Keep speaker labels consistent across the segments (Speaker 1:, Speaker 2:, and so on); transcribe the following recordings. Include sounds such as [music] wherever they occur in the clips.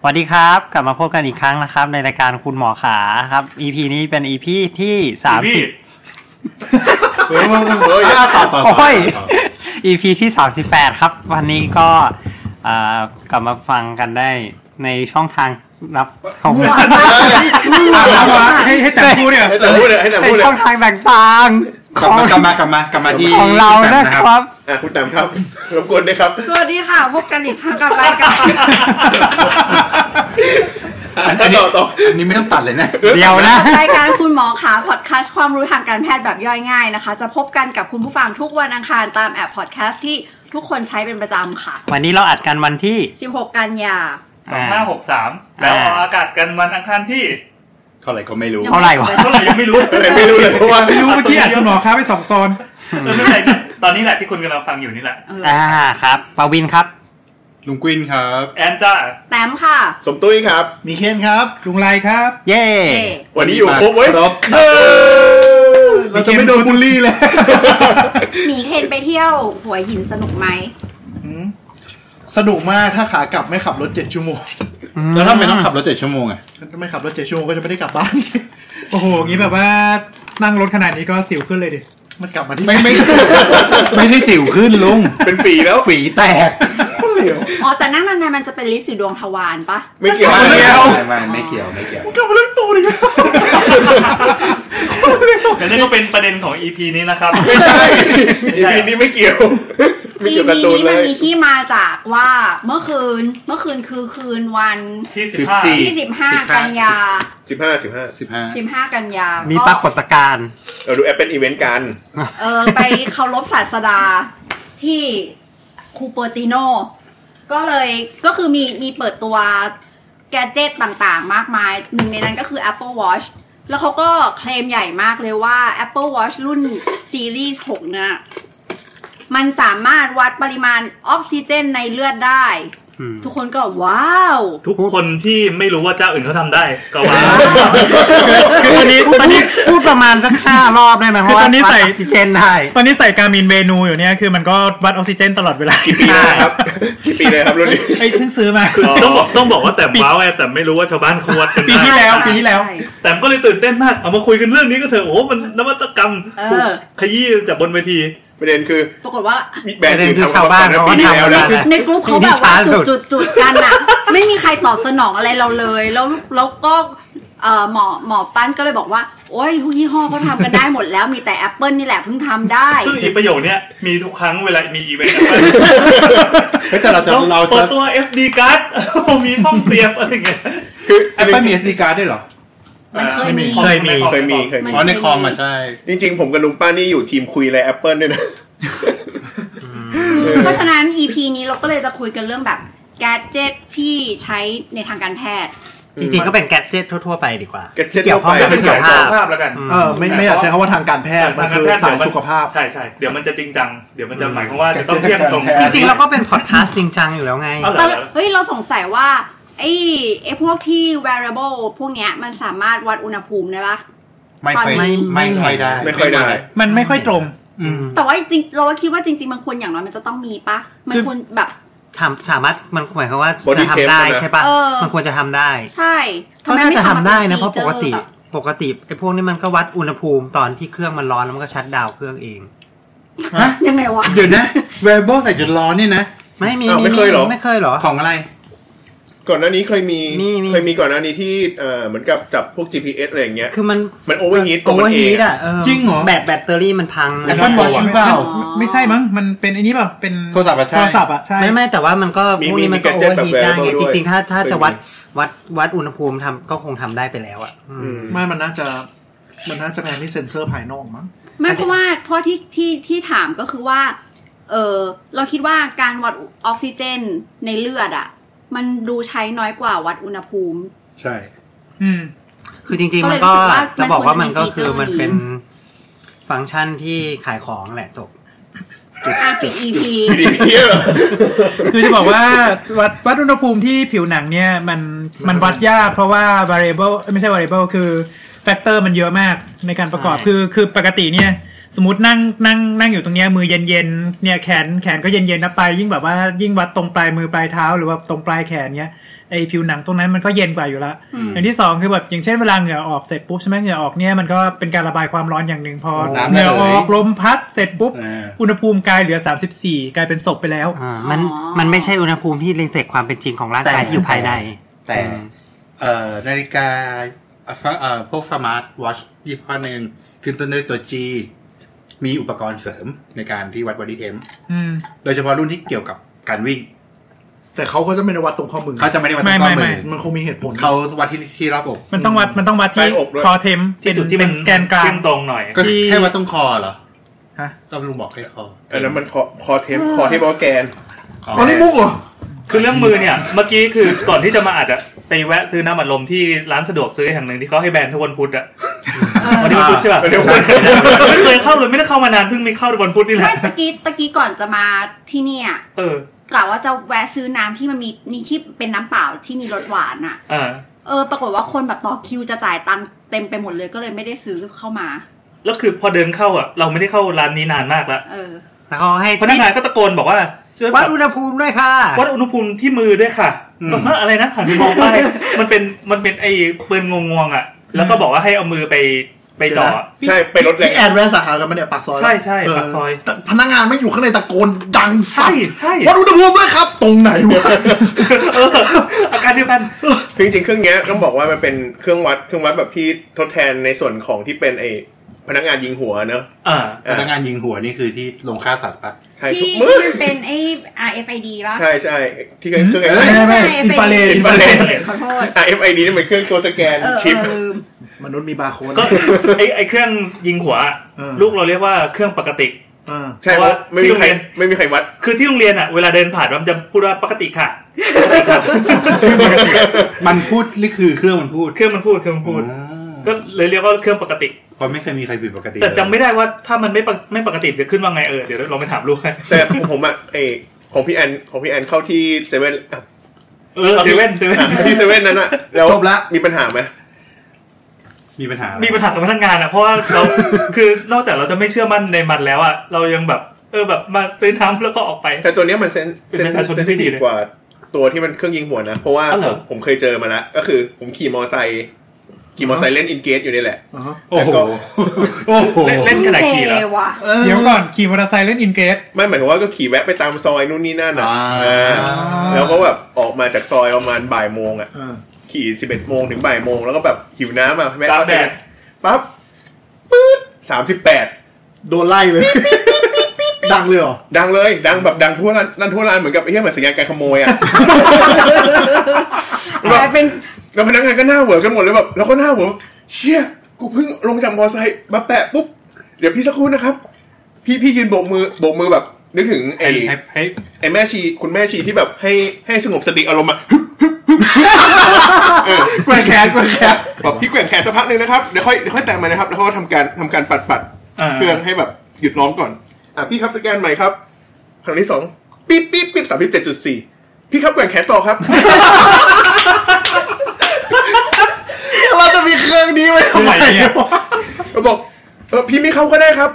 Speaker 1: สวัสดีครับ กลับมาพบกันอีกครั้งนะครับ ในรายการคุณหมอขาครับ EP นี้เป็น EP ที่สามสิบ
Speaker 2: เฮ้ยมึงมึงเฮ้ยอ่ะต่อต่อต่อ
Speaker 1: โอ้ย EP ที่ 38 ครับ วันนี้ก็เอ่อกลับมาฟังกันได้ในช่องทางรับชม
Speaker 3: ให้ให้แต่งคู่เนี่ย
Speaker 2: ให้แต่พูดเลยให้แต่
Speaker 1: ใน
Speaker 2: พูดเลย
Speaker 1: ช่องทางต่างๆ
Speaker 3: ก
Speaker 1: ข
Speaker 3: ลับ
Speaker 1: อง
Speaker 3: มากลับมากลับมากลับมาที่
Speaker 1: ของเรานะครับ
Speaker 2: อ่ะคุณแตมครับรบกวนด้วยครับ
Speaker 4: สวัสดีค่ะพบกันอีกครั้งกับรายการ
Speaker 2: อ่ะต่อต่อ
Speaker 3: อันนี้ไม่ต้องตัดเลยนะ
Speaker 1: เดี๋ยวนะ
Speaker 4: กับรายการคุณหมอขาพอดแคสต์ความรู้ทางการแพทย์แบบย่อยง่ายนะคะ จะพบกันกับคุณผู้ฟังทุกวันอังคารตามแอปพอดแคสต์ที่ทุกคนใช้เป็นประจำค่ะ
Speaker 1: วันนี้เราอัดกันวันที่
Speaker 4: 16 กันยา
Speaker 5: สองห้าหกสามแล้วออกอากาศกันวันอังคารที่
Speaker 3: เท่าไหร่ก็ไม่รู้
Speaker 1: เท่าไหร่วะ
Speaker 5: เท่าไหร่ยังไม่รู้
Speaker 2: อะไรไม่รู้เลยเพราะว่า
Speaker 6: ไม่รู้เมื่อกี้อ่านคุณหมอครับไปสองตอน
Speaker 5: เออไม่เป็นไรตอนนี้แหละที่คุณกำลังฟังอยู่นี่แหละ
Speaker 1: อ่าครับปาวินครับ
Speaker 3: ลุงกวินครับ
Speaker 5: แอนจ้า
Speaker 4: แต้มค่ะ
Speaker 2: สมตุ้ยครับ
Speaker 6: มีเคนครับลุงไรครับ
Speaker 1: เย่
Speaker 4: เอ
Speaker 2: วันนี้อยู่ครบเว้ย
Speaker 3: ครบ
Speaker 2: เออเราจะไม่โดนบูลลี่เลย
Speaker 4: หมีเคนไปเที่ยวหัวหินสนุกไหม
Speaker 6: สนุกมากถ้าขากลับไม่ขับรถเจ็ดชั่วโมง
Speaker 3: แล้วทำไมต้องขับรถเจ็ดชั่วโมงอ่ะ
Speaker 6: ถ้าไม่ขับรถเจ็ดชั่วโมงก็จะไม่ได้กลับบ้าน โอ้โหอย่างนี้แบบว่านั่งรถขนาดนี้ก็สิวขึ้นเลยดิมันกลับมาที่
Speaker 3: ไม่ไม่ [laughs] ไม่ได้ติ่วขึ้นลุง
Speaker 2: เป็นฝีแล้ว
Speaker 3: ฝีแตก
Speaker 2: เหลว
Speaker 4: อ๋อแต่นั่งนานๆมันจะเป็นลิสิวดวงทวารปะ
Speaker 2: ไม่เกี่ยว
Speaker 3: ไม่
Speaker 2: ไม่
Speaker 3: เกี่
Speaker 2: เกี่
Speaker 3: ย
Speaker 2: ยว ว
Speaker 3: ไม่ไม่เกี่ยวไม่เกี่ยว
Speaker 6: กลับมาเรื่องตูดอีกแล้ว
Speaker 5: แต่นี่ก็เป็นประเด็นของ EP นี้นะครับ
Speaker 2: ไม่ใช่อีพีนี้ไม่เกี่ยวไม่
Speaker 4: ปี
Speaker 2: เกี่ยวกับ
Speaker 4: นี้
Speaker 2: ตูนเล
Speaker 4: มัน
Speaker 2: ย
Speaker 4: มีที่มาจากว่าเมื่อคืนเมื่อคืนคือคืนวัน
Speaker 5: ที่สิบห้า
Speaker 3: 14
Speaker 4: ที่15 กันยา
Speaker 2: สิบห้าสิบห้า
Speaker 3: สิบห้า
Speaker 4: 15 กันยา
Speaker 1: มี
Speaker 4: มี
Speaker 1: ปรากฏการณ์
Speaker 2: เราดูแอปเป็นอีเวนต์กัน
Speaker 4: เออไปเคารพศาสดาที่คูเปอร์ติโน ก็เลยก็คือมีมีเปิดตัวแกดเจิตต่างๆ มากมาย หนึ่งในนั้นก็คือ Apple Watch แล้วเขาก็เคลมใหญ่มากเลยว่า Apple Watch รุ่น Series 6 เนี่ย มันสามารถวัดปริมาณออกซิเจนในเลือดได้
Speaker 1: อืม
Speaker 4: ทุกคนก็ว้าว
Speaker 5: ทุกคนที่ไม่รู้ว่าเจ้าอื่นเขาทำได้ ก็ว่า
Speaker 1: คือวันนี้วันนี้พูดประมาณสักห้ารอบได้ไหมเพ
Speaker 6: คือ
Speaker 1: ราะว่า
Speaker 6: ตอนนี้ใส่
Speaker 1: วัดออกซิเจนได้
Speaker 6: ตอนนี้ใส่การมินเมนูอยู่เนี่ยคือมันก็วัดออกซิเจนตลอดเวลา
Speaker 2: กี่ปีแล้วครับกี่ปีเลยครับรุ่นนี้
Speaker 6: ไอ้เพิ่งซื้อมา
Speaker 5: คือต้องบอกต้องบอกว่าแต่ว้าวไงแต่ไม่รู้ว่าชาวบ้านเขาวัดกัน
Speaker 6: ปีที่
Speaker 5: ได้
Speaker 6: แล้วปีที่แล้ว
Speaker 5: แต่ก็เลยตื่นเต้นมากเอามาคุยกันเรื่องนี้ก็เถอะโอ้โหมันนวัตกรรม
Speaker 4: เออ
Speaker 5: ถูกขยี้จากบนเวที
Speaker 2: ประเด็นคือ
Speaker 4: ปรากฏว่า
Speaker 2: มีแบรนด์
Speaker 1: ประเด็นคือ
Speaker 2: ทำม
Speaker 1: ชาวบ้านเขา
Speaker 2: ปีที่แล้ว
Speaker 1: ทำ
Speaker 2: นะ
Speaker 1: มา
Speaker 4: [laughs] ในกลุ่มเขาแบบว่าจุดจุดจุดๆกันอะ [laughs] ไม่มีใครตอบสนองอะไรเราเลย แล้วแล้วก็เอ่อหมอหมอปั้นก็เลยบอกว่า โอ้ยทุกยี่ห้อเขาทำกันได้หมดแล้วมีแต่ Apple นี่แหละเพิ่งทำได้
Speaker 5: ซึ่งอีประโยคเนี้ยมีทุกครั้งเวลามีอีเวนต์อะไร
Speaker 3: เฮ้ยแต่เราจะ
Speaker 5: ต้อง
Speaker 3: เรา
Speaker 5: เปิ
Speaker 3: จะ
Speaker 5: ดตัว SD card มีช่องเสียบอะไรเงี้ย
Speaker 2: คือ
Speaker 3: แอปเปิลมีเอสดีการ์ดด้วยเหรอ
Speaker 4: มันเคยมี
Speaker 6: เคยมี
Speaker 2: เคยมีเคยมี
Speaker 3: อ๋อในคอมอ่ะใช่
Speaker 2: จริงๆ ผมกับลุงป้านี่อยู่ทีมคุยอะไรแอปเปิลด้วยนะ
Speaker 4: เพราะฉะนั้น EP นี้เราก็เลยจะคุยกันเรื่องแบบ แกเจ็ตที่ใช้ในทางการแพทย์
Speaker 1: จริงๆก็เป็นแกดเจิตทั่วๆไปดีกว่า
Speaker 2: gadget
Speaker 1: เกี่ยวข้องกับ
Speaker 2: ทั่วไป
Speaker 1: สุขภาพ
Speaker 5: ภาพแล้วกัน
Speaker 6: เออไม่ไม่อยากใช้คำว่าทางการแพทย์มันคือสายสุขภาพ
Speaker 5: ใช่ใช่เดี๋ยวมันจะจริงจัง เดี๋ยวมันจะหมายความว่าจะต้องเทียบตรง
Speaker 1: จริงๆเราก็เป็นพอดคาสต์จริงจังอยู่แล้วไง
Speaker 5: เอาเหร
Speaker 4: แต่
Speaker 5: อ
Speaker 4: เฮ้ยเราสงสัยว่าไอ้ไอ้พวกที่ wearable พวกเนี้ยมันสามารถวัดอุณหภูมิได้ปะ
Speaker 3: ไม่ค่อย
Speaker 1: ไม่
Speaker 3: ไม่ค่อยได้
Speaker 2: ไม่ค่อยได้
Speaker 6: มันไม่ค่อยตรง
Speaker 3: อืม
Speaker 4: แต่ว่าจริงเราว่าคิดว่าจริงๆบางคนอย่างน้อยมันจะต้องมีปะมันควรแบบ
Speaker 1: ทำสามารถมันหมายความว่าจะ
Speaker 2: Body
Speaker 1: ทำ
Speaker 2: tape
Speaker 1: ได้
Speaker 2: นะ
Speaker 1: ใช่ปะ
Speaker 4: เออ
Speaker 1: มันควรจะทำได้
Speaker 4: ใช่
Speaker 1: ก็น่า
Speaker 4: ม่
Speaker 1: จะทำได้นะ
Speaker 4: ทำ
Speaker 1: เพราะปกติ
Speaker 4: ฟีเจอแบบ
Speaker 1: ปกติไอ้พวกนี้มันก็วัดอุณหภูมิตอนที่เครื่องมันร้อนแล้วมันก็ชัดดาวน์เครื่องเอง
Speaker 4: ยังไงวะ
Speaker 3: เดี๋ยวนะเวเบิลแต่จุดร้อนเนี่ยนะ
Speaker 1: ไม่มี
Speaker 2: อ้าวไม่เคยเหรอ
Speaker 1: ไม่เคยเหรอ
Speaker 3: ของอะไร
Speaker 2: ก่อนหน้านี้เคยมี
Speaker 1: มีมี
Speaker 2: เคยมีก่อนหน้านี้ที่เอ่อเหมือนกับจับพวก GPS อะไรอย่างเงี้ย
Speaker 1: คือมัน
Speaker 2: มัน overheat ตัว
Speaker 1: โอ
Speaker 2: มั
Speaker 1: เวอน ร์
Speaker 2: เอ
Speaker 1: ฮีท
Speaker 2: ง
Speaker 1: อ่ะเออ
Speaker 3: จริงเหรอ
Speaker 1: แบตแบตเตอรี่มันพัง
Speaker 3: แอปเปิลวอชหรือเปล่า
Speaker 6: ไม่ใช่มั้งมันเป็นไอ้นี่เปล่าเป็น
Speaker 3: โทรศัพท์อะใช่
Speaker 6: โทรศัพท์อะใช่
Speaker 1: ไม่ไม่แต่ว่ามันก็
Speaker 2: มี
Speaker 1: พวกนี้
Speaker 2: มี
Speaker 1: มันก็โอ
Speaker 2: gadget
Speaker 1: เวอร์ฮีท
Speaker 2: แบบ
Speaker 1: ได้ไง
Speaker 2: wearable
Speaker 1: จ
Speaker 2: ด้วย
Speaker 1: ริง ๆ ถ้าถ้า
Speaker 2: เคยมี
Speaker 1: จะวัดวัดวัดอุณหภูมิทำก็คงทำได้ไปแล้วอ่ะอืม
Speaker 2: อืม
Speaker 6: ไม่มันน่าจะ มันน่าจะแพงที่เซ็นเซอร์ภายนอกมั้ง
Speaker 4: ไม่เพราะว่าเพราะที่ที่ที่ถามก็คือว่า เออเราคิดว่าการวัดออกซิเจนในเลือดอ่ะ มันดูใช้น้อยกว่าวัดอุณหภูมิ
Speaker 3: ใช่
Speaker 6: อืม
Speaker 1: คือจริงๆ
Speaker 4: ก็
Speaker 1: มั
Speaker 4: เล
Speaker 1: น
Speaker 4: ย
Speaker 1: ก็
Speaker 4: รู้สึกว่า
Speaker 1: จะบอกว่ามันก็
Speaker 4: มันควรจะมี
Speaker 1: คือมัน
Speaker 4: ฟีเจอร์
Speaker 1: เป็นฟังก์ชันที่ขายของแหละจบ
Speaker 4: อ่ะปิด EP
Speaker 2: GPS เหรอ
Speaker 6: คือจะบอกว่า วัดวัดอุณหภูมิที่ผิวหนังเนี่ยมันมันวัดยากเพราะว่า variable เอ้ยไม่ใช่ variable คือ แฟกเตอร์มันเยอะมากในการประกอบคือคือปกติเนี่ย สมมตินั่งนั่งนั่งอยู่ตรงเนี้ยมือเย็นเย็นๆเนี่ยแขนแขนก็เย็นเย็นนะไป ยิ่งแบบว่ายิ่งวัดตรงปลายมือปลายเท้าหรือว่าตรงปลายแขนเนี้ยไอผิวหนังตรงนั้นมันก็เย็นกว่าอยู่ละ
Speaker 4: อืม
Speaker 6: อย่างที่สองคือแบบอย่างเช่นเวลาเหงื่อออกเสร็จปุ๊บใช่ไหมเหงื่อออกเนี่ยมันก็เป็นการระบายความร้อนอย่างหนึ่งพอ
Speaker 3: น้ำระเหย
Speaker 6: เหงื่อออกลมพัดเสร็จปุ๊บ
Speaker 3: อ่า
Speaker 6: อุณหภูมิกายเหลือ 34 กลายเป็นศพไปแล้ว
Speaker 1: อ่ามัน
Speaker 4: อ๋อ
Speaker 1: มันไม่ใช่อุณหภูมิที่รีเฟกความเป็นจริงของร่างกาย
Speaker 3: แต่
Speaker 1: ที่อยู่ภายใน
Speaker 3: แต่
Speaker 1: อืม
Speaker 3: เอ่อนาฬิกาเอ่อฟะเอ่อพวกสมาร์ทวอชยี่ห้อหนึ่งขึ้นต้นด้วยตัว G มีอุปกรณ์เสริมในการที่วัดบอดี้เทม
Speaker 6: อืม
Speaker 3: โดยเฉพาะรุ่นที่เกี่ยวกับการวิ่ง
Speaker 7: แต่เขาก็จะไม่ได้วัดตรงข้อมือ
Speaker 3: เขาจะไม่ได้วัดที่
Speaker 6: ไม่
Speaker 3: ข้อมือ
Speaker 6: ไม่ไม่
Speaker 7: มันคงมีเหตุผล
Speaker 3: เขาวัดที่ที่รอบอก
Speaker 6: มันต้องวัดมันต้องวัดที่
Speaker 2: ไปอบด้วย
Speaker 6: คอเทม
Speaker 5: ที่จุดที่
Speaker 6: เป็
Speaker 5: มัน
Speaker 6: นแกนกลาง
Speaker 5: เชื่อมตรงหน่อย
Speaker 3: ก็
Speaker 6: ที่
Speaker 3: แค่วัดตรงคอเหรอ
Speaker 6: ฮะ
Speaker 3: ก็ลุงบอกแค่คอ
Speaker 2: อันนั้นมันคอคอเทมคอเทมออร์แกน
Speaker 3: อ๋อ
Speaker 7: ตอนนี้มุกเหรอ
Speaker 5: คือเรื่องมือเนี่ย เมื่อกี้คือก่อนที่จะมาอัดอะไปแวะซื้อน้ำอัดลมที่ร้านสะดวกซื้อแห่งหนึ่งที่เขาให้แบรนด์ทุกวันพุธอะวันนี้วันพุธใช่ป่ะ
Speaker 2: วันนี้วันพุธ
Speaker 5: ไม่เคยเข้าเลยไม่ได้เข้ามานานเพิ่งมีเข้าวันพุธนี่แห
Speaker 4: ไม่
Speaker 5: ละ
Speaker 4: ตะกี้ตะกี้ก่อนจะมาที่เนี่ย
Speaker 5: เออก
Speaker 4: ะว่าจะแวะซื้อน้ำที่มันมีนี่ที่เป็นน้ำเปล่าที่มีรสหวานอ่ะ
Speaker 5: อ่า
Speaker 4: เออ ปรากฏว่าคนแบบต่อคิวจะจ่ายตังค์เต็มไปหมดเลยก็เลยไม่ได้ซื้อเข้ามา
Speaker 5: แล้วคือพอเดินเข้าอะเราไม่ได้เข้าร้านนี้นานมากละ
Speaker 4: เออ
Speaker 1: แล้วเขาให้
Speaker 5: พนักงานก็ตะโกนบอกว่าช่วย
Speaker 1: วัด
Speaker 5: ปรับ
Speaker 1: อุณหภูมิด้วยค่ะ
Speaker 5: วัดอุณหภูมิที่มือด้วยค่ะบอกว่าอะไรนะหันไปมองไปมันเป็นมันเป็นไอ้ปืนงวงๆอะแล้วก็บอกว่าให้เอามือไปไปจ่อ
Speaker 2: ใช่ไปรถแร
Speaker 7: พี่แอง ดแวะสาขากันมาเนี่ยปากซอย
Speaker 5: ใช่ใช่
Speaker 7: เ
Speaker 5: ปากซอย
Speaker 7: แต่พนักงานไม่อยู่ข้างในตะโกนดังสั
Speaker 5: ใช่
Speaker 7: ส
Speaker 5: ใช่
Speaker 7: วัดอุณหภูมิด้วยครับ ตรงไหนวะ
Speaker 5: เอออาการเดียวกัน
Speaker 2: จริงๆเครื่องเนี้ยต้องบอกว่ามันเป็นเครื่องวัดเครื่องวัดแบบที่ทดแทนในส่วนของที่เป็นไอพนักงานยิงหัวเนอะ
Speaker 5: อ่า
Speaker 3: พนักงานยิงหัวนี่คือที่ลงฆ่าสัตว์ปะ
Speaker 2: ใช่ทุ
Speaker 4: ที่
Speaker 2: กมื
Speaker 4: ที่
Speaker 2: อ
Speaker 4: มันเป็นไอ้ RFID ป่ะ
Speaker 2: ใช่ใช่ที่เครื่องเครื่องไอ้
Speaker 7: ไม่ไม่
Speaker 4: ใช่
Speaker 7: อินฟราเรด
Speaker 4: RFID
Speaker 2: อินฟราเรด
Speaker 4: ขอโทษ
Speaker 2: RFID นี่เป็นเครื่องตัวสแกน
Speaker 4: เออ
Speaker 2: ชิป
Speaker 4: เออลืม
Speaker 7: มนุษย์มีบาร์โค้ด
Speaker 5: ก็ไอไอเครื่องยิงหัวอะ
Speaker 7: เออ
Speaker 5: ลูกเราเรียกว่าเครื่องปกติ
Speaker 7: เออ
Speaker 2: ใช่เพราะไม่มีใครไม่มีใครวัด
Speaker 5: คือที่โรงเรียนอ่ะ เวลาเดินผ่านมันจะพูดว่าปกติค่ะ
Speaker 3: มันพูดนี่คือเครื่องมันพูด
Speaker 5: เครื่องมันพูดเครื่องมันพูด
Speaker 3: อ๋อ
Speaker 5: ก็เลยเรียกว่าเครื่องปกติ
Speaker 3: เพราะไม่เคยมีใครผิดปกติ
Speaker 5: แต่จำไม่ได้ว่าถ้ามันไม่ปกไม่ปกติจะขึ้นว่าไงเออเดี๋ยวเราไปถามลูกให้
Speaker 2: แต่ของผมอะ [laughs] ไอของพี่แอนของพี่แอนเข้าที่เซเว่นอ่ะ
Speaker 5: เออเซเว่นเซเว่น
Speaker 2: ที่เซเว่นนั้นอะแล้ว
Speaker 7: จบละ
Speaker 2: มีปัญหาไหม
Speaker 3: มีปัญหาอะไร
Speaker 5: มีปัญหากับพนักงานอ่ะเพราะว่าเรา คือนอกจากเราจะไม่เชื่อมั่นในมันแล้วอ่ะเรายังแบบ เออแบบมาซื้อน้ำแล้วก็ออกไป
Speaker 2: แต่ตัวเนี้ยมันเซน
Speaker 5: เป็น
Speaker 2: เซน
Speaker 5: ประชาชน
Speaker 2: เซนซิ
Speaker 5: ที่ดี
Speaker 2: ทีฟ
Speaker 5: เลย
Speaker 2: กว่าตัวที่มันเครื่องยิงหัวนะ เพราะว่า
Speaker 5: อ๋อเหร
Speaker 2: ผ
Speaker 5: อ
Speaker 2: มผมเคยเจอมาแล้ว ก็คือผมขี่มอไซค์ขี่มอไซค์เล่นอินเกตอยู่นี่แหละ
Speaker 7: อ่าฮะ
Speaker 3: โอ้โห
Speaker 2: แล้วก็
Speaker 3: โอ้โห
Speaker 5: เล่นเล่นขนาดขี่เหรอ
Speaker 4: เท่ว่ะ
Speaker 7: เออ
Speaker 6: เดี๋ยวก่อนขี่มอเตอร์ไซค์เล่นอินเกรส
Speaker 2: ไม่หมายถึงว่าก็ขี่แวะไปตามซอยนู่นนี่นั่นอ่ะ
Speaker 3: อ่า
Speaker 2: อ่าแล้วก็แบบออกมาจากซอยประมาณบ่ายโมงอ่ะ
Speaker 7: เออ
Speaker 2: ขี่สิบเอ็ดโมงถึงบ่ายโมงแล้วก็แบบหิวน้ำอ่ะแม่
Speaker 5: ตาม
Speaker 2: เอาเส
Speaker 5: แด
Speaker 2: ร็
Speaker 5: ด
Speaker 2: จปั๊บปื๊ดสามสิบแปด
Speaker 7: โดนไล่เลย ดังเลยเหรอ
Speaker 2: ดังเลย ดังแบบดังทั่วร้านดังทั่วร้านเหมือนกับไอ้เหี้ยเหมือนสัญญาณการขโมยอ่ะ
Speaker 3: [laughs]
Speaker 4: กลายเป็น
Speaker 2: แล้วพนักงานก็หน้าเหวอกันหมดเลยแบบเราก็หน้าเหวอเชี่ยกูเพิ่งลงจากมอไซค์มาแปะปุ๊บ เดี๋ยวพี่สักครู่นะครับ พี่พี่ยืนโบกมือโบกมือแบบนึกถึงไอ้
Speaker 3: ให้ให้ให้
Speaker 2: ไอ้แม่ชีคุณแม่ชีที่แบบให้ให้สงบสติอารมณ์อะ
Speaker 3: [laughs]
Speaker 7: แกว่งแขนแกว่งแขน
Speaker 2: แบบพี่แกว่งแขนสักพักหนึ่งนะครับเดี๋ยวค่อยเดี๋ยวค่อยแตะมานะครับ แล้วเขาก็ทำการทำการปัดปัด
Speaker 5: อ่า
Speaker 2: เครื่องให้แบบหยุดร้อนก่อน อ่ะพี่ครับสแกนใหม่ครับครั้งที่สองปิ๊บปิ๊บปิ๊บสามเจ็ดจุดสี่พี่ครับแกว่งแขนต่อครับ [laughs]
Speaker 7: เราจะมีเครื่องนี้ไว้ทำไมเนี่ย
Speaker 2: เราบอกเออพี่ไม่เข้าก็ได้ครับ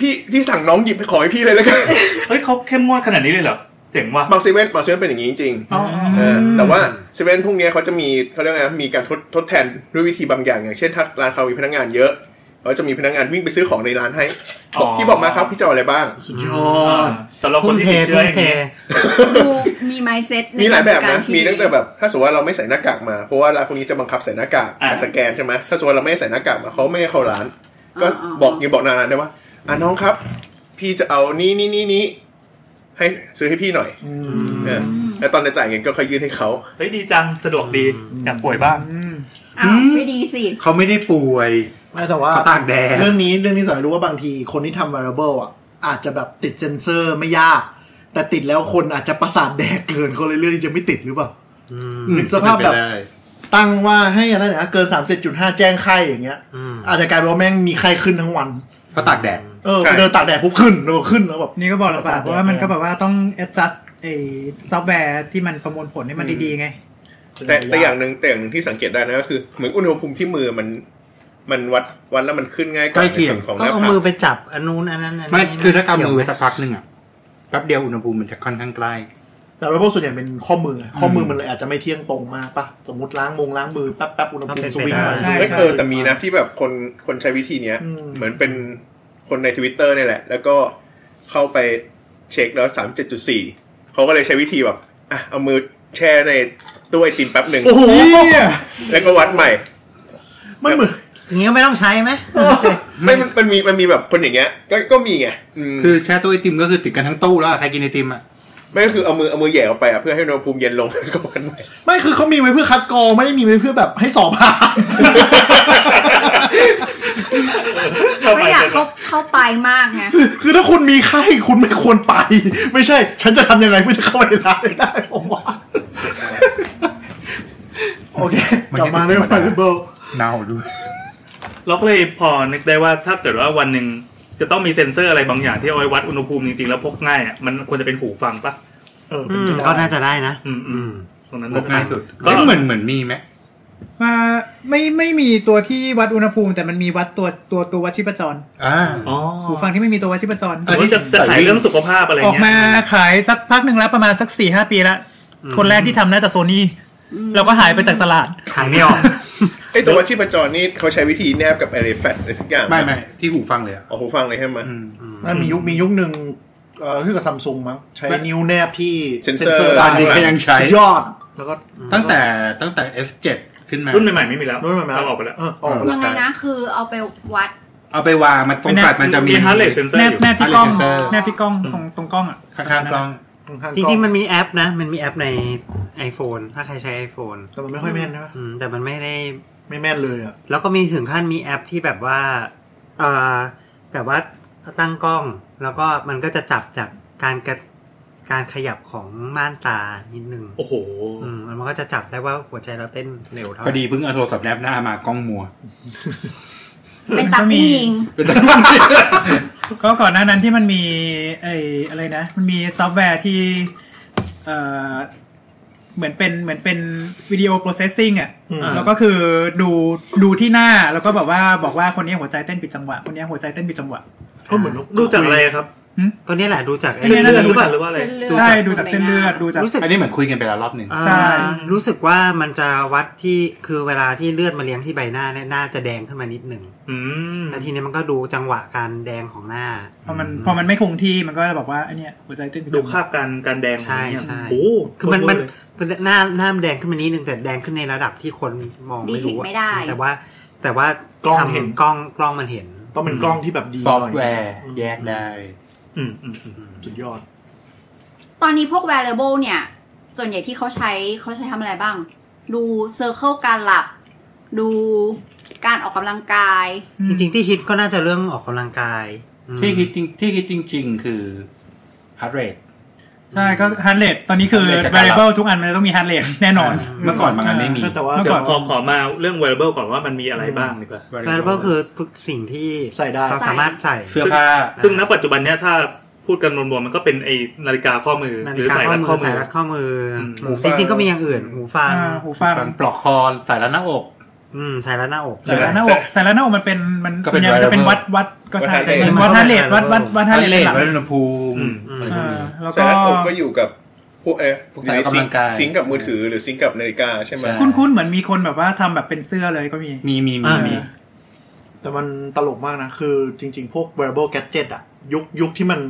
Speaker 2: พี่พี่สั่งน้องหยิบของให้พี่เลยแล้วกัน [laughs]
Speaker 5: เฮ้ยเขาเข้มงวดขนาดนี้เลยเหรอเจ๋งว่ะ
Speaker 2: บางเซเว่นบางเซเว่นเป็นอย่างนี้จริง
Speaker 5: อ๋ออ๋อ
Speaker 2: ๆเออแต่ว่าเซเว่นพวกเนี้ยเขาจะมีเขาเรียกไงนะมีการทดทดแทนด้วยวิธีบางอย่าง อย่างเช่นถ้าร้านเขามีพนักงานเยอะเขาจะมีพนักงานวิ่งไปซื้อของในร้านให้บอกพี่บอกมาครับพี่จะเอาอะไรบ้าง
Speaker 7: สุดยอ
Speaker 5: อ๋อ
Speaker 7: ด
Speaker 5: สำหรับคนที่ติดเชื้ออย่างนี้
Speaker 4: ดูมีไมเซ็ต
Speaker 2: มีหลายแบบนะ มีตั้งแต่แบบถ้าสมมติว่าเราไม่ใส่หน้ากากมา เพราะว่าร้านพวกนี้จะบังคับใส่หน้ากาก
Speaker 5: อ่า
Speaker 2: การสแกนใช่ไหมถ้าสมมติว่าเราไม่ใส่หน้ากากมาเขาไม่ให้เข้าร้าน ก็บอกยังบอกนานๆได้ว่าอ่ะน้องครับ พี่จะเอานี่นี่นี่นี่ให้ซื้อให้พี่หน่อยเออแล้วตอนจะจ่ายเงินก็ค่อยยื่นให้เขา
Speaker 5: เฮ้ยดีจังสะดวกดีอยากป่วยบ้าง
Speaker 4: อ้าวไม่ดีสิ
Speaker 3: เขาไม่ได้ป่วย
Speaker 7: ไม่แต่ว่า
Speaker 3: เขาตากแดด
Speaker 7: เรื่องนี้เรื่องนี้สอนให้รู้ว่าบางทีคนที่ทำ variable อ่ะ อาจจะแบบติดเซนเซอร์ไม่ยาก แต่ติดแล้วคนอาจจะประสาทแดกเกินเขาเลยเรื่องที่จะไม่ติดหรือเปล่า หรือสภาพแบบ
Speaker 3: เป็นไปได้
Speaker 7: ตั้งว่าให้อะไรนะเกิน3 7 5 แจ้งไข้อย่างเงี้ย
Speaker 1: อืม
Speaker 7: อาจจะกลายเป็นว่าแม่งมีไข้ขึ้นทั้งวัน
Speaker 3: เขาตากแดด
Speaker 7: เออ
Speaker 2: ใช่
Speaker 7: ไปเดินตากแดดปุ๊บขึ้นแล้วขึ้นแล้วแบบ
Speaker 6: นี่ก็บอกแล้ว
Speaker 7: ประสา
Speaker 6: ป่ะ
Speaker 7: ท
Speaker 6: ว่ามัน
Speaker 7: แดง
Speaker 6: ก็แบบว่าต้อง adjust ไอ้ซอฟต์แวร์ที่มันประมวลผลให้มันดีๆไง
Speaker 2: แต่แต่อย่างหนึ่งแต่อย่างหนึ่งที่สังเกตได้นะก็คือ เหมือนอุณหภูมิที่มือมัน มันวัดวัดแล้วมันขึ้นง่ายก
Speaker 8: ใก
Speaker 2: ว่า
Speaker 8: ล้
Speaker 2: ใน
Speaker 8: เคีย
Speaker 2: ส่
Speaker 8: ง
Speaker 2: วนของห
Speaker 1: ต้อง
Speaker 2: น้า
Speaker 1: เอา
Speaker 2: ผา
Speaker 1: มือก ไปจับอันนู้นอันนั้นนนี้
Speaker 8: ไม่คือถ้ากำ
Speaker 1: เยว
Speaker 8: มือ
Speaker 1: ไห
Speaker 8: ไว้สักพักหนึ่งอ่ะแป๊บเดียวอุณหภูมิมันจะค่อนข้างใกล้
Speaker 7: แต่ว่าพวกส่วนใหญ่เป็นข้อมืออะข้อมือมันเลยอาจจะไม่เที่ยงตรงมากปะสมมติล้างมงล้างมือแป๊บแป๊บอุณหภูมิสวิงมา
Speaker 6: ใช่
Speaker 2: เฮ้ยเออแต่มีนะที่แบบคนคนใช้วิธีเนี้ย
Speaker 7: อืม
Speaker 2: เหมือนเป็นคนในทวิตเตอร์นี่ยแหละ แล้วก็เข้าไปเช็คแล้วสามเจ็ดจุดสี่เขาก็เลยใช้วิธีแบบอ่ะเอามือแช่ในตู้ไอติมแป๊บหนึ่ง
Speaker 7: โอ้โห
Speaker 2: แล้วก็วัดใหม่
Speaker 7: ไม่เหมือน
Speaker 1: อย่างงี้ไม่ต้องใช้ไหม
Speaker 2: ไม่มันมันมีมันมีแบบคนอย่างเงี้ย ก็ก็มีไงอืม
Speaker 8: คือแช่ตู้ไอติมก็คือติดกันทั้งตู้แล้วอะใครกินไอติมอ่ะ
Speaker 2: ไม่ก็คือเอามือเอามือแหย่ออกไปอ่ะเพื่อให้อุณหภูมิเย็นลง [laughs] ก็วันใหม่
Speaker 7: ไม่คือเขามีไว้เพื่อคัดกรองไม่ได้มีไว้เพื่อแบบให้สอบผ่าน
Speaker 4: ไม่อยากเข้าเข้าไปมากไง
Speaker 7: คือถ้าคุณมีไข้คุณไม่ควรไป ไม่ใช่ ฉันจะทำยังไงเพื่อจะเข้าเวลาได้ผมว่า [laughs] โอเค
Speaker 8: มัน
Speaker 7: กลับ
Speaker 8: ยัง
Speaker 7: มา
Speaker 8: ไม่
Speaker 7: เรื่อง
Speaker 8: ธรรมดา
Speaker 7: Fireball
Speaker 8: เน่าด้วย
Speaker 3: เราก็เลยพอนึกได้ว่าถ้าเกิดว่าวันหนึ่งจะต้องมีเซ็นเซอร์อะไรบางอย่างที่เอาไว้วัดอุณหภูมิจริงๆแล้วพกง่ายอ่ะมันควรจะเป็นหูฟังปะ
Speaker 7: เออ
Speaker 5: อืม
Speaker 7: เป็นไป
Speaker 1: ก็
Speaker 7: ได้
Speaker 1: น่าจะได้นะ
Speaker 3: อืมอื
Speaker 5: อื
Speaker 3: ม
Speaker 5: ม
Speaker 3: ตรงนั้น
Speaker 8: พบง่ายสุด
Speaker 3: ก็
Speaker 8: ก็เหมือนเหมือนมีไหม
Speaker 6: มาไม่ไม่มีตัวที่วัดอุณหภูมิ แต่มันมีวัดตัวตัวตัววัดชีพจร
Speaker 8: อ่า
Speaker 3: อ๋อ
Speaker 6: หูฟังที่ไม่มีตัววัดชีพจร
Speaker 3: สมมติจะจะขายเรื่องสุขภาพอะไร
Speaker 6: ออก
Speaker 3: เงี้
Speaker 6: มาย ขายสักพักหนึ่งแล้วประมาณสักสี่ห้าปีละ
Speaker 5: อืม
Speaker 6: คนแรกที่ทำน่าจะโซนี่แล้วก็หายไปจากตลาด
Speaker 1: ขายไม่ออก
Speaker 2: ไอ้ตัววัดชีพจรนี่เขาใช้วิธีแนบกับไอเรแฟตอะไรสักอย่าง
Speaker 8: ไม่ไม่ที่หูฟังเลยอ่ะ
Speaker 2: เอาหูฟังเลยใช่ไหม
Speaker 8: อืม
Speaker 7: มันมียุคมียุคหนึ่งเอ่อคือกับซัมซุงมั้งใช้
Speaker 8: ไม่
Speaker 7: นิ้วแนบที่
Speaker 2: เซ็นเซอร์
Speaker 7: ได้
Speaker 8: ตอนนี้ก็ยังใช้
Speaker 7: สุดยอด แล้วก็
Speaker 8: ตั้งแต่ตั้งแต่ S7 ขึ้นมา
Speaker 3: รุ่นใหม่ๆไม่มีแล้ว
Speaker 7: ด้วยมั้ย
Speaker 3: เอาออกไปแล้ว
Speaker 7: เออออกไป
Speaker 4: ยั
Speaker 7: แล้ว
Speaker 4: งไงนะ คือเอาไปวัด
Speaker 8: เอาไปวางมันตรง
Speaker 6: ไม่แน่
Speaker 8: ฝัดมันจะมี
Speaker 3: ฮาร์ดเลสเซนเซอ
Speaker 6: แน
Speaker 3: ร์
Speaker 6: บ
Speaker 3: อยู่
Speaker 6: แนบที่กล้อง
Speaker 8: Alexa
Speaker 6: แนบที่กล้องตรงตรงกล้องอ่ะ
Speaker 8: ข้างๆกล้อง
Speaker 1: จริงๆ มันมีแอปนะ มันมีแอปใน iPhone ถ้าใครใช้ iPhone
Speaker 7: แต่มันไม่ค่อยแม่นใช่ไหม
Speaker 1: อืมแต่มันไม่ได้
Speaker 7: ไม่แม่นเลยอ่ะ
Speaker 1: แล้วก็มีถึงขั้นมีแอปที่แบบว่าเอ่อแบบว่าตั้งกล้อง แล้วก็มันก็จะจับจากการกระการขยับของม่านตานิดนึง
Speaker 3: โอ้โห
Speaker 1: อืมแล้วมันก็จะจับได้ว่าหัวใจเราเต้นเร็วเท่า
Speaker 8: พอดีเพิ่งเอาโทรศัพท์แนบหน้ามากล้องมัว
Speaker 4: เป็นตาผู้หญิง
Speaker 6: ก็ก่อนหน้านั้นที่มันมีไออะไรนะ มันมีซอฟต์แวร์ที่เอ่อเหมือนเป็นเหมือนเป็นวิดีโอโปรเซสซิ่งอ่ะแล้วก็คือดูดูที่หน้าแล้วก็แบบว่าบอกว่าคนนี้หัวใจเต้นผิดจังหวะคนนี้หัวใจเต้นผิดจังหวะ
Speaker 7: ก็เหมือน
Speaker 3: ดูจากอะไรครับ
Speaker 1: ก็เนี่ยแหละดูจากไอ้
Speaker 6: เส้น
Speaker 3: เลือดห
Speaker 6: เลือด
Speaker 3: รือเปล่าหรือว่าอะไร
Speaker 6: ใช่ดูจากเส้นเลือดดูจาก
Speaker 1: รู้สึก
Speaker 8: อันนี้เหมือนคุยกันไปแล้วรอบหนึ่ง
Speaker 1: อ่า
Speaker 6: ใช่
Speaker 1: รู้สึกว่ามันจะวัดที่คือเวลาที่เลือดมาเลี้ยงที่ใบหน้าเนี่ยหน้าจะแดงขึ้นมานิดหนึ่ง
Speaker 3: อืม
Speaker 1: แล้วทีนี้มันก็ดูจังหวะการแดงของหน้า
Speaker 6: พอมันพอมันไม่คงที่มันก็จะบอกว่าไอเนี่ยหัวใจเต้นผิด
Speaker 3: ดู
Speaker 6: จัง
Speaker 3: ค่าว
Speaker 6: หะ
Speaker 3: บการการแดง
Speaker 1: ใช่ใช่
Speaker 3: โอ้โห
Speaker 1: คือมันมัน
Speaker 3: เลย
Speaker 1: มันหน้าหน้ามันแดงขึ้นมานิดนึงแต่แดงขึ้นในระดับที่คนมองไม่รู้อะ
Speaker 4: ไม่เห็นไม่ได้
Speaker 1: แต่ว่า แต่ว่าก
Speaker 7: ล้อง
Speaker 1: ทำ
Speaker 7: เห็น
Speaker 1: กล้องกล้องมันเห็น
Speaker 7: ต้องเป็นกล้องที่แบบดีห
Speaker 8: ซ
Speaker 7: น่
Speaker 8: อย ฟต์แวร์แยกได้
Speaker 3: อืมอืมอืม
Speaker 7: สุดยอด
Speaker 4: ตอนนี้พวก wearable เนี่ย ส่วนใหญ่ที่เขาใช้เขาใช้ทำอะไรบ้าง ดู circle การหลับ ดูการออกกำลังกาย
Speaker 1: จริงๆที่ฮิตก็น่าจะเรื่องออกกำลังกายอืม
Speaker 8: ที่คิดจริงที่คิดจริง ๆ คือฮาร์ดเรท
Speaker 6: ใช่ก็ฮาร์ดเรทตอนนี้คือ
Speaker 8: heart rate จากการหลับ
Speaker 6: variable ทุกอันมันจะต้องมีฮาร์ดเรทแน่นอน
Speaker 8: เมื่อก่อนบางอันไม่มี
Speaker 7: แต่ว่า
Speaker 6: เมื่อ
Speaker 3: เดี๋ย
Speaker 6: ก่
Speaker 3: วน ขอขอมาเรื่อง wearable ก่อนว่ามันมีอะไรบ้างดีกว่า
Speaker 1: แล้วก็คือสิ่งที่
Speaker 7: ใส่ได้
Speaker 1: เราสามารถใส่
Speaker 8: เสื้อผ้า
Speaker 3: ซึ่งณปัจจุบันเนี่ยถ้าพูดกันรวมๆมันก็เป็นไอนาฬิกาข้อมือ
Speaker 1: นา
Speaker 3: ห
Speaker 1: ฬิ
Speaker 3: รือสาย
Speaker 1: กา
Speaker 3: รัด
Speaker 1: ข้
Speaker 3: ข้
Speaker 1: อ
Speaker 3: อ
Speaker 1: มือ
Speaker 3: มื
Speaker 1: สาย
Speaker 3: อ
Speaker 1: รัดข้อมืออ
Speaker 3: ม
Speaker 1: หูจริงๆก็มีอย่างอื่น หูฟัง
Speaker 6: อ่าหูฟัง
Speaker 8: ฟันปลอกคอสายรัดหน้าอก
Speaker 1: อืมสายรัดหน้าอก
Speaker 6: ใส่
Speaker 1: ใช่ไหม
Speaker 6: แล้วหน้าอกใส่แล้วหน้าอกมันเป็นมัน
Speaker 8: ก็
Speaker 6: ส่
Speaker 8: เป็
Speaker 6: วนให
Speaker 8: น
Speaker 6: ญ่มันจะเป็น
Speaker 8: variable
Speaker 6: วัดวัดก็ใช่
Speaker 1: hard rate
Speaker 2: วัด
Speaker 6: วัดฮาร์ดเรทวัดวัดวัดฮา
Speaker 8: ฮา
Speaker 6: ร์ด
Speaker 8: ร์ด
Speaker 6: เร
Speaker 8: เร
Speaker 6: ท
Speaker 8: ท
Speaker 6: หลัก
Speaker 8: วัดอุณหภูมิ
Speaker 3: อืม
Speaker 8: อะไรพวกนี้
Speaker 6: อ่าแล้ว
Speaker 2: สา
Speaker 6: ก็
Speaker 2: ยรัดอกก็อยู่กับพวกเออ
Speaker 8: พวกสายออกกำลังกาย
Speaker 2: ซิงก์กับมือถือหรือซิงก์กับนาฬิกาใช่ไหม
Speaker 8: ใช่
Speaker 6: คุ้นๆเหมือนมีคนแบบว่าทำแบบเป็นเสื้อเลยก็มี
Speaker 8: มีมีมี
Speaker 1: อ่ามี
Speaker 8: มี
Speaker 7: แต่มันตลกมากนะ คือจริงๆ พวก wearable gadget อะยุคยุคที่มัน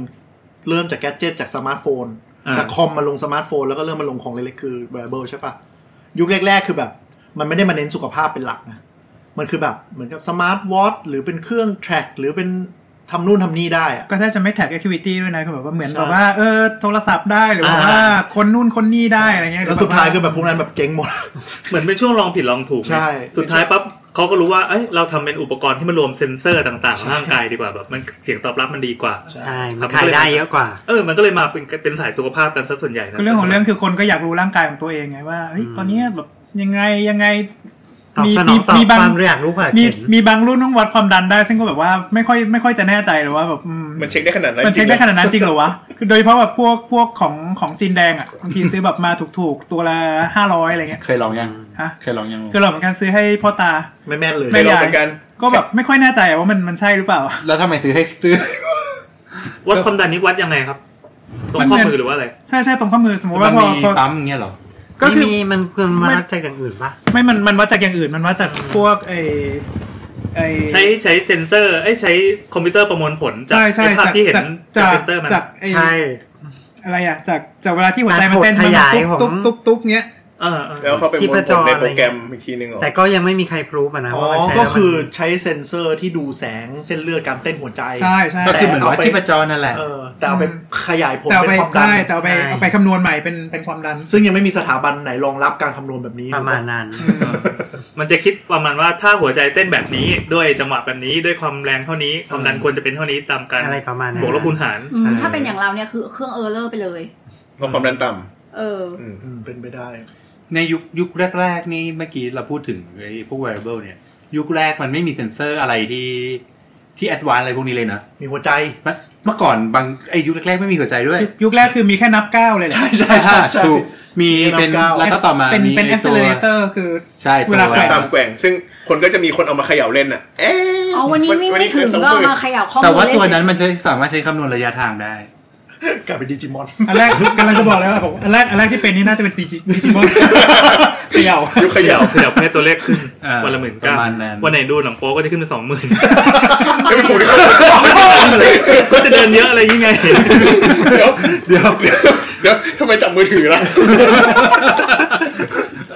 Speaker 7: เริ่มจาก gadget จากสมาร์ทโฟน
Speaker 3: อ่า
Speaker 7: จากคอมมาลงสมาร์ทโฟน แล้วก็เริ่มมาลงของเล็กๆ คือ wearable ใช่ปะยุคแรกๆ คือแบบ มันไม่ได้มาเน้นสุขภาพเป็นหลักนะ มันคือแบบเหมือนกับสมาร์ทวอทหรือเป็นเครื่อง track หรือเป็นทำนู่นทำนี่ได้อะ
Speaker 6: ก็แทบจะไม่แท็กแอคทิวิตี้ด้วยนะคือแบบว่าเหมือน
Speaker 7: ใช่
Speaker 6: แบบว่าเออโทรศัพท์ได้หรือแบบว่าคนนู่นคนนี่ได้อะไรเงี้ย
Speaker 7: แล้วสุดท้ายคือแบบพวกนั้นแบบเจ๊งหมด
Speaker 3: เหมือนเป็นช่วงลองผิดลองถูกไง
Speaker 7: ใช่
Speaker 3: สุดท้ายปั๊บเขาก็รู้ว่าเอ้ยเราทำเป็นอุปกรณ์ที่มันรวมเซ็นเซอร์ต่างๆของร่างกายดีกว่าแบบมันเสียงตอบรับมันดีกว่า
Speaker 1: ใช่
Speaker 3: ครั
Speaker 1: มั
Speaker 3: บ
Speaker 1: นขายได้เยอะกว่า
Speaker 3: เออมันก็เลยมาเป็นเป็นสายสุขภาพกันซะส่วนใหญ่นะ
Speaker 6: คือเรื่องของเรื่องคือคนก็อยากรู้ร่างกายของตัวเองไงว่าเฮ้ยตอนเนี้ยแบบยังไงยังไง
Speaker 1: ตอบ
Speaker 6: มี
Speaker 1: สนองต่อ
Speaker 6: มีบาง
Speaker 1: ความอยากรู้ผ่าน
Speaker 6: มี
Speaker 1: เข็ม
Speaker 6: มีบางรุ่นต้องวัดความดันได้ ซึ่งก็แบบว่าไม่ค่อยไม่ค่อยจะแน่ใจเลยว่าแบบอืม
Speaker 2: มันเช็คได้ขนาดนั้น
Speaker 6: มันเช็ค
Speaker 2: จริ
Speaker 6: ได้
Speaker 2: ง
Speaker 6: ข
Speaker 2: เหรอ
Speaker 6: นาดนั้นจริงเหรอวะ คือโดยเฉพาะแบบพวกพวกของของจีนแดงอ่ะ บางทีซื้อแบบมาถูกๆ ตัวละห้าร้อยอะไรเงี้ย
Speaker 8: เคยลองยัง
Speaker 6: ฮะ
Speaker 8: เคยลองยัง
Speaker 6: ก็เราเหมือนกันซื้อให้พ่อตา
Speaker 7: ไม่แม่นเลย
Speaker 2: เคยลองเหมือนกัน
Speaker 6: ก็แบบไม่ค่อยแน่ใจว่ามันมันใช่หรือเปล่า
Speaker 8: แล้วทำไมซื้อให้ซื้อ
Speaker 3: วัดความดันนี้วัดยังไงครับ ตรง
Speaker 6: มัน
Speaker 3: ข้อ
Speaker 6: เนี่ย
Speaker 3: มือหรือว่าอะไร
Speaker 6: ใช่ใช่ตรงข้อมือสมมติ
Speaker 8: มั
Speaker 6: ว่าน พอ
Speaker 8: มี
Speaker 6: พอ
Speaker 8: ปั๊มอย่างเงี้ยเหรอ
Speaker 6: ก็
Speaker 1: ไม่
Speaker 6: คือ
Speaker 1: มีมันคือมัน
Speaker 6: มัน
Speaker 1: วัดจากอย่างอื่นปะ
Speaker 6: ไม่มันมันวัดจากอย่างอื่นมันวัดจากพวกไอไอ
Speaker 3: ใช้ใช้เซ็นเซอร์ไอ้ยใช้คอมพิวเตอร์ประมวลผลจาก
Speaker 6: ใช่ใช่
Speaker 3: ไอ้ภาพที่เห็นจาก
Speaker 6: จาก
Speaker 3: เซ็นเซอร์มัน
Speaker 6: จากไอ้
Speaker 1: ใช่
Speaker 6: อะไรอ่ะจากจากเวลาที่หัวใจ
Speaker 1: การ
Speaker 6: มันเต้น
Speaker 1: หดขยาย
Speaker 6: มันตุ๊บ
Speaker 1: ของ
Speaker 6: ตุ๊บตุ๊บตุ๊บเงี้ย
Speaker 3: เออเออ
Speaker 2: แล้วเขาไป
Speaker 1: ชี
Speaker 2: มว
Speaker 1: พ
Speaker 2: ลผ
Speaker 1: จ
Speaker 2: ล
Speaker 1: ร
Speaker 2: ใน
Speaker 1: อะไร
Speaker 2: โปรแกรม
Speaker 1: เงี้ย
Speaker 2: อีกทีหนึ่งเหรอ
Speaker 1: แต่ก็ยังไม่มีใครพรูฟอะนะ
Speaker 7: อ๋อ
Speaker 1: ว่ามันใช้แล้
Speaker 7: ก็
Speaker 1: วมัน
Speaker 7: คือใช้เซ็นเซอร์ที่ดูแสงเส้นเลือดการเต้นหัวใจ
Speaker 6: ใช่ใช่
Speaker 8: ก็คือเหมือนวัด
Speaker 7: เอาไป
Speaker 8: ชีพจรนั่นแหละ
Speaker 7: เออ แต่เอาไปขยายผล
Speaker 6: แต่เอา
Speaker 7: เป็น
Speaker 6: ไป
Speaker 7: ความดัน
Speaker 6: ใช่แต่เอาไปเอาไปคำนวณใหม่เป็นเป็นความดัน
Speaker 7: ซึ่งยังไม่มีสถาบันไหนรองรับการคำนวณแบบนี้
Speaker 1: ประมาณนั้น
Speaker 3: มันจะคิดประมาณว่าถ้าหัวใจเต้นแบบนี้ด้วยจังหวะแบบนี้ด้วยความแรงเท่านี้ความดันควรจะเป็นเท่านี้ตามการ
Speaker 1: อะไรประมาณนั้น
Speaker 3: บวกลบคูณหาร
Speaker 4: อืมถ้าเป็นอย่างเราเนี่ยคือเครื่องเออร์เลอร์ไปเลย
Speaker 2: เพราะความดันต่ำ
Speaker 4: เออ
Speaker 7: อืมเป็นไปได้
Speaker 8: ในยุคยุคแรกๆนี่เมื่อกี้เราพูดถึงไอ้พวก wearable เนี่ย ยุคแรกมันไม่มีเซ็นเซอร์อะไรที่ที่แอดวานอะไรพวกนี้เลยเนอะ
Speaker 7: มีหัวใจ
Speaker 8: มันเมื่อก่อนบางไอ้ยุคแรกๆไม่มีหัวใจด้วย
Speaker 6: ยุคยุคแรกคือมีแค่นับก้าวเลยแหละ
Speaker 7: ใช่ใช่ใช่
Speaker 8: ถูกมีเป็น
Speaker 7: มีนับก้าว
Speaker 8: แล้วก็ต่อมา
Speaker 6: เป็น
Speaker 8: มี
Speaker 6: เป็น
Speaker 8: ไอ้ตัว
Speaker 6: accelerator คือ
Speaker 8: ใช่
Speaker 6: เว
Speaker 8: ตัว
Speaker 6: ลาแขวน
Speaker 2: ตามแกว่ง ซึ่งคนก็จะมีคนเอามาเขย่าเล่นอ่ะ เอ๊ะ
Speaker 4: เอาวันนี้วิ่งไม่ถึงก็เอามาเขย่าข้อมือ
Speaker 8: แต่ว่าตัว
Speaker 4: เล่
Speaker 8: นั้นมันจะสามารถใช้คำนวณระยะทางได้
Speaker 7: กลายเป็นดิจิมอน
Speaker 6: อันแรกกำลังจะบอกเลยว่าผมอันแรกอันแรกที่เป็นนี่น่าจะเป็นดิจิดิจิม
Speaker 8: [laughs]
Speaker 6: อนเดี่ยว
Speaker 3: ยุคเขย่าเขย่าให้ตัวเลขขึ้น
Speaker 8: อ่า
Speaker 3: วันละหมื่น
Speaker 8: ป
Speaker 3: เก้า
Speaker 8: ระมาณนั้น
Speaker 3: วันไหนดูหนังโป๊ก็จะขึ้นเป็นสองหมื่น
Speaker 2: ไม่ถูกเลย
Speaker 3: ก็จะเดินเยอะอะไรอยังไงย
Speaker 2: เดี๋ยวเดี๋ยวเดี๋ยวเดี๋ยวทำไมจับมือถือล่ะ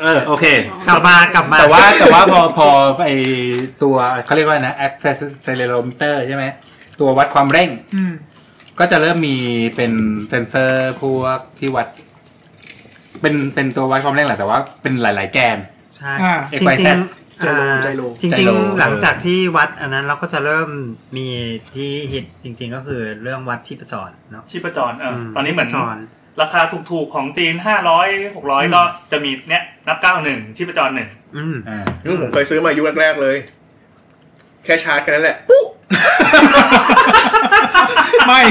Speaker 8: เออโอเค
Speaker 1: กลับมากลับมา
Speaker 8: แต่ว่าแต่ว่าพอพอไอตัวเขาเรียกว่านะ accelerometer ใช่ไหม ตัววัดความเร่ง
Speaker 6: อืม
Speaker 8: ก็จะเริ่มมีเป็นเซนเซอร์พวกที่วัด เป็นเป็นตัววัดความเร่งแหละแต่ว่าเป็นหลาย ๆ แกน
Speaker 1: ใช่
Speaker 6: อ่า
Speaker 1: จริง
Speaker 8: XYZ
Speaker 1: ๆอ่า
Speaker 7: ใจโลใจโล
Speaker 1: จริง
Speaker 8: ใจโล
Speaker 1: ๆ หลังจากที่วัดอันนั้นเราก็จะเริ่มมีที่ฮิตจริง ๆ ก็คือเรื่องวัดชีพจรเนาะ
Speaker 3: ชีพจรเอออ
Speaker 1: ม
Speaker 3: ตอนนี้เหมือน
Speaker 1: ชีพจร
Speaker 3: ราคาถูกๆของจีนห้าร้อยหกร้อย
Speaker 1: อืม
Speaker 3: ก็จะมีเนี้ยนับเก้าหนึ่งชีพจรหนึ่ง
Speaker 1: อืม
Speaker 8: อ่า
Speaker 2: นี่ผมเคยซื้อมายุคแรกๆเลย แค่ชาร์จแค่นั้นแหละปุ๊บ
Speaker 6: ไม่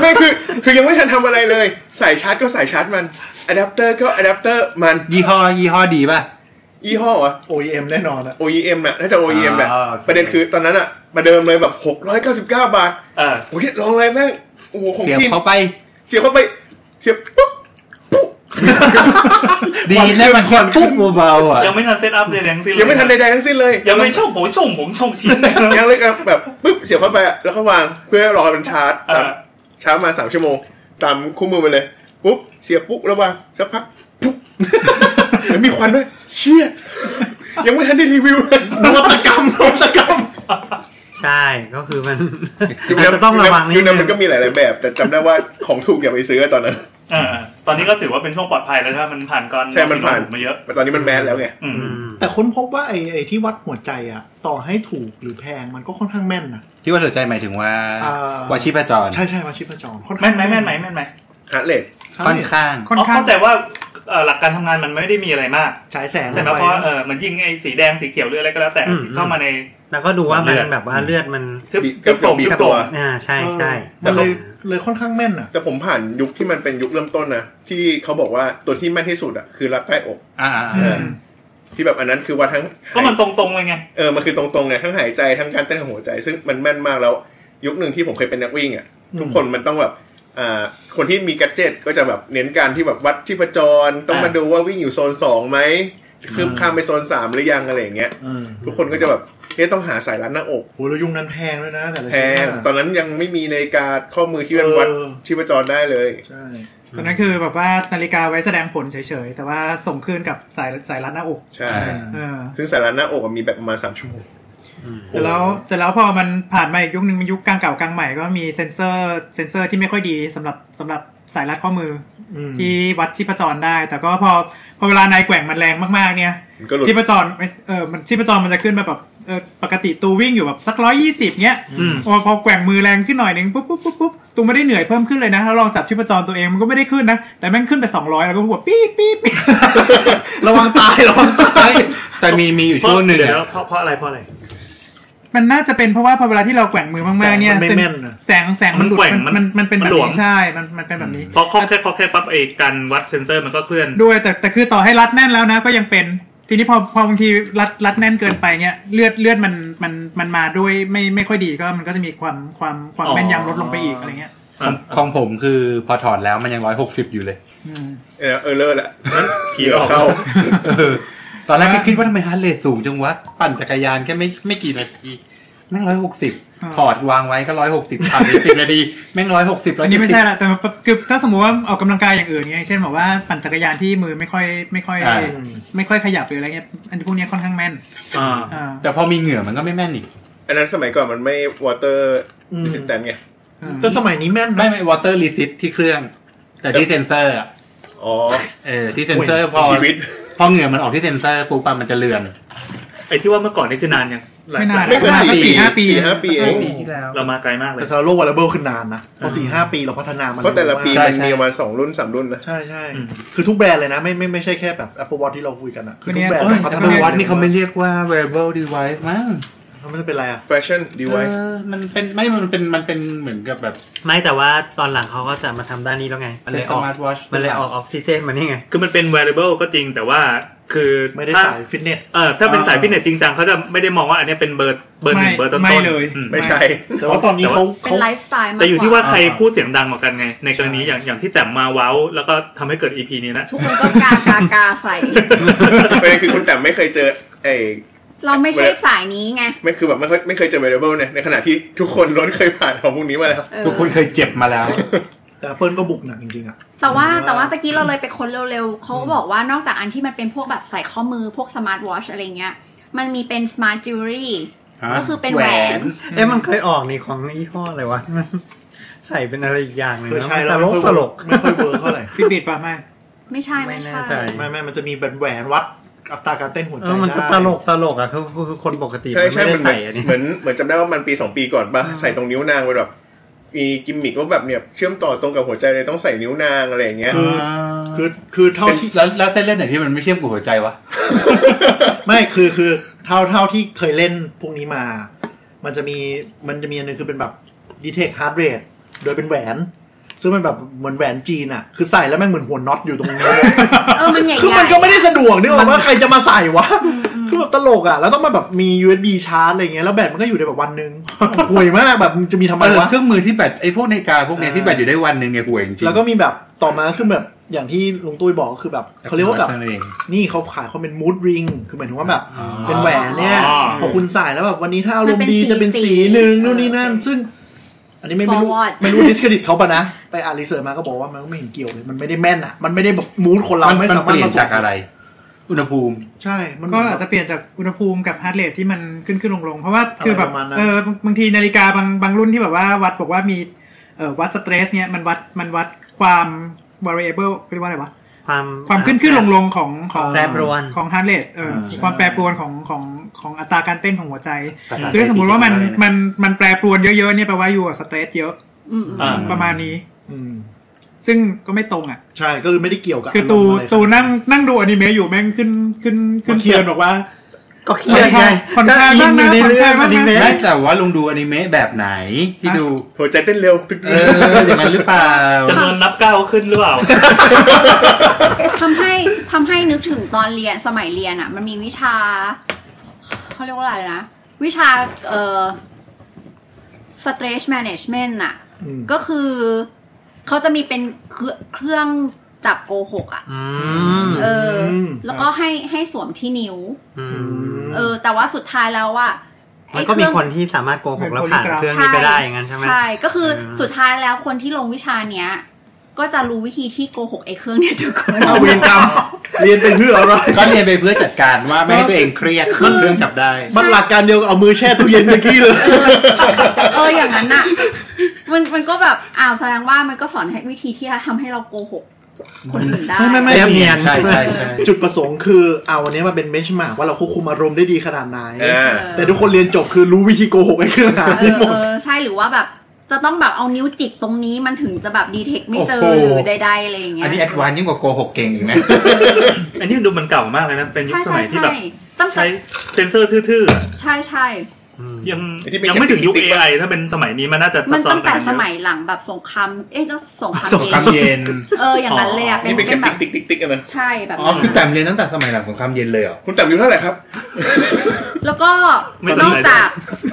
Speaker 2: ไม่คือ คือยังไม่ทันทำอะไรเลยสายชาร์จก็สายชาร์จมันอะแดปเตอร์ก็อะแดปเตอร์มัน
Speaker 8: ยี่ห้อยี่ห้อดีป่ะ
Speaker 2: ยี่ห้ออ่ะ
Speaker 7: OEM แน่นอนอะ
Speaker 2: OEM น่ะน่าจะ OEM แหละ
Speaker 8: อ่าโอเค
Speaker 2: ประเด็นคือตอนนั้นอ่ะมาเดิมเลยแบบ 699 บาท
Speaker 3: เออ
Speaker 2: โอ้ยลองอะไรแม่งโอ้โหของ
Speaker 8: เสียบ
Speaker 2: จีน
Speaker 8: เข้าไป
Speaker 2: เสียบเข้าไปเสียบปุ๊บปุ๊บ
Speaker 8: ดีนะมันควันปุ๊บเบาๆอ่ะ
Speaker 3: ยังไม่ทันเซตอัพเลยทั้งสิ้นเล
Speaker 2: ยังไม่ทันใดๆทั้งสิ้นเลย
Speaker 3: ยังไม่ช่องผมช่องผมช่องชิ้น
Speaker 2: ยังเลยก็แบบปึ๊บเสียบเข้าไปอะแล้วก็วางเพื่อรอมันชาร์จ
Speaker 3: เออ
Speaker 2: สามชาร์จมาสามชั่วโมง ตามคู่มือไปเลย ปุ๊บ เสียบปุ๊บแล้ววางสักพักปุ๊บ แล้วมีควันด้วยเชี่ยยังไม่ทันได้รีวิวเลยนวัตกรรมนวัตกรรม
Speaker 1: ใช่ก็คือมัน อาจจะต้องระวังนิด
Speaker 2: ยุ
Speaker 1: นึ
Speaker 2: คนั้นมันก็
Speaker 1: ง
Speaker 2: มีหลายๆแบบ แต่จำได้ว่าของถูกอย่าไปซื้อตอนนั้น
Speaker 3: เออตอนนี้ก็ถือว่าเป็นช่วงปลอดภัยแล้วถ้ามันผ่านก่อน
Speaker 2: ใช่มันผ่าน
Speaker 3: มาเยอะ
Speaker 2: แต่ตอนนี้มันแมสแล้วไง
Speaker 3: อืม
Speaker 1: อืม
Speaker 7: แต่ค้นพบว่าไอ้ไอ้ที่วัดหัวใจอะต่อให้ถูกหรือแพงมันก็ค่อนข้างแม่นนะ
Speaker 8: ที่ว่าสนใจหมายถึงว่า
Speaker 7: อ่า
Speaker 8: ว่าชีพจร
Speaker 7: ใช่ใช่วัดชีพจรค่อน
Speaker 3: แม่น
Speaker 7: ข้าง
Speaker 3: ไหมแม่นไหมแม่นไหม
Speaker 2: ฮาร์ดเรท
Speaker 7: ใช่
Speaker 8: ค่อนข้าง
Speaker 6: ค่อน
Speaker 3: อ๋อ
Speaker 6: ข้าง
Speaker 3: เข้าใจว่าเอ่อหลักการทำงานมันไม่ได้มีอะไรมาก
Speaker 7: ฉายแสง
Speaker 3: ใช่ไหม
Speaker 7: ลง
Speaker 3: เพ
Speaker 7: ป
Speaker 3: ราะเออเหมันยิงไอ้สีแดงสีเขียวหรืออะไรก็แล้วแต่ที่เข้ามาใน
Speaker 1: แล้วก็ดูว่า
Speaker 3: เลื
Speaker 1: มัน
Speaker 3: อด
Speaker 1: แบบว่าเลือดมัน
Speaker 3: ทึบ
Speaker 2: บี
Speaker 3: ทึบโปร่ง
Speaker 2: บี
Speaker 3: ทึบ
Speaker 2: กับ
Speaker 3: โปร่
Speaker 2: ตั
Speaker 3: ง
Speaker 2: ว
Speaker 1: อ่าใช่ใช่
Speaker 7: เออมันเลย
Speaker 1: อ่า
Speaker 7: เลยค่อนข้างแม่นอะ
Speaker 2: แต่ผมผ่านยุคที่มันเป็นยุคเริ่มต้นนะที่เขาบอกว่าตัวที่แม่นที่สุดอ่ะคือรับใต้อก
Speaker 8: อ่าๆ
Speaker 6: อืม
Speaker 2: ที่แบบอันนั้นคือว่าทั้ง
Speaker 3: ก็มันตรงๆเลยไง
Speaker 2: เออมันคือตรงๆไงทั้งหายใจทั้งการเต้นของหัวใจ ซึ่งมันแม่นมากแล้ว ยุคหนึ่งที่ผมเคยเป็นนักวิ่งอ่ะทุกคนมันต้องแบบอ่าคนที่มีกัจเจตก็จะแบบเน้นการที่แบบวัดชีพจร ต้องมา
Speaker 3: อ่า
Speaker 2: ดูว่าวิ่งอยู่โซนสองไหมคืบข้ามไปโซนสามหรือยังอะไรอย่างเงี้ย
Speaker 7: เออ
Speaker 2: ทุกคนก็จะแบบเอ๊ะต้องหาสายรัดหน้าอก
Speaker 7: โหแล้วยุคนั้นแพงด้วยนะ แต่ละ
Speaker 2: แพ
Speaker 7: ชิ้น
Speaker 2: ง
Speaker 7: อะ
Speaker 2: ตอนนั้นยังไม่มีนาฬิกาข้อมือที่มัน
Speaker 7: เออ
Speaker 2: วัดชีพจรได้เลย
Speaker 7: ใช่
Speaker 6: ตอนนั้นคือแบบว่านาฬิกาไว้แสดงผลเฉยๆ แต่ว่าส่งคลื่นกับสายสายรัดหน้าอก
Speaker 8: ๆ
Speaker 2: ใช่
Speaker 8: อ่า
Speaker 6: เออ
Speaker 2: ซึ่งสายรัดหน้าอกอะมีแบบประมาณสามชั่วโมง
Speaker 6: เสร็จแล้วเสร็จแล้วพอมันผ่านมาอีกยุคนึงมันยุคกลางเก่ากลางใหม่ก็มีเซ็นเซอร์เซ็นเซอร์ที่ไม่ค่อยดีสำหรับสำหรับ สายรัดข้อมือ
Speaker 7: อืม
Speaker 6: อที่วัดชีพจรได้ แต่ก็พอพอเวลานายแกว่งมันแรงมากๆเนี่ย
Speaker 2: มันก็หลุด
Speaker 6: ชีพจรไม่เออมันชีพจรมันจะขึ้นมาแบบเออปกติตูวิ่งอยู่แบบสักร้อยยี่สิบเงี้ย
Speaker 1: อืม
Speaker 6: พอพอแกว่งมือแรงขึ้นหน่อยหนึ่งปุ๊บปุ๊บปุ๊บปุ๊บตูไม่ได้เหนื่อยเพิ่มขึ้นเลยนะแล้วลองจับชีพจรตัวเองมันก็ไม่ได้ขึ้นนะ แต่แม่งขึ้นไปสองร้อยแล้วก็หัวปี๊ดปี๊ดปี๊ด
Speaker 7: ระวังตายระวังตาย
Speaker 8: แต่มีมีอยู่
Speaker 3: เพราะ
Speaker 8: ช่วงหนึ่ง
Speaker 3: เดี๋ยว
Speaker 8: อะ
Speaker 3: เพราะเพราะอะไรเพราะอะไร
Speaker 6: มันน่าจะเป็นเพราะว่าพอเวลาที่เราแกว่งมือมากๆเนี่ย
Speaker 7: แสงมันไม่
Speaker 6: เส้น
Speaker 7: แม่นอะ
Speaker 6: แสงแสงมันหลุด
Speaker 3: มันแกว่ง
Speaker 6: มันมันมันเป็น
Speaker 3: มั
Speaker 6: แบ
Speaker 3: น
Speaker 6: บ
Speaker 3: หลวม
Speaker 6: นี้ใช่ มันมันเป็นแบบนี้
Speaker 3: พอคล่องแค่คล่องแค่ปั๊บไอ้การวัดเซนเซอร์มันก็เคลื่อน
Speaker 6: ด้วยแต่แต่คือต่อให้รัดแน่นแล้วนะก็ยังเป็น ทีนี้พอพอบางทีรัดรัดแน่นเกินไปเงี้ยเลือดเลือดมันมันมันมาด้วยไม่ไม่ค่อยดีก็มันก็จะมีความความความ
Speaker 3: อ๋อ
Speaker 6: แม่นยำลดลงไปอีกอะไรเงี้ย
Speaker 8: ของของผมคือพอถอดแล้วมันยังร้อยหกสิบอยู่เลย
Speaker 6: อืม
Speaker 2: เออเออเลิศแหละ
Speaker 3: ผี
Speaker 2: ผี
Speaker 3: หลอก
Speaker 2: เข้า
Speaker 8: เออตอนแรกก็คิดว่าทำไมฮาร์ทเรทสูงจังวะ ปั่นจักรยานแค่ไม่ไม่กี่นาทีแม่งร้อยหกสิบ
Speaker 6: อ่า
Speaker 8: ถอดวางไว้ก็ร้อยหกสิบผ่านไปสิบนาทีแม่งร้อยหกสิบร้อ
Speaker 6: อัน
Speaker 8: ยสิ
Speaker 6: นี้
Speaker 8: บ
Speaker 6: ไม่ใช่ละแต่ว่าคือถ้าสมมติว่าออกกำลังกายอย่างอื่นไงเช่นแบบว่าปั่นจักรยานที่มือไม่ค่อยไม่ค่อย ไม่ค่อยขยับหรืออะไรเงี้ยอันนี้พวกเนี้ยค่อนข้างแม่น
Speaker 3: อ่า
Speaker 6: อ่า
Speaker 8: แต่พอมีเหงื่อมันก็ไม่แม่นอีก
Speaker 2: อันนั้นสมัยก่อนมันไม่วอเตอร์
Speaker 7: อืม
Speaker 2: ดิสแตนไง
Speaker 6: อืม
Speaker 7: แต่สมัยนี้แม่นนะ
Speaker 8: ไม่ไม่วอเตอร์รีซิตที่เครื่อง แต่ที่เซนเซอร์อะ
Speaker 2: อ๋อ
Speaker 8: เออที่เซนเซอร์พอ
Speaker 2: ชีวิต
Speaker 8: พอเหงื่อมันออกที่เซนเซอร์ปุ๊บอะมันจะเลือน
Speaker 3: ไอ้ที่ว่าเมื่อก่อนนี่คือนานยังหลย
Speaker 6: ไม่นาน
Speaker 2: ไม่เกิน
Speaker 6: ประณ
Speaker 2: สี่
Speaker 6: สี่ห้าปี
Speaker 2: สี่ห้าปีเอง
Speaker 1: ปีที่แล้ว
Speaker 3: เรามาไกลมากเลย
Speaker 7: แต่สำหรับโลกวา r เบิลคือนานนะเพอสี่ห้าปีเราพัฒนามัน
Speaker 2: เพราะแต่ละปี
Speaker 8: ใช่
Speaker 2: มัน
Speaker 8: ใช่
Speaker 2: มีประมาณสองรุ่นสามรุ่นนะ
Speaker 7: ใช่ใช่
Speaker 3: อืม
Speaker 7: คือทุกแบรนด์เลยนะ ไม่ไม่ไม่ใช่แค่แบบ Apple Watch ที่เราคุยกันอะคือทุกแบรนด์
Speaker 6: โอ้ย
Speaker 7: พัฒ
Speaker 6: แต่
Speaker 8: แต่
Speaker 7: นา
Speaker 8: ในวัดนี่เขาไม่เรียกว่า wearable device มั้ง
Speaker 7: เขาไม่ได้เป็นไรอะ
Speaker 2: แฟชั่นดีไว
Speaker 8: เออมันเป็นไม่มันเป็นมันเป็นเหมือนกับแบบ
Speaker 1: ไม่แต่ว่าตอนหลังเขาก็จะมาทำด้านนี้แล้วไง มันเลยออก
Speaker 8: เป็น smartwatch
Speaker 1: มันเลยออกออกซิเจนมานี่ไง
Speaker 3: คือมันเป็น wearable ก็จริงแต่ว่าคือ
Speaker 7: ไม่ได้
Speaker 3: ถ้า
Speaker 7: สายฟิตเนส
Speaker 3: เออถ้าเป็น
Speaker 7: อ่า
Speaker 3: สายฟิตเนสจริงจังเขาจะไม่ได้มองว่าอันเนี้ยเป็นเบอร์เบอร์หนึ่ง
Speaker 6: ไม่
Speaker 3: เบอร์ต้น
Speaker 6: ไม่
Speaker 3: ต้น
Speaker 6: เลย
Speaker 2: ไม่ใช่
Speaker 7: แต่ว่าตอนนี้เขา
Speaker 4: เป็
Speaker 7: เขา
Speaker 4: นไลฟ์สไตล์มากก
Speaker 3: แต่อยู่ที่ว่าใคร
Speaker 8: อ่า
Speaker 3: พูดเสียงดังกว่ากันไง ในกรณีอย่างอย่างที่แต่มมาเว้า แล้วก็ทำให้เกิด EP นี้นะ
Speaker 4: ทุกคนก็กากากาใส่
Speaker 2: ประเด็นคือคุณแต่ไม่เคยเจอไอ้
Speaker 4: เราไม่ใช่สายนี้ไง
Speaker 2: ไม่คือแบบไม่เคยไม่เคยเจอเวเบิลเนี่ยในขณะที่ทุกคนล้วนเคยผ่านของพวกนี้มาแล้ว
Speaker 4: เออ
Speaker 8: ทุกคนเคยเจ็บมาแล้ว
Speaker 7: แต่เปิลก็บุกหนักจริงๆอะ
Speaker 4: แต่ว่า
Speaker 7: ว่า
Speaker 4: แต่ว่าตะกี้เราเลยไปค้นเร็วๆเขาก็บอกว่านอกจากอันที่มันเป็นพวกแบบใส่ข้อมือพวกสมาร์ทวอชอะไรเงี้ย มันมีเป็นสมาร์ทจิวเวลรี่ก็คือเป็นแหวน
Speaker 1: เอ๊ะมันเคยออกนี่ของยี่ห้ออะไรวะมันใส่เป็นอะไรอีกอย่างหนึ่ง
Speaker 7: เคย
Speaker 1: นะ
Speaker 7: ใช้
Speaker 1: ต
Speaker 7: แล้ว
Speaker 1: ล
Speaker 7: ไม่
Speaker 1: ก
Speaker 7: ค่อย
Speaker 1: ตล
Speaker 7: เวิร์
Speaker 1: ก
Speaker 7: กไม่ค่อยเวิร์กเท่าไหร่
Speaker 6: ฟิตบิดป่ะไม่
Speaker 4: ไม่ใช่ไม่
Speaker 1: ไม่
Speaker 4: ใช่
Speaker 1: แน่ใจ
Speaker 7: ไม่ไม่มันจะมีแบบแหวนวัดอัตราการเต้นหัว
Speaker 1: เอ
Speaker 7: ใจ
Speaker 1: อมันจะ
Speaker 7: ได้
Speaker 1: ตลกตลกอ่ะคือคือคือคนปกติ
Speaker 2: ใช่
Speaker 1: มัน
Speaker 2: ใช่
Speaker 1: ไม่ได้
Speaker 2: มัน
Speaker 1: ใส่อันนี้
Speaker 2: เหมือนเหมือนจำได้ว่ามันปีสองปีก่อนปะใส่ตรงนิ้วนางไปแบบมีกิมมิคว่าแบบเนี่ยเชื่อมต่อตรงกับหัวใจเลยต้องใส่นิ้วนางอะไรอย่างเงี้ย
Speaker 7: คือคือคือเท่าที่
Speaker 8: แล้วแล้วเส้นเลือดไหนที่มันไม่เชื่อมกับหัวใจวะ
Speaker 7: [laughs] ไม่คือคือเท่าเท่าที่เคยเล่นพวกนี้มา มันจะมีมันจะมีอันหนึงคือเป็นแบบดีเทคฮาร์ดเรทโดยเป็นแหวน ซึ่งมันแบบเหมือนแหวนจีนอะคือใส่แล้วแม่งเหมือนหัวน็อตอยู่ตรง [laughs] นี้เลย
Speaker 4: เออมันใหญ่ๆ
Speaker 7: คือมันก็ไม่ได้สะดวกนึกออกว่าใครจะมาใส่วะ คือแบบตลกอะแล้วต้องมาแบบมี USB ชาร์จอะไรเงี้ยแล้วแบตมันก็อยู่ได้แบบวันหนึง [laughs] ห่วยมากแบบมึงจะมีทำไม
Speaker 8: เออ
Speaker 7: วะ
Speaker 8: เครื่องมือที่แบตไอ้พวกนาฬิกาพวกเนี้ย
Speaker 7: เออ
Speaker 8: ที่แบตอยู่ได้วันหนึ่งเนี่ยห่วยจริง
Speaker 7: แล้วก็มีแบบต่อมาคือแบบอย่างที่ลุงตุ้ยบอกก็คือแบบเขาเรียกว่าแบบ
Speaker 8: นั่นเอง
Speaker 7: นี่เขาขายเขาเป็นมูดริง คือหมายถึงว่าแบบ
Speaker 8: อ๋อ
Speaker 7: เป็นแหวนเนี่ย
Speaker 3: อ๋อ
Speaker 7: พอคุณใส่แล้วแบบวันนี้ถ้าอารมณ์ดีจะเป็นสีหนึ่งนู่นนี่นั่น ซึ่ง อันนี้ไม่ไม่รู้
Speaker 4: Forward
Speaker 7: ไม่รู้ดิสเครดิตเขาปะนะ ไปอ่านรีเสิร์ชมาก็บอกว่ามันก็ไม่เห็นเกี่ยวเลย มันไม่ได้แม่นอ่ะ มันไม่ได้แบบมูดคนเรา
Speaker 8: มัน
Speaker 7: ไม่
Speaker 8: มัน
Speaker 7: สา
Speaker 8: เป
Speaker 7: มารถ
Speaker 8: ลี่ยน
Speaker 7: ผส
Speaker 8: จาก
Speaker 7: ม
Speaker 8: อะไร อุณหภูมิ
Speaker 7: ใช่ มัน
Speaker 6: ก็
Speaker 7: ก็
Speaker 6: อาจจะเปลี่ยนจากอุณหภูมิกับฮาร์ดเรทที่มันขึ้นขึ้นลงลงเพราะว่าคือแบบ
Speaker 7: อะไรประมาณนั้น
Speaker 6: เออบางบางทีนาฬิกาบางบางรุ่นที่แบบว่าวัดบอกว่ามีเอ่อวัดสเตรสเนี่ยมันวัดมันวัดความ variable เรียกว่าอะไรวะ
Speaker 1: ความ
Speaker 6: ความขึ้นขึ้นลงลงของของ
Speaker 1: แปรปรวน
Speaker 6: ของฮาร์ดเรทเออ
Speaker 8: ใช่
Speaker 6: ความแปรปรวนของของของอัตราการเต้นของหัวใจ
Speaker 8: ภษไทย
Speaker 6: คือถ้าสมมติว่ามัน
Speaker 8: ที่เขีย
Speaker 6: มันมันแปรปรวนเยอะๆเนี่ยแปลว่าอยู่กับสเตรสเยอะ
Speaker 4: อืมๆ
Speaker 8: อ่
Speaker 6: ประมาณนี้
Speaker 7: อืม
Speaker 6: ซึ่งก็ไม่ตรงอ่ะ
Speaker 7: ใช่ ก็คือไม่ได้เกี่ยวกับ
Speaker 6: คือตู
Speaker 7: ารมณ์ะไร
Speaker 6: ตูนั่งนั่งดูอนิเมะอยู่แม่งขึ้นขึ้นขึ้น
Speaker 7: มาเครี
Speaker 6: เตื
Speaker 7: ย
Speaker 6: อ
Speaker 7: ด
Speaker 6: นบอกว่า
Speaker 1: ก็เครียดไง
Speaker 6: ผ่อนคลาย
Speaker 1: ก็อินอยู่ในเรื่อง
Speaker 6: บ้า
Speaker 1: อง
Speaker 6: นะ
Speaker 1: นิเมะ
Speaker 8: ไม่แต่ว่าลุงดูอนิเมะแบบไหนที่
Speaker 6: ฮะ
Speaker 8: ดู
Speaker 2: หัวใจเต้นเร็วตึก
Speaker 8: เอออย่างนั้นหรือเปล่า
Speaker 3: จำนวนนับก้าวขึ้นหรือเปล่า
Speaker 4: ทำให้ทำให้นึกถึงตอนเรียนสมัยเรียนอ่ะ มันมีวิชาเขาเรียกว่าอะไรนะ วิชาเอ่อ stress management อ่ะ
Speaker 7: อืม
Speaker 4: ก็คือเขาจะมีเป็นเครื่องเครื่องจับโกหกอ่ะ
Speaker 1: อืม
Speaker 4: เอออ
Speaker 7: ม
Speaker 4: แล้วก็ให้ให้สวมที่นิ้ว
Speaker 1: อื
Speaker 7: อื
Speaker 1: ม
Speaker 7: ม
Speaker 4: เออ แต่ว่าสุดท้ายแล้วว่า
Speaker 1: มั
Speaker 4: ไอ้
Speaker 1: นก็
Speaker 4: เรื่
Speaker 1: มี
Speaker 4: อง
Speaker 1: คนที่สามารถโกหกแล้วผ่านเครื่องนี้ไปได้อย่างนั้นใช่ไหม
Speaker 4: ใช่ ก็คืออ
Speaker 1: ม
Speaker 4: สุดท้ายแล้วคนที่ลงวิชาเนี้ย ก็จะรู้วิธีที่โกหกไอ้เครื่องเนี้ยทุกคน
Speaker 7: เอาเวรกรรมเรียนเป็นเพื่ออะไร
Speaker 8: ก็เรียนไปเพื่อจัดการว่าไม่ให้ตัวเองเครียดเรื่องจับได้
Speaker 7: มันหลักการเดียวกับเอามือแช่ตู้เย็นเมื่อกี้เลย
Speaker 4: เอออย่างนั้นอะ มันมันก็แบบอ้าวแสดงว่ามันก็สอนให้วิธีที่ทำให้เราโกหกคนอื่นได้
Speaker 7: ไม่ไม่ไม่
Speaker 1: แนบเนียน
Speaker 8: ใช่ใช่ใช่
Speaker 7: จุดประสงค์คือเอาวันนี้มาเป็นเบนชมาร์กว่าเราควบคุมอารมณ์ได้ดีขนาดไหน
Speaker 2: อ่า
Speaker 7: แต่ทุกคนเรียนจบคือรู้วิธีโกหกไอ้เครื่องหา
Speaker 4: เอ
Speaker 7: ที่
Speaker 4: อ
Speaker 7: หมด
Speaker 4: เออใช่หรือว่าแบบจะต้องแบบเอานิ้วจิกตรงนี้มันถึงจะแบบดีเทคไม่เจอ
Speaker 8: โอ้
Speaker 4: ห
Speaker 8: โห
Speaker 4: รือใดๆอะไรอย่างเงี้ย
Speaker 8: อันนี้แอดวานซ์ยิ่งกว่าโกหกเก่งอีกนะ
Speaker 3: อันนี้ดูมันเก่ามากเลยนะ เป็นยุค
Speaker 4: ใช่
Speaker 3: ส
Speaker 4: ใช่
Speaker 3: มัยที่
Speaker 4: ใช่
Speaker 3: แบบ
Speaker 4: ตั้งแต่
Speaker 3: ใช้เซนเซอร์ทื่อๆอะ
Speaker 4: ใช่ใช่
Speaker 3: ยัง
Speaker 2: ไอ้ที่เป็น
Speaker 3: ยังไม่ถึงยุค
Speaker 2: ติ๊กๆ
Speaker 3: AI ถ้าเป็นสมัยนี้มันน่าจะซั
Speaker 4: มั
Speaker 3: บ
Speaker 4: น
Speaker 3: ซ้อ
Speaker 4: ตั้
Speaker 3: น
Speaker 4: ง
Speaker 3: กั
Speaker 4: แต่
Speaker 3: นเย
Speaker 4: ส
Speaker 3: อะ
Speaker 4: มัยหลังแบบสงครามเอ๊ะก็สงคราม
Speaker 8: สงคราม
Speaker 4: เย็น
Speaker 8: เย็น
Speaker 4: เอออย่างนั้นเลยอะเป็น
Speaker 2: นี่เป็น
Speaker 4: เป็น
Speaker 2: แบ
Speaker 4: แบบ บ
Speaker 2: ติ๊กติ๊กติ๊กๆๆกันนะ
Speaker 4: ใช่แบบ
Speaker 8: อ๋อ
Speaker 4: นั้น
Speaker 8: คือแต่มเรียนตั้งแต่สมัยหลังสงครามเย็นเลยเหรอ
Speaker 2: คุณแต่มอยู่เท่าไหร่ครับ
Speaker 4: แล้วก็
Speaker 3: ไม่เป็นไร
Speaker 4: นอกจาก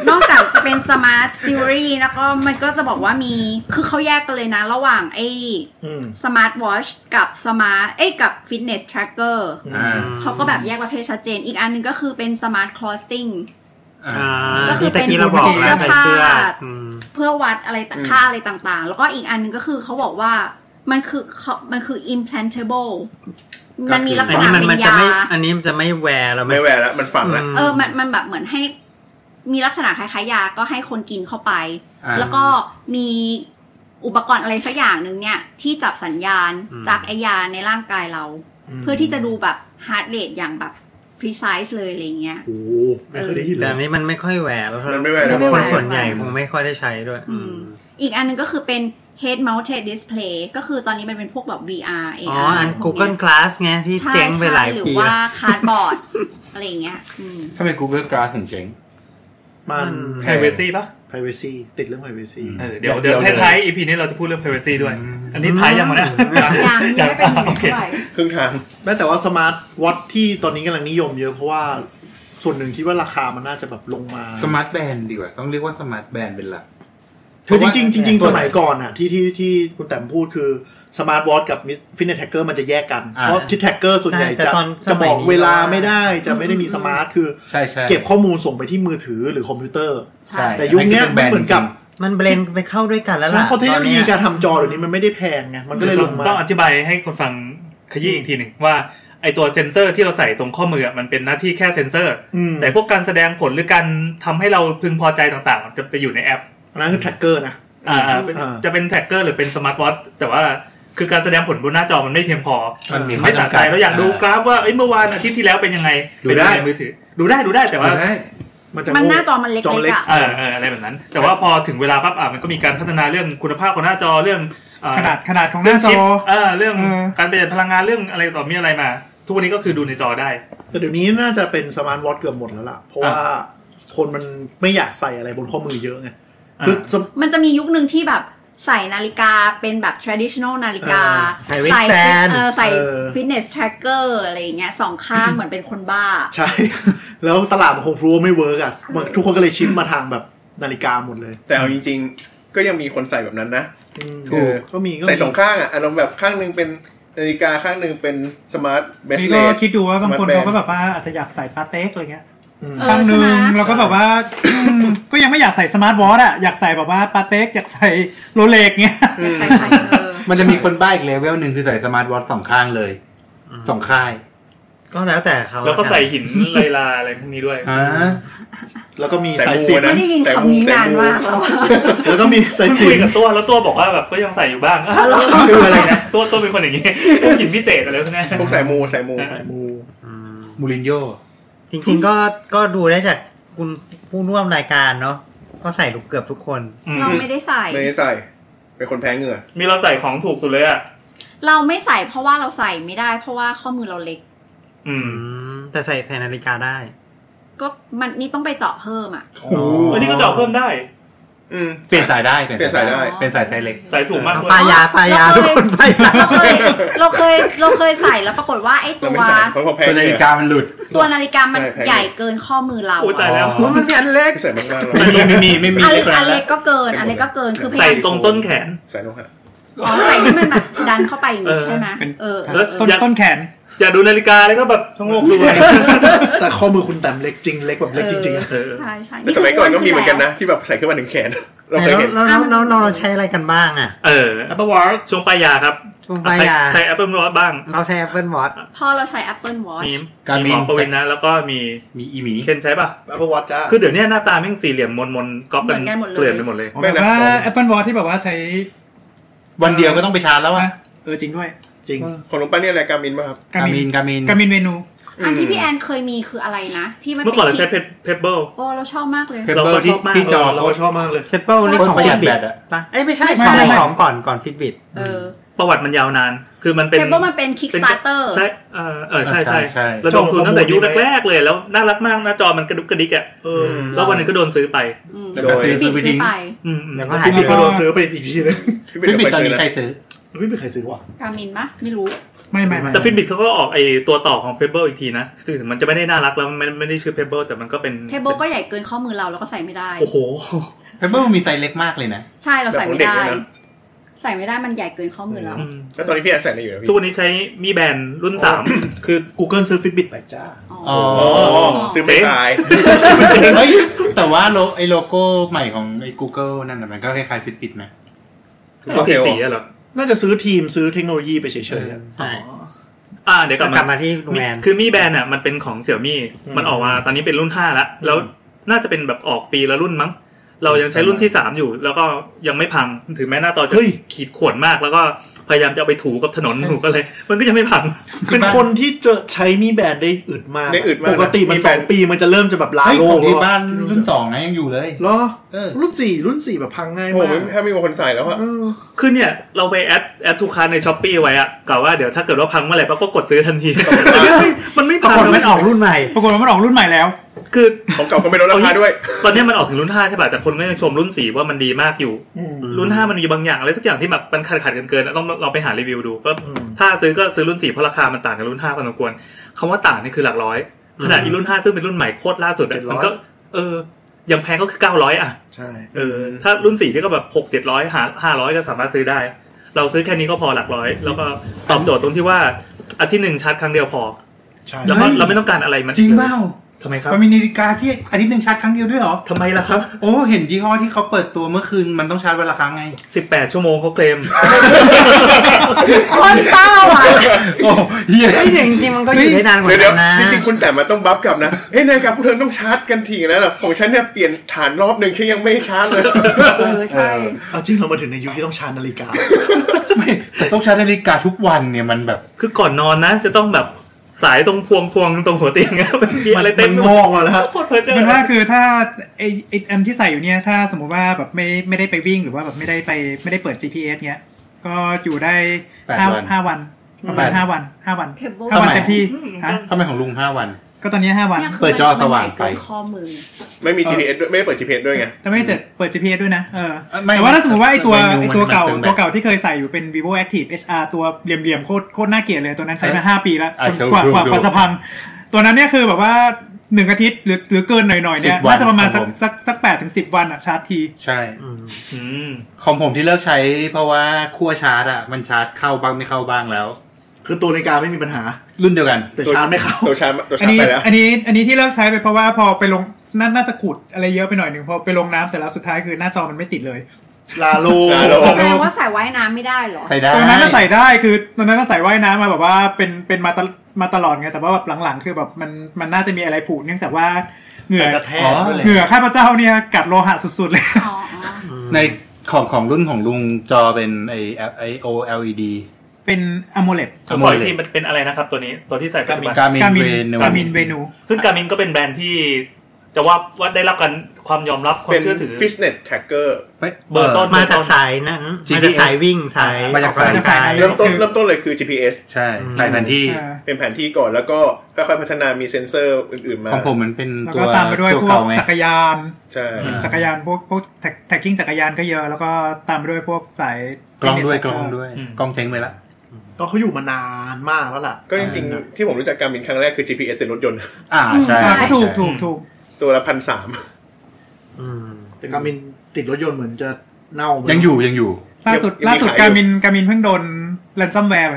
Speaker 4: นอกจากจะเป็นสมาร์ทจิวเวลรี่แล้วก็มันก็จะบอกว่ามีคือเขาแยกกันเลยนะ ระหว่างไอ้
Speaker 7: อืม
Speaker 4: สมาร์ทวอชกับสมาร์ทเอ้ยกับฟิตเนสแทร็กเกอร์
Speaker 8: อ่า
Speaker 4: เขาก็แบบแยกประเภทชัดเจน อีกอันหนึงก็คือเป็น smart clothing
Speaker 8: อ่า
Speaker 1: อ่า
Speaker 4: ก็คือ
Speaker 1: ที่ตะกี้เราบอกแล้วใส่เสื้อ
Speaker 4: เป็น
Speaker 1: อืม
Speaker 4: เพื่อวัดอะไรต่ค่าอะไรต่างๆ แล้วก็อีกอันหนึงก็คือเขาบอกว่ามันคือเขามันคือ implantable มันมีลัก
Speaker 1: อั
Speaker 4: ษ
Speaker 1: น
Speaker 4: ณะ
Speaker 1: นี้มัน
Speaker 4: เป็
Speaker 1: มัน
Speaker 4: น
Speaker 1: จะ
Speaker 4: ยา
Speaker 1: ไม่ อันนี้มันจะไม่แวร์แล้วน
Speaker 2: ไม่แวร์แล้วมันฝังแล้ว
Speaker 1: ม
Speaker 4: เออมันมันแบบเหมือนให้มีลักษณะคล้ายๆยาก็ให้คนกินเข้าไป
Speaker 8: อ่า
Speaker 4: แล้วก็มีอุปกรณ์อะไรสักอย่างหนึ่งเนี่ย ที่จับสัญญาณจากไอยาในร่างกายเรา เพื่อที่จะดูแบบฮาร์ดเรทอย่างแบบ precise เลยอะไรเงี้ย
Speaker 7: โอ้โหไม่เคยได้ยินเล
Speaker 1: แต่
Speaker 7: ย
Speaker 1: อันนี้มันไม่ค่อยแวร์แล้วเท่าไห
Speaker 2: มั
Speaker 1: ร่
Speaker 2: นไม่แวร์แล้ว
Speaker 4: ไม่แวร์
Speaker 1: คนส่วนใหญ่คงไม่ค่อยได้ใช้ด้วย
Speaker 4: อืมอีกอันหนึงก็คือเป็น head mounted display ก็คือตอนนี้มันเป็นพวกแบบ VR
Speaker 1: อ๋
Speaker 4: AR
Speaker 1: อ อัน
Speaker 4: พวกเนี้ย
Speaker 1: Google Glass ไงที่
Speaker 4: ใช่
Speaker 1: เจ๊งไปหลาย
Speaker 4: ใช่หรือ
Speaker 1: ปี
Speaker 4: ว่า
Speaker 1: แล้ว
Speaker 4: คาร์ดบอร์ด [laughs] อะไรอย่างเงี้ยอืม
Speaker 8: ถ้าเป็น Google Glass ถึงเจ๋ง
Speaker 7: มัน
Speaker 3: p r i v a c y ปะ
Speaker 7: privacy ติดเรื่อง privacy
Speaker 3: เออเดี๋ยวเดี๋ยวท้ายๆ EP นี้เราจะพูดเรื่อง p r i v a c y ด้วย อันนี้ท้ายยังวะเนี่ย
Speaker 4: ยังยังไม่เป็นห
Speaker 3: โอ
Speaker 4: นึ่ง
Speaker 3: เค
Speaker 4: เท่าไหร่
Speaker 2: ครึ่งทาง
Speaker 7: แม้แต่ว่าสมาร์ทวอทที่ตอนนี้กำลังนิยมเยอะเพราะว่าส่วนหนึ่งคิดว่าราคามันน่าจะแบบลงมา
Speaker 8: สมาร์ทแบนด์ดีกว่า ต้องเรียกว่าสมาร์ทแบนด์เป็นหลัก
Speaker 7: คือจริงๆจริงๆ สมัยก่อนอ่ะที่ที่ที่คุณแต้มพูดคือสมาร์ทวอทกับฟิตเนสแท็กเกอร์มันจะแยกกัน
Speaker 8: อ่า
Speaker 7: เพราะที่แท็กเกอร์ส่วนใหญ่
Speaker 1: ใช่แต่
Speaker 7: จะ
Speaker 1: ตอน
Speaker 7: จะบอ
Speaker 1: สมัย
Speaker 7: ก
Speaker 1: นี้
Speaker 7: เวลาไม่ได้จะไม่ได้มีสมาร์ทคือ
Speaker 8: ใช่ใช่
Speaker 7: เก็บข้อมูลส่งไปที่มือถือหรือคอมพิวเตอร์
Speaker 4: ใช่
Speaker 7: แต่ยุคเนี้ยมันเหมือนกับ
Speaker 1: มันเบลนไปเข้าด้วยกันแล้ว
Speaker 7: ใช่
Speaker 1: ล่ะ
Speaker 7: เพราะเทคโนโลยี
Speaker 1: ตอนเนี้ย
Speaker 7: การทำจอเดี๋ยวนี้มันไม่ได้แพงไงมันก็เลยลงมา
Speaker 3: ต้องอธิบายให้คนฟังขยี้อีกทีหนึ่งว่าไอตัวเซ็นเซอร์ที่เราใส่ตรงข้อมืออะมันเป็นหน้าที่แค่เซ็นเซอร์
Speaker 7: อืม
Speaker 3: แต่พวกการแสดงผลหรือการทำให้เราพึงพอใจต่างๆ จะไปอยู่ในแอป
Speaker 7: อันนั้นคือแท็กเกอร์นะ
Speaker 3: อ่าอ่าเป็น
Speaker 7: อ่า
Speaker 3: จะเป็นแท็กเกอร์หรือเป็นสมาร์ทวอทแต่ว่าคือการแสดงผลบนหน้าจอมันไม่เพียงพอ
Speaker 8: มันมีข้
Speaker 3: ไม่สะ
Speaker 8: จำ
Speaker 3: ใจเราอยากดูก
Speaker 8: อ่
Speaker 3: ราฟว่าเอ้ยเมื่อวานอาทิตย์ที่แล้วเป็นยังไง
Speaker 8: ดูได้
Speaker 3: เป็นยังงในมือถือ ดูได้ดูได้แต่ว่า
Speaker 8: ได้
Speaker 7: มันจะ
Speaker 4: มัน
Speaker 7: โง่
Speaker 4: หน้าจอมันเล็ก
Speaker 7: จอ
Speaker 4: ๆ
Speaker 7: เล็ก
Speaker 4: อะ
Speaker 3: เออเอออะไรแบบนั้น แต่ว่าพอถึงเวลาปั๊บอ่ะมันก็มีการพัฒนาเรื่องคุณภาพของหน้าจอเรื่องเอ่อ
Speaker 6: ขนาดขนาดของห
Speaker 3: เรื่
Speaker 6: น้า
Speaker 3: อง
Speaker 6: จ
Speaker 3: ชิป
Speaker 6: อ
Speaker 3: เออเรื่อง
Speaker 6: เออ
Speaker 3: การประหยัดพลังงานเรื่องอะไรต่อมีอะไรมา ทุกวันนี้ก็คือดูในจอได้
Speaker 7: แต่เดี๋ยวนี้น่าจะเป็นสมาร์ทวอทเกือบหมดแล้วล่ะ เพราะว่าคนมันไม่อยากใส่อะไรบนข้อมือเยอะไงคือสม
Speaker 4: มันจะมียุคหนึ่งที่แบบใส่นาฬิกาเป็นแบบ traditional นาฬิกา
Speaker 1: เออใส่ wristband
Speaker 4: เออใส่
Speaker 7: เออ
Speaker 4: fitness tracker อะไรอย่างเงี้ยสองข้างเหมือนเป็นคนบ้า
Speaker 7: ใช่ [laughs] แล้วตลาดมันคงรู้ว่าไม่เวิร์กอ่ะมันทุกคนก็เลยชิปมาทางแบบนาฬิกาหมดเลย
Speaker 2: แต่เอาจริง ๆ ก็ยังมีคนใส่แบบนั้นนะ
Speaker 7: อืม
Speaker 2: ถูก
Speaker 7: ก็มีก็มี
Speaker 2: ใส่สองข้างอ่ะอารมณ์แบบข้างหนึ่งเป็นนาฬิกาข้างหนึ่งเป็นสมาร์ทเบส
Speaker 6: นี่
Speaker 2: เล
Speaker 6: ก็
Speaker 2: ส
Speaker 6: คิดดูว่าบางคน
Speaker 2: สมาร์ทแบนด์
Speaker 6: เขาก็แบบว่าอาจจะอยากใส่ปาเต็กอะไรเงี้ย
Speaker 7: อืม
Speaker 4: เออ
Speaker 6: ครั้งหนึ่ง
Speaker 4: ใช่ไหม
Speaker 6: เราก็แบบว่า [coughs] ก็ยังไม่อยากใส่สมาร์ทวอทอ่ะอยากใส่แบบว่าปาเต็กอยากใส่โรเล็กเงี้ย
Speaker 4: ใส่ใส่เออ
Speaker 8: มันจะมีคนบ้าอีกเลเวลหนึ่งคือใส่สมาร์ทวอทสองข้างเลยสองข้าง
Speaker 1: ก็แล้วแต่เขา
Speaker 3: แล้วก็ใส่หิน [laughs] ลายลาอะไรพวกนี้ด้วย
Speaker 8: อ่า
Speaker 7: แล้วก็มี
Speaker 2: ใส่
Speaker 7: สาย
Speaker 2: ห
Speaker 7: สิ
Speaker 2: ว
Speaker 7: บ
Speaker 2: นะ
Speaker 4: ไม่ได้ยิน
Speaker 2: ใส่หว
Speaker 4: คำนี้
Speaker 2: ใส่
Speaker 4: นาน
Speaker 2: หว
Speaker 4: มากแล้วอะ
Speaker 7: แล้วก็มีสายสิ
Speaker 3: คุ
Speaker 7: บ
Speaker 3: ยกับตัวแล้วตัวบอกว่าแบบก็ยังใส่อยู่บ้าง [laughs] คืออะไรนะตัวตัวเป็นคนอย่างนี้ [laughs] ตัวหินพิเศษอะไรพวกนี้
Speaker 2: พวกสายมูสายมู
Speaker 3: อ่ะ
Speaker 7: สายมู
Speaker 1: อืม
Speaker 8: มูรินโญ่
Speaker 1: จริงๆก็ก็ดูได้จากคุณผู้ร่วมรายการเนาะก็ใส่เกือบทุกคน
Speaker 3: อืม
Speaker 4: เราไม่ได้ใส่
Speaker 2: ไม่ได้ใส่ เป็นคนแพ้เหงื่อ
Speaker 3: มีเราใส่ของถูกสุดเลยอ่ะ
Speaker 4: เราไม่ใส่เพราะว่าเราใส่ไม่ได้ เพราะว่าข้อมือเราเล็ก
Speaker 3: อืม
Speaker 1: อืมแต่ใส่ใส่นาฬิกาได้
Speaker 4: ก็มันนี่ต้องไปเจาะเพิ่มอ่ะ
Speaker 3: อันนี้ก็เจาะเพิ่มได้
Speaker 2: อืม
Speaker 8: เปลี่ยนสายได้
Speaker 2: เปลี่ยนสายได้
Speaker 8: เป็นสายไซส์เล็ก
Speaker 3: ใส่ถูกมาก
Speaker 1: เอา
Speaker 3: ด้ว
Speaker 1: ปลาย ยาปลายา
Speaker 4: เรา
Speaker 1: ทุ
Speaker 4: เคย
Speaker 1: กคนปลายา
Speaker 4: เราเคยเราเคยเราเคยใส่แล้วปรากฏว่าไอ้
Speaker 2: เรา
Speaker 4: ตัว
Speaker 2: ไม่ใส่เพราะเขาแพ้
Speaker 8: ตัว
Speaker 2: เห
Speaker 8: นาฬิ
Speaker 2: งื่อ
Speaker 8: กามันหลุด
Speaker 4: ตัวนาฬิกามัน
Speaker 2: ใช่ใช่
Speaker 4: ใหญ่เกินข้อมือเรา
Speaker 3: อุ๊ยตายแล้ว
Speaker 8: อ๋อ
Speaker 1: มันเป็นอันเล็ก
Speaker 2: ไม่ใส่มากๆเรา
Speaker 8: ไม่มีไม่มีไม่มี
Speaker 4: อัน
Speaker 8: เล
Speaker 4: เล็ก
Speaker 8: ยครับ
Speaker 4: อันเล็กก็เกินอันเล็กก็เกินคือพยา
Speaker 3: ใส่
Speaker 4: ยาม
Speaker 3: ตรงต้นแขน
Speaker 2: ใส่โลหะ
Speaker 4: อ๋อใส่ให้มันแบบดันเข้าไปอย่าง
Speaker 3: เอ
Speaker 4: นี้
Speaker 3: อ
Speaker 4: ใช่ไหมเออเออเออ
Speaker 6: ต้นต้นแขน
Speaker 3: อย่าดูนาฬิกาแล้วก็แบบชะโงกดู
Speaker 7: แต่ข้อมือคุณแต้มเล็กจริงเล็กแบบเล็กจริงๆอะ
Speaker 4: ใช่ใช่
Speaker 2: แต่สมัยก่อนก็มีเหมือนกันนะ ที่แบบใส่ขึ้นมาถึงแขน เราเคย
Speaker 1: แล้ว
Speaker 2: เห็น
Speaker 1: แล้วแล้วแล้วเราใช้อะไรกันบ้างอ่ะ
Speaker 3: เออ
Speaker 7: Apple Watch
Speaker 3: ช่วงป้ายยาครับ
Speaker 1: ช่วงป้ายยา
Speaker 3: ใช้ Apple Watch บ้าง
Speaker 1: เราใช้ Apple Watch
Speaker 4: พ่อเราใช้ Apple Watch
Speaker 3: มี
Speaker 8: การ
Speaker 3: มีหมอ
Speaker 8: บิน
Speaker 3: ประวินนะ แล้วก็มี
Speaker 8: มีอีหมี
Speaker 3: เคนใช้ป่ะ
Speaker 7: Apple Watch จ้า
Speaker 3: คือเดี๋ยวเนี้ยหน้าตาแม่งสี่เหลี่ยมมนมนๆก๊อปกัน
Speaker 4: เหมือนกันหมดเลย
Speaker 3: เกลื่อนไปหมดเลย
Speaker 6: อ๋อ
Speaker 2: ไม่
Speaker 6: แบบ
Speaker 2: นะ
Speaker 6: ว่า Apple Watch ที่แบบว่าใช้
Speaker 8: วันเดียวก็ต้องไปชาร์จแล้วอะ
Speaker 6: เออจริงด้วย
Speaker 7: จริง
Speaker 2: ของหลวงป้าเนี่ยอะไรการมินป่ะครับ
Speaker 8: กามินกามิน
Speaker 6: กามินเวนู
Speaker 4: อันที่พี่แอนเคยมีคืออะไรนะ ที่มัน
Speaker 3: เมื่อก่อนเราใช้
Speaker 4: ป็
Speaker 3: เพเบิล
Speaker 4: โอ้เราชอบมากเลย
Speaker 8: เพเบอร์ที่
Speaker 3: เราก็ชอบมาก
Speaker 8: ที่จอ
Speaker 7: เรา
Speaker 8: เขา
Speaker 7: ก็ชอบมากเลย
Speaker 1: เ e เปิลนี่ของ
Speaker 8: ประหยั
Speaker 1: ฟิต
Speaker 8: ด
Speaker 1: บิ
Speaker 8: แบ
Speaker 1: ต
Speaker 8: ตอะ
Speaker 1: ปะเอ้ยไม่ใช่
Speaker 4: ไม่ใช่
Speaker 1: ของของก่อนก่อนฟิตบิต
Speaker 4: เออ
Speaker 3: ประวัติมันยาวนาน คือมันเป็น
Speaker 4: เทเบิลมันเป็น Kickstarter
Speaker 3: ใช่เออเออใช่
Speaker 8: ใช่
Speaker 3: ใช่
Speaker 8: ใช่
Speaker 3: ระดมทุนตั้งแต่ยุค
Speaker 7: จองประมูล
Speaker 3: แรกๆเลยแล้วน่ารักมากหน้าจอมันกระดุกกระดิกอ่ะ
Speaker 7: เออ
Speaker 3: แล้ววันหนึงก็โดนซื้อไป
Speaker 4: อืม
Speaker 8: แล้วก็ซื้อ
Speaker 4: บิด
Speaker 8: ซื้อไป
Speaker 4: ซื้
Speaker 8: ทิ้
Speaker 4: อง ไป
Speaker 3: อืมๆ
Speaker 1: แล้วก็หาย
Speaker 6: แล้
Speaker 1: ไป
Speaker 6: ว
Speaker 7: ก็โดนซื้อไปอีกทีนึง
Speaker 2: พี่
Speaker 8: พี่ปิด
Speaker 2: เคย
Speaker 8: ตอน
Speaker 2: ซื้อ
Speaker 8: นี้
Speaker 2: นะ
Speaker 8: ใครซื้อ
Speaker 7: ไม่มีใครซื้อว่ะ
Speaker 4: กามินปะไม่รู้
Speaker 6: ไม่ไม่
Speaker 7: ไม่
Speaker 6: ไม่
Speaker 3: แต่ฟิตบิตเขาก็ออกไอตัวต่อของเพเบิลอีกทีนะถึงมันจะไม่ได้น่ารักแล้วมันไม่ไม่ได้ชื่อเพเบิลแต่มันก็เป็น
Speaker 4: เทเบิลก็ใหญ่เกินข้อมือเราแล้วก็ใส่ไม่ได้
Speaker 3: โอ้โห
Speaker 8: เพเบอร์มีไซส์เล็กมากเลยนะ
Speaker 4: ใช่เราใส่ไม่
Speaker 2: แบบ
Speaker 4: ได้
Speaker 2: ของเด็กเลยนะ
Speaker 4: ใส่ไม่ได้มันใหญ่เกินข้อมือเรา
Speaker 3: อืม
Speaker 2: แล้วตอนนี้พี่แอนใส่อะไรอยู่นะพี่
Speaker 3: ทุกวันนี้ใช้มีแบนรุ่นสามคือ
Speaker 7: Google ซื้อ Fitbit ไปจ้า
Speaker 4: อ๋อ
Speaker 2: อ๋อ ซื้อไม่ตาย
Speaker 8: เฮ้ยแต่ว่าโลไอโลโก้ใหม่ของไอ Google นั่นน่ะมันก็คล้ายๆ Fitbit นะ
Speaker 3: เป็นสีสีอะเหรอ
Speaker 7: น่าจะซื้อทีมซื้อเทคโนโลยีไปเฉยๆอะ
Speaker 1: ใช่
Speaker 3: อ่าเดี๋ยวกลับ
Speaker 1: กลับ
Speaker 3: มา
Speaker 1: มาที่โรงแรม
Speaker 3: คือมีแบรนด์อ่ะมันเป็นของเสี่ยมี่มันออกมาตอนนี้เป็นรุ่นห้าละแล้วน่าจะเป็นแบบออกปีละรุ่นมั้ง เรายังใช้รุ่นที่สามอยู่ แล้วก็ยังไม่พังถึงแม้หน้าตอจะขีดข่วนมาก แล้วก็พยายามจะเอาไปถูกับถนนถูกอะไร [laughs] มันก็ยังไม่พัง
Speaker 7: เป็นคนที่เจอใช้มีแบรนด์ได้อึดมาก
Speaker 2: ได้อึดมาก
Speaker 7: ปกติมัน
Speaker 2: มี
Speaker 7: ส
Speaker 2: แบร
Speaker 7: อน ง
Speaker 2: ด์
Speaker 7: ปีมันจะเริ่มจะแบบลา
Speaker 8: เฮ้ย
Speaker 7: โล
Speaker 8: ขอก งที่บ้านรุ่นสองนะยังอยู่เลย
Speaker 7: เหรอ
Speaker 8: เออ
Speaker 7: รุ่นสี่รุ่นสี่แบบพังง่าย
Speaker 2: โอ้โห
Speaker 7: มาก
Speaker 2: ถ้าไม่มีคนใส่แล้วอะ
Speaker 7: เออ
Speaker 3: คือเนี่ยเราไปแอดแอดทูคาในช้อปปีไว้อะกล่าวว่าเดี๋ยวถ้าเกิดว่าพังเมื่อไหร่ปั๊บก็กดซื้อทั [laughs] นทีแต่เนี่ยมันไม่
Speaker 1: ปรา
Speaker 3: พัง
Speaker 1: กฏมันออกรุ่นใหม่
Speaker 6: ปรากฏว่ามันออกรุ่นใหม่แล้ว
Speaker 3: คือ
Speaker 2: ของเก่าก็ไม่ลดราคาด้วย
Speaker 3: ตอนเนี้ยมันออกถึงรุ่นห้าใช่ป่ะแต่คนก็ยังชมรุ่นสี่ว่ามันดีมากอยู่ รุ่นห้ามันมีบางอย่างอะไรสักอย่างที่แบบมันขาดขาดๆเกินๆอะต้องเราไปหารีวิวดูก็ถ้าซื้อก็ซื้อรุ่นสี่เพราะราคามันต่างกับรุ่นห้าพอสมควรคำว่าต่างนี่คือหลักร้อยขนาดอีรุ่นห้าซึ่งเป็นรุ่นใหม่โคตรล่าสุดอะมันก็ เออยังแพงก็คือเก้าร้อยอะ
Speaker 7: ใช่
Speaker 3: เออถ้ารุ่นสี่ที่ก็แบบหกเจ็ดร้อยหาห้าร้อยก็สามารถซื้อได้ เราซื้อแค่นี้ก็พอหลักร้อย แล้วก็ตอบโจทย์ตรงที่ว่าอาทิตย์หนึ่งชาร์จครั้งเดียวพอ
Speaker 7: ใช่
Speaker 3: แล้วก็เราไม่ต้องการอะไรมัน
Speaker 8: จริงเปล่า
Speaker 3: ทำไมครับ
Speaker 8: มันมีนาฬิกาที่อาทิตย์หนึ่งชาร์จครั้งเดียวด้วยเหรอ
Speaker 3: ทำไมล่ะครับ
Speaker 8: โอ้ เห็นยี่ห้อที่เขาเปิดตัวเมื่อคืน มันต้องชาร์จวันละครั้งไง
Speaker 3: 18 ชั่วโมงเขาเคลม
Speaker 4: คนเศร้าอ่ะ
Speaker 8: โอ้เฮีย
Speaker 1: เฮ้ยเดี๋ยวจริงๆมันก็อยู่ได้นานกว่า
Speaker 2: เดี๋ยวเดี๋ย
Speaker 1: นั้
Speaker 2: วน
Speaker 1: นะ
Speaker 2: จริงๆคุณแต่มาต้องบัฟกลับนะ เฮ้ยนายครับพวกเธอต้องชาร์จกันทีนะหรอของฉันเนี่ยเปลี่ยนฐานรอบหนึ่งฉันยังไม่ชาร์จเลย
Speaker 4: เออใช่
Speaker 7: เอาจริงเรามาถึงในยุคที่ต้องชาร์จนาฬิกา
Speaker 8: ไม่แต่ต้องชาร์จนาฬิกาทุกวันเนี่ยมันแบบ
Speaker 3: คือก่อนนอนนะ จะต้องแบบสายตรงพวงพวงตรงหัวเตียงนะ [laughs] แบบมี
Speaker 7: มั
Speaker 3: อะ
Speaker 7: น
Speaker 3: ไรเต็ม
Speaker 7: มัน
Speaker 3: ไป
Speaker 7: ง
Speaker 3: หม
Speaker 7: อ
Speaker 3: ด
Speaker 7: กมาแล้ว
Speaker 3: โคตรเพอร์เจอร์
Speaker 6: มันว่าคือถ้าไอไอแอมที่ใส่อยู่เนี่ยถ้าสมมติว่าแบบไม่ไม่ได้ไปวิ่งหรือว่าแบบไม่ได้ไปไม่ได้เปิด GPS เงี้ย ก็อยู่ได้ห้าห้าวันประมาณห้าวันห้าวัน
Speaker 4: เทเบิล
Speaker 6: ห้าวันเต็มที่ฮะ
Speaker 8: ทำไมของลุงห้าวัน
Speaker 6: ก็ตอนนี้ห้าวัน
Speaker 4: นี่ยคื
Speaker 8: เปิดจอสว่างไป
Speaker 4: มันใหญ่เกินข้อมือ
Speaker 2: ไม่มี GPS ด้วยไม่ได้เปิด GPS ด้วยไง
Speaker 6: แต่ไม่ได้เจ็ดเปิด GPS ด้วยนะ เออ
Speaker 8: เออไม่
Speaker 6: แต่ว่าถ้าสมมติว่าไอตัว
Speaker 8: เมนูมัน
Speaker 6: ไอตัวเก่า
Speaker 8: มันเป็นแบบ
Speaker 6: ตัวเก่าที่เคยใส่อยู่เป็น vivo active hr ตัวเหลี่ยมๆโคตรโคตรน่าเกลียดเลย ตัวนั้นใช้มาห้าปีแล้ว
Speaker 8: อ่ะเชิญ
Speaker 6: กว่ากว่า
Speaker 8: ดูดู
Speaker 6: กว่าจะพัง ตัวนั้นเนี่ยคือแบบว่าหนึ่งอาทิตย์หรือหรือเกินหน่อยๆเนี่ย
Speaker 8: สิบวัน
Speaker 6: น่าจะประมาณ
Speaker 8: ครั
Speaker 6: สัก
Speaker 8: บผม
Speaker 6: สักสักแปดถึงสิบวันอ่ะชาร์จที
Speaker 8: ใช่
Speaker 1: อืม
Speaker 3: อืม
Speaker 8: ของผมที่เลิกใช้เพราะว่าขั้วชาร์จอ่ะ มันชาร์จเข้าบ้างไม่เข้าบ้างแล้ว
Speaker 7: คือตัวนาฬิกาไม่มีปัญหา
Speaker 8: รุ่นเดียวกัน
Speaker 7: แต่ชาร์จไม่เข้า
Speaker 2: ตัวชาร์จตัว
Speaker 6: อั
Speaker 2: ชาน ร์จ
Speaker 6: นี้
Speaker 2: ไปแล้ว
Speaker 6: อันนี้อันนี้ที่เลิกใช้ไปเพราะว่าพอไปลงน่าน่าจะขูดอะไรเยอะไปหน่อยหนึ่งพอไปลงน้ำเสร็จแล้วสุดท้ายคือหน้าจอมันไม่ติดเลย
Speaker 7: ลาโล
Speaker 2: ลาโล
Speaker 4: แสดงว่าใส่ว่ายน้ำไม่ได้เหรอ
Speaker 8: ใส่ได้
Speaker 6: ตอนนั้นก็ใส่ได้คือตอนนั้นก็ใส่ว่ายน้ำมาแบบว่าเป็นเป็นมาตลมาตลอดไงแต่ว่าแบบหลังๆ คือแบบมันมันน่าจะมีอะไรผุเนื่องจากว่าเหงื่อ
Speaker 7: แต่กระแทกด้วยแหละ
Speaker 6: เหงื่อข้าพเจ้าเนี่ยกัดโลหะสุดๆเลย [laughs]
Speaker 4: อ๋ออ๋อ
Speaker 8: ในของของรุ่นของลุงจอเป็นไอไอโอ LED
Speaker 6: เป็นอะโมเลด
Speaker 3: ขออีกทีมันเป็นอะไรนะครับตัวนี้ตัวที่ใส่ปัจจุบัน
Speaker 8: การมิน
Speaker 6: กามิน
Speaker 8: เวนู
Speaker 6: กามินเวนู
Speaker 3: ซึ่งการมินก็เป็นแบรนด์ที่ จะว่าว่าได้รับการความยอมรับความ
Speaker 2: เป็น
Speaker 3: เชื่อถือ
Speaker 2: fitness tracker
Speaker 3: เบอร์ต้น
Speaker 1: มาจากสายนั้น มาจากสายวิ่งสาย
Speaker 8: มาจากสา
Speaker 1: ออก
Speaker 8: ย
Speaker 1: กำลังกาย
Speaker 2: เริ่มต้นเริ่มต้นเลยคือ GPS
Speaker 8: ใช่ใส่แผนที่
Speaker 6: อ่า
Speaker 2: เป็นแผนที่ก่อนแล้วก็ค่อยๆพัฒนามีเซ็นเซอร์อื่นๆมา
Speaker 8: ของผมมันเป็น
Speaker 6: แล้ว
Speaker 8: ตัว
Speaker 6: ก็ตามไปด้วย
Speaker 8: ตัว
Speaker 6: พวก
Speaker 8: เก่าไง
Speaker 6: จักรยาน
Speaker 2: ใช่
Speaker 8: อ่า
Speaker 6: จักรยานพวกพวกแท็กกิ้งจักรยานก็เยอะแล้วก็ตามไปด้วยพวกสาย
Speaker 8: กล้องด้วย
Speaker 6: fitness
Speaker 8: กล้องด้วย
Speaker 3: อืม
Speaker 8: กล้องเจ๊งไปละ
Speaker 7: ก็เขาอยู่มานานมากแล้วล่ะ
Speaker 2: ก็จริงๆ ที่ผมรู้จักการบินครั้งแรกคือ GPS ติดรถยนต์
Speaker 8: อ่าใช่
Speaker 6: อ่าก็ถูกถูก
Speaker 8: ใช่
Speaker 6: ถูก
Speaker 2: ตัวละพันสาม
Speaker 7: แต่กามินติดรถยนต์เหมือนจะเน่า
Speaker 8: ยั
Speaker 7: ยัง
Speaker 8: อยู่ยังอยู่
Speaker 6: ล่าสุดล่าสุดการมินการมินเพิ่งโดน r ลนซัมแวร์ไป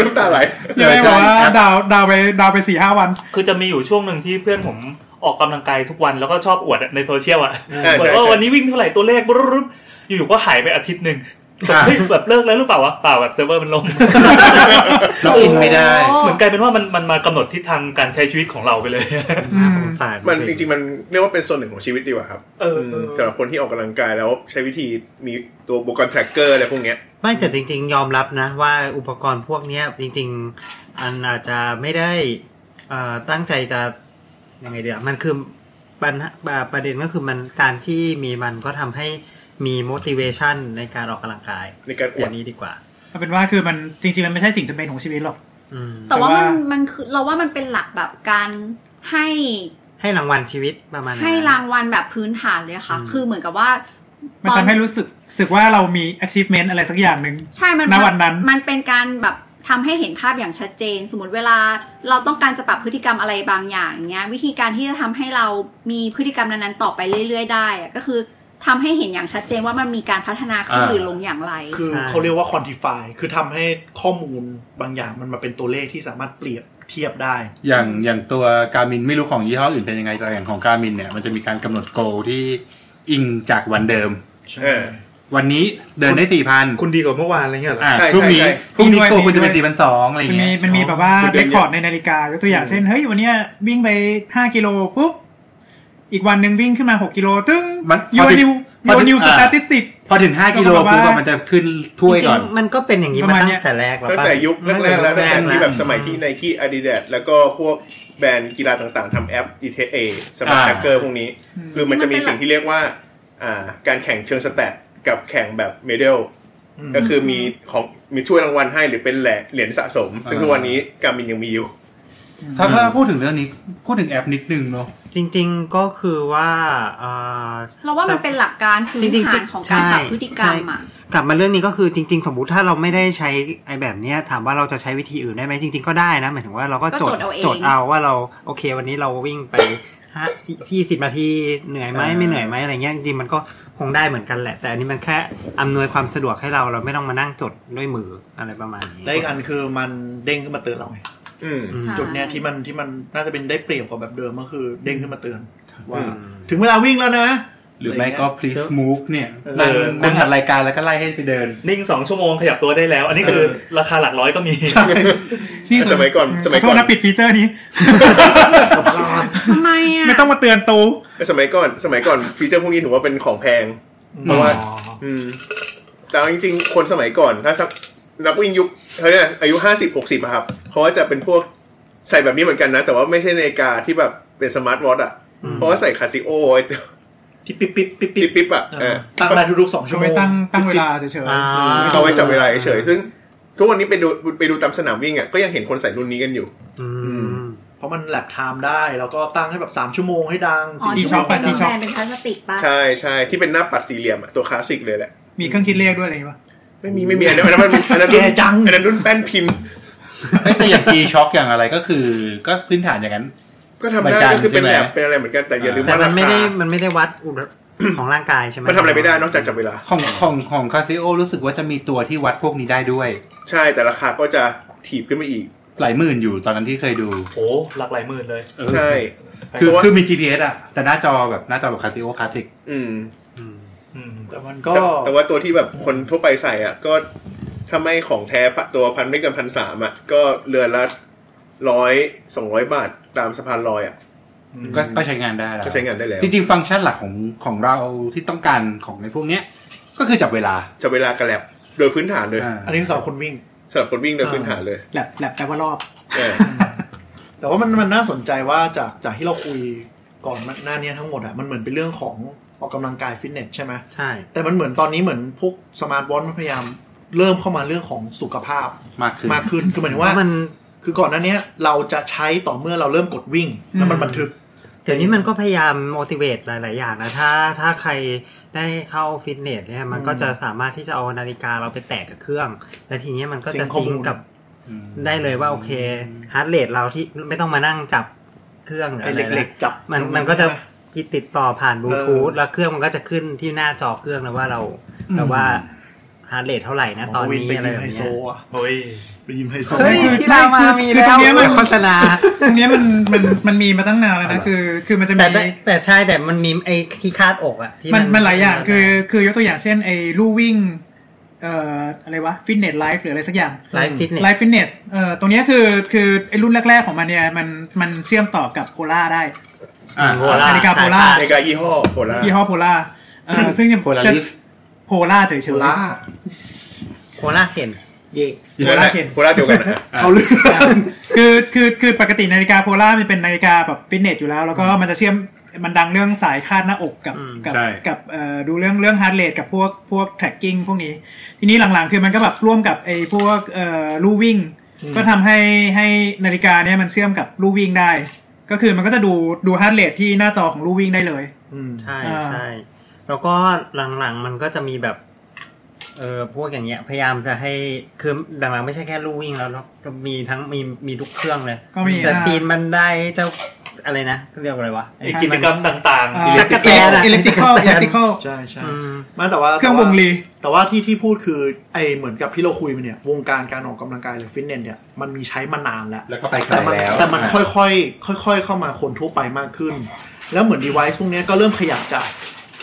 Speaker 2: น้ำตาไหล
Speaker 6: ยังไม่บอกว่าดาวดาวไปดาวไปสี่ห้าวัน
Speaker 3: คือจะมีอยู่ช่วงหนึ่งที่เพื่อนผมออกกำลังกายทุกวันแล้วก็ชอบอวดอะในโซเชียลอ่ะ
Speaker 2: ใช่ใช่
Speaker 3: บอกว่า
Speaker 2: ใช่
Speaker 3: วันนี้วิ่งเท่าไหร่ตัวเลขบรรลุอยู่ๆก็หายไปอาทิตย์หนึ่ง
Speaker 8: ค่ะ
Speaker 3: เฮ้ยแบบเลิกแล้วหรือเปล่าวะเปล่าแบบเซิร์ฟเวอร์มัน
Speaker 6: [laughs]
Speaker 3: ลง
Speaker 8: ล็อกอินไม่ได้
Speaker 3: เหมือนกลายเป็นว่ามันมันมากำหนดทิศทางการใช้ชีวิตของเราไป
Speaker 6: [laughs]
Speaker 3: เลย
Speaker 1: น่าสงสาร
Speaker 2: มันจริงๆมันเรียกว่าเป็นส่วนหนึ่งของชีวิตดีกว่าครับ
Speaker 3: เออ
Speaker 2: มสำหรับคนที่ออกกำลังกายแล้วใช้วิธีมีตัวอุปกรณ์ tracker อะไรพวกเนี้ย
Speaker 1: ไม่แต่จริง ๆ ยอมรับนะว่าอุปกรณ์พวกเนี้ยจริง ๆ อันอาจจะไม่ได้เอ่อตั้งใจจะยังไงเดียวมันคือปัญหาอ่าประเด็นก็คือมันการที่มีมันก็ทำให้มี motivation ในการออกกำลังกาย
Speaker 2: ในการอ
Speaker 1: อ
Speaker 2: วด
Speaker 1: ย่างนี้ดีกว่า
Speaker 6: เอาเป็นว่าคือมันจริงๆ มันไม่ใช่สิ่งจำเป็นของชีวิตหรอก
Speaker 1: อืม
Speaker 4: แต่ว่ามัน
Speaker 6: แต่ว่ามั
Speaker 4: มันคือเราว่ามันเป็นหลักแบบการให้
Speaker 1: ให้รางวัลชีวิตประมาณนั้น
Speaker 4: ให้รางวัลแบบพื้นฐานเลยค่ะ
Speaker 1: อืม
Speaker 4: คือเหมือนกับว่า
Speaker 6: มันทำให้รู้สึกรู้สึกว่าเรามี achievement อะไรสักอย่างหนึ่ง
Speaker 4: ใช่มัน
Speaker 6: ณวันนั้น
Speaker 4: มันเป็นการแบบทำให้เห็นภาพอย่างชัดเจน สมมติเวลาเราต้องการจะปรับพฤติกรรมอะไรบางอย่างเนี้ย วิธีการที่จะทำให้เรามีพฤติกรรมนั้นๆต่อไปเรื่อย ๆ ได้อะก็คือทำให้เห็นอย่างชัดเจนว่ามันมีการพัฒนาขึ้น
Speaker 8: อ่า
Speaker 4: หรือลงอย่างไร
Speaker 7: คือ
Speaker 1: ใช่
Speaker 7: เขาเรียกว่า quantify คือทำให้ข้อมูลบางอย่างมันมาเป็นตัวเลขที่สามารถเปรียบเทียบได้
Speaker 8: อย่างอย่างตัวการมินไม่รู้ของยี่ห้ออื่นเป็นยังไงแต่อย่างของการมินเนี่ยมันจะมีการกำหนดโกที่อิงจากวันเดิม
Speaker 7: ใช่
Speaker 2: เออ
Speaker 8: วันนี้เดินได้สี่พัน
Speaker 3: คุณดีกว่าเมื่อวานอะไรเงี้ยเหรอ
Speaker 8: อ่า
Speaker 2: ใช่
Speaker 8: พรุ่งนี้
Speaker 2: ใช่
Speaker 8: พรุ่ง
Speaker 6: ด้
Speaker 8: นี้
Speaker 6: วย
Speaker 8: โกคุณจะเป็น
Speaker 6: ด้
Speaker 8: สี่
Speaker 6: ว
Speaker 8: พั
Speaker 6: ย
Speaker 8: นสองอะไรอ
Speaker 6: มั
Speaker 8: ย่าง
Speaker 6: นมี
Speaker 8: เงี้ย
Speaker 6: มันมีแบบว่า
Speaker 2: คุณเดิ
Speaker 6: เร
Speaker 2: น
Speaker 6: ค
Speaker 2: เยอะ
Speaker 6: คอร์ดในนาฬิกายกตัวอย่างเช่น เฮ้ย วันเนี้ยวิ่งไป 5 กิโลปุ๊บ อีกวันหนึ่งวิ่งขึ้นมา 6 กิโล ตึ้ง
Speaker 8: มัน
Speaker 6: ยู
Speaker 8: พอถึง
Speaker 6: นิว
Speaker 8: พอ
Speaker 6: ยู
Speaker 8: ถึง
Speaker 6: นิวส
Speaker 8: อ่า
Speaker 6: ถิติสติก
Speaker 8: พอถึงห้ากิโล
Speaker 6: ก็ประมาณ
Speaker 8: ปุ๊บอะ
Speaker 6: ว่ามั
Speaker 8: มันจะขึ้นถ้วย
Speaker 1: จริ
Speaker 8: ก่
Speaker 1: ง
Speaker 8: อน
Speaker 1: ๆมันก็เป็นอย่างนี้
Speaker 6: ป
Speaker 1: มา
Speaker 6: ระมาณ
Speaker 1: ตั้
Speaker 6: เนี้
Speaker 1: ง
Speaker 6: ย
Speaker 1: แต่แรกแล้ว
Speaker 2: ตั้
Speaker 1: ปะ
Speaker 2: งแต่ยุคแรกๆแล้วตั้งแต่ที่แบ
Speaker 1: แรกๆ
Speaker 2: บ
Speaker 1: นะ
Speaker 2: สมัยที่ Nike Adidas แล้วก็พวกแบรนด์กีฬาต่างๆทำแอป ETA สำหรับ
Speaker 8: อ่า
Speaker 2: tracker พวกนี้ คือมันจะมีสิ่งที่เรียกว่าอ่าการแข่งเชิงสแตทกับแข่งแบบเมดัล
Speaker 7: อืม
Speaker 2: ก็คือมีของมีช่วยรางวัลให้หรือเป็นแหละเหรียญสะสม ซึ่งทุกวันนี้การมินยังมีอยู่
Speaker 8: ถ้าถ้าพูดถึงเรื่องนี้พูดถึงแอปนิดนึงเนาะ
Speaker 1: จริง ๆก็คือว่าอ่า
Speaker 4: เราว่ามันเป็นหลักการพื้น
Speaker 1: จริงๆ
Speaker 4: ฐานของการปรับพฤติกรรม
Speaker 1: ใช่
Speaker 4: อ่ะ
Speaker 1: กลับมาเรื่องนี้ก็คือจริง ๆ สมมติถ้าเราไม่ได้ใช้ไอ้แบบเนี้ยถามว่าเราจะใช้วิธีอื่นได้ไหมจริง ๆ ก็ได้นะหมายถึงว่าเราก็
Speaker 4: ก็
Speaker 1: จ
Speaker 4: จ
Speaker 1: ด
Speaker 4: ดเอาเอง
Speaker 1: จดเอาว่าเราโอเค วันนี้เราวิ่งไปห้าสี่สิบนาทีเหนื่อยไหม
Speaker 8: อ่า
Speaker 1: ไม่เหนื่อยไหมอะไรเงี้ยจริงๆมันก็คงได้เหมือนกันแหละ แต่อันนี้มันแค่อำนวยความสะดวกให้เราเราไม่ต้องมานั่งจดด้วยมืออะไรประมาณนี้
Speaker 7: ได้อีกอันคือมันเด้งขึ้นมาเตือนเราไง
Speaker 2: อืม
Speaker 1: ใช่
Speaker 7: จุดเนี้ยที่มันที่มันน่าจะเป็นได้เปรียบกว่าแบบเดิมก็คือเด้งขึ้นมาเตือนว่า
Speaker 2: อืม
Speaker 7: ถึงเวลาวิ่งแล้วนะ
Speaker 8: หรือไม่ก็ please move เนี่ย
Speaker 7: เออ
Speaker 8: นั่งนั่งอัดรายการแล้วก็ไล่ให้ไปเดิน
Speaker 3: นิ่งสองชั่วโมงขยับตัวได้แล้ว อันนี้คือราคาหลักร้อยก็มี
Speaker 6: ที่สุด
Speaker 2: สมัยก่อนสมัย
Speaker 6: ขอโท
Speaker 2: ก่อ
Speaker 6: ษ
Speaker 2: น
Speaker 6: นะปิดฟีเจอร์นี้
Speaker 4: ทำไมอ่ะ
Speaker 6: ไม่ต้องมาเตือนตู
Speaker 2: แต่สมัยก่อนสมัยก่อนฟีเจอร์พวกนี้ถือว่าเป็นของแพง เพราะว่า อืม แต่เอาจริงๆ คนสมัยก่อนถ้าสักนักวิ่งยุคเขาเนี่ยอายุห้าสิบหกสิบครับเขาก็จะเป็นพวกใส่แบบนี้เหมือนกันนะ แต่ว่าไม่ใช่นาฬิกาที่แบบเป็นสมาร์ทวอทช์อ่ะ เพราะว่าใส่คาซิโอไอ้ตัว
Speaker 7: ที่ปิ๊บปิ๊บปิ๊บ
Speaker 2: ปิ๊บปิ๊บอ่ะ
Speaker 7: เออ
Speaker 2: เออ
Speaker 7: ตั้งเวลาทุกๆสองชั่
Speaker 6: จะ
Speaker 7: วโม
Speaker 6: ไม่
Speaker 7: ง
Speaker 6: ตั้งตั้งเวลาเฉย
Speaker 1: อ่า
Speaker 2: เอาไว้จับเวลาเฉยๆซึ่งทุกวันนี้ไปดูไปดูตามสนามวิ่งอ่ะก็ยังเห็นคนใส่รุ่นนี้กันอยู่
Speaker 1: อืม
Speaker 7: เพราะมันแลบไทม์ได้ แล้วก็ตั้งให้แบบสามชั่วโมงให้ดัง
Speaker 4: อ๋อ
Speaker 7: สี่
Speaker 4: ที่
Speaker 7: ชั่
Speaker 4: มั
Speaker 7: วน โมง
Speaker 4: เป็
Speaker 7: ให้
Speaker 4: น
Speaker 7: ดัง
Speaker 4: แบรนด์เป็นพลาสติกปะ
Speaker 2: ใช่ใช่ที่เป็นหน้าปัดสี่เหลี่ยมอ่ะตัวคลาสสิกเลยแหละ
Speaker 6: ๆ มีเครื่องคิดเลขด้วยอะไรอย่างเงี้ยปะ
Speaker 2: ไม่มีไม่มีอันนั้นอันนั้นมันอันนั้นรุ่นอันนั้นรุ่นแป้นพิมพ์
Speaker 8: เอ้ยแต่อย่าง G Shock อย่างอะไรก็คือก็พื้นฐานอย่างนั้น
Speaker 2: ก็ทำได้ก็คือเป็นแลบเป็นอะไรเหมือนกันแต่อย่าลืม
Speaker 1: แต่มั
Speaker 2: ว่าราน
Speaker 1: ไม่
Speaker 2: คา
Speaker 1: ได้มันไม่ได้วัดอุณหของร่างกายใช่ไหม
Speaker 2: มันทำอะไรไม่ได้นอกจากจับเวลา
Speaker 8: ของของของคาซิโอรู้สึกว่าจะมีตัวที่วัดพวกนี้ได้ด้วย
Speaker 2: ใช่แต่ราคาก็จะถีบขึ้นมาอีก
Speaker 8: หลายหมื่นอยู่ตอนนั้นที่เคยดู
Speaker 3: โอ้หลักหลายหมื่นเลย
Speaker 8: เออ
Speaker 2: ใช่
Speaker 8: คือ
Speaker 2: เพราะว่า
Speaker 8: คือมี GPS อะแต่หน้าจอแบบหน้าจอแบบคาซิโอคลาสสิก
Speaker 2: อืม
Speaker 1: อืม
Speaker 3: อืม
Speaker 7: แต่มันก็
Speaker 2: แต่แต่ว่าตัวที่แบบคนทั่วไปใส่อ่ะ ก็ถ้าไม่ของแท้ปะตัวพันไม่เกินพันสามอ่ะ ก็เรือนละร้อยสองร้อยบาทตามสะพานลอยอ่ะ
Speaker 8: ก็ก็ใช้งานได้แล้ว
Speaker 2: ก็ใช้งานได้แล้ว
Speaker 8: จริงๆฟังก์ชันหลักของของเราที่ต้องการของในพวกเนี้ย ก็คือจับเวลา
Speaker 2: จับเวลากระแลบโดยพื้นฐานเลย
Speaker 8: อ่า
Speaker 7: อันนี้คือสำหรับคนวิ่ง
Speaker 2: สำหรับคนวิ่งโดยพื้นฐานเลย
Speaker 6: แลบแลบแต่ว่ารอบ
Speaker 2: เออ
Speaker 7: แต่ว่ามันมันน่าสนใจว่าจากจากที่เราคุยก่อนหน้าเนี้ยทั้งหมดอะมันเหมือนเป็นเรื่องของออกกำลังกายฟิตเนสใช่ไหม
Speaker 1: ใช่
Speaker 7: แต่มันเหมือนตอนนี้เหมือนพวกสมาร์ทวอทมันพยายามเริ่มเข้ามาเรื่องของสุขภาพ
Speaker 8: มากขึ้น
Speaker 7: มากขึ้น คือหมายถึง
Speaker 1: ว่า
Speaker 7: ว่า
Speaker 1: มัน
Speaker 7: คือก่อนหน้าเนี้ยเราจะใช้ต่อเมื่อเราเริ่มกดวิ่ง แล้วมัน
Speaker 6: อืม
Speaker 7: บันทึก
Speaker 1: เดี๋ยวนี้มันก็พยายาม motivate หลาย ๆ อย่างนะ ถ้าถ้าใครได้เข้าฟิตเนสเนี่ยมันก็จะสามารถที่จะเอานาฬิกาเราไปแตะกับเครื่อง และทีเนี้ยมันก็จะ
Speaker 7: Sync ข้อ
Speaker 1: ซิง
Speaker 7: มูล
Speaker 1: กับได้เลยว่า โอเคฮาร์ดเรทเราที่ไม่ต้องมานั่งจับเครื่องหรือ
Speaker 7: ไอ้
Speaker 1: อะไร
Speaker 7: เหล็
Speaker 1: นะ
Speaker 7: กๆจับ
Speaker 1: มันมันก็จะ
Speaker 7: ใช่ไห
Speaker 1: ติดติดต่อผ่านบลูทูธ
Speaker 7: เออ
Speaker 1: แล้วเครื่องมันก็จะขึ้นที่หน้าจอเครื่องแล้วว่าเรา
Speaker 6: อืม
Speaker 1: แบบว่า ฮาร์ดเรทเท่าไหร่นะตอนนี้
Speaker 7: ไป
Speaker 1: อะไรแบ
Speaker 7: ยิมไฮ
Speaker 1: บ
Speaker 7: โซ
Speaker 1: เนี้ย
Speaker 7: อ่ะ
Speaker 3: โอ้ย
Speaker 7: ไปยิมไฮโซ
Speaker 1: เฮ้ยที่เรามามี
Speaker 6: คือ
Speaker 1: แล้ว
Speaker 6: ตรงเนี้ยมัน
Speaker 1: โฆษณา
Speaker 6: ตรงเนี้ยมันมันมันมีมาตั้งนานแล้วนะคือ คือมันจะมี
Speaker 1: แต่แต่แต่ใช่แต่มันมีไอ้ที่คาดอกอะที่
Speaker 6: มันมันหลายอย่างคือคือยกตัวอย่างเช่นไอ้ลู่วิ่งเอ่ออะไรวะฟิตเนสไลฟ์หรืออะไรสักอย่าง
Speaker 1: ไลฟ์ฟิตเนส
Speaker 6: ไลฟ์ฟิตเนส เอ่อ ตรงเนี้ยคือคือไอรุ่นแรก ๆ ของมันเนี่ยมันมันเชื่อมต่อกับโพล่าได้
Speaker 8: อ่า
Speaker 1: Polar
Speaker 6: นาฬิกา Polar
Speaker 2: ในกายี่ห้อโคลา
Speaker 6: ยี่ห้อโพล่าเอ่อซึ่งจะ
Speaker 8: Polaris
Speaker 6: โพล่าเฉยๆ
Speaker 7: Polar
Speaker 1: โคราเห็นเย่
Speaker 2: โคลาโคลาเดียวกันนะฮะ
Speaker 7: เขาเลือก
Speaker 6: คือคือคือปกตินาฬิกาโพล่ามันเป็นนาฬิกาแบบฟิตเนสอยู่แล้ว แล้วก็มันจะเชื่อมมันดังเรื่องสายคาดหน้าอกกับกับ
Speaker 8: ใช่
Speaker 6: กับเอ่อดูเรื่องเรื่องฮาร์ดเรทกับพวกพวก tracking พวกนี้ ทีนี้หลังๆ คือมันก็แบบร่วมกับไอ้พวกเอ่อลู่วิ่ง ก็ทำให้ให้นาฬิกาเนี่ยมันเชื่อมกับลู่วิ่งได้ ก็คือมันก็จะดูดูฮาร์ดเรทที่หน้าจอของลู่วิ่งได้เลย
Speaker 7: อืม
Speaker 1: ใช่
Speaker 6: อ่า
Speaker 1: ใช่แล้วก็หลังๆมันก็จะมีแบบเออพวกอย่างเงี้ยพยายามจะให้คือหลังๆไม่ใช่แค่ลู่วิ่งแล้วเนาะมีทั้งมีมีทุกเครื่องเลย
Speaker 6: ก็มี
Speaker 1: แต่
Speaker 6: อ่า
Speaker 1: ปีนบันไดเจ้าอะไรนะเรียกว่าอะไรวะ
Speaker 3: ไอ้กิจกรรมต่าง
Speaker 6: อ่า
Speaker 3: ๆ
Speaker 1: ตะกแตนอะ
Speaker 6: อิเล็กทริคอลอิเล็กทริคอล
Speaker 7: ใช่ใช่
Speaker 1: อืม
Speaker 7: ไมาแต่ว่า
Speaker 6: เครื่องวงลี
Speaker 7: แต่ว่าที่ที่พูดคือไอเหมือนกับที่เราคุยมาเนี่ย วงการการออกกำลังกายหรือฟิตเนสเนี่ยมันมีใช้มานานแล้ว
Speaker 8: แล้วก็ไปไกล
Speaker 7: แต่มัน
Speaker 8: แล้ว
Speaker 7: แต่มันค่อยๆค่อย ๆ เข้ามาคนทั่วไปมากขึ้น แล้วเหมือน device พวกเนี้ยก็เริ่มขยับจาก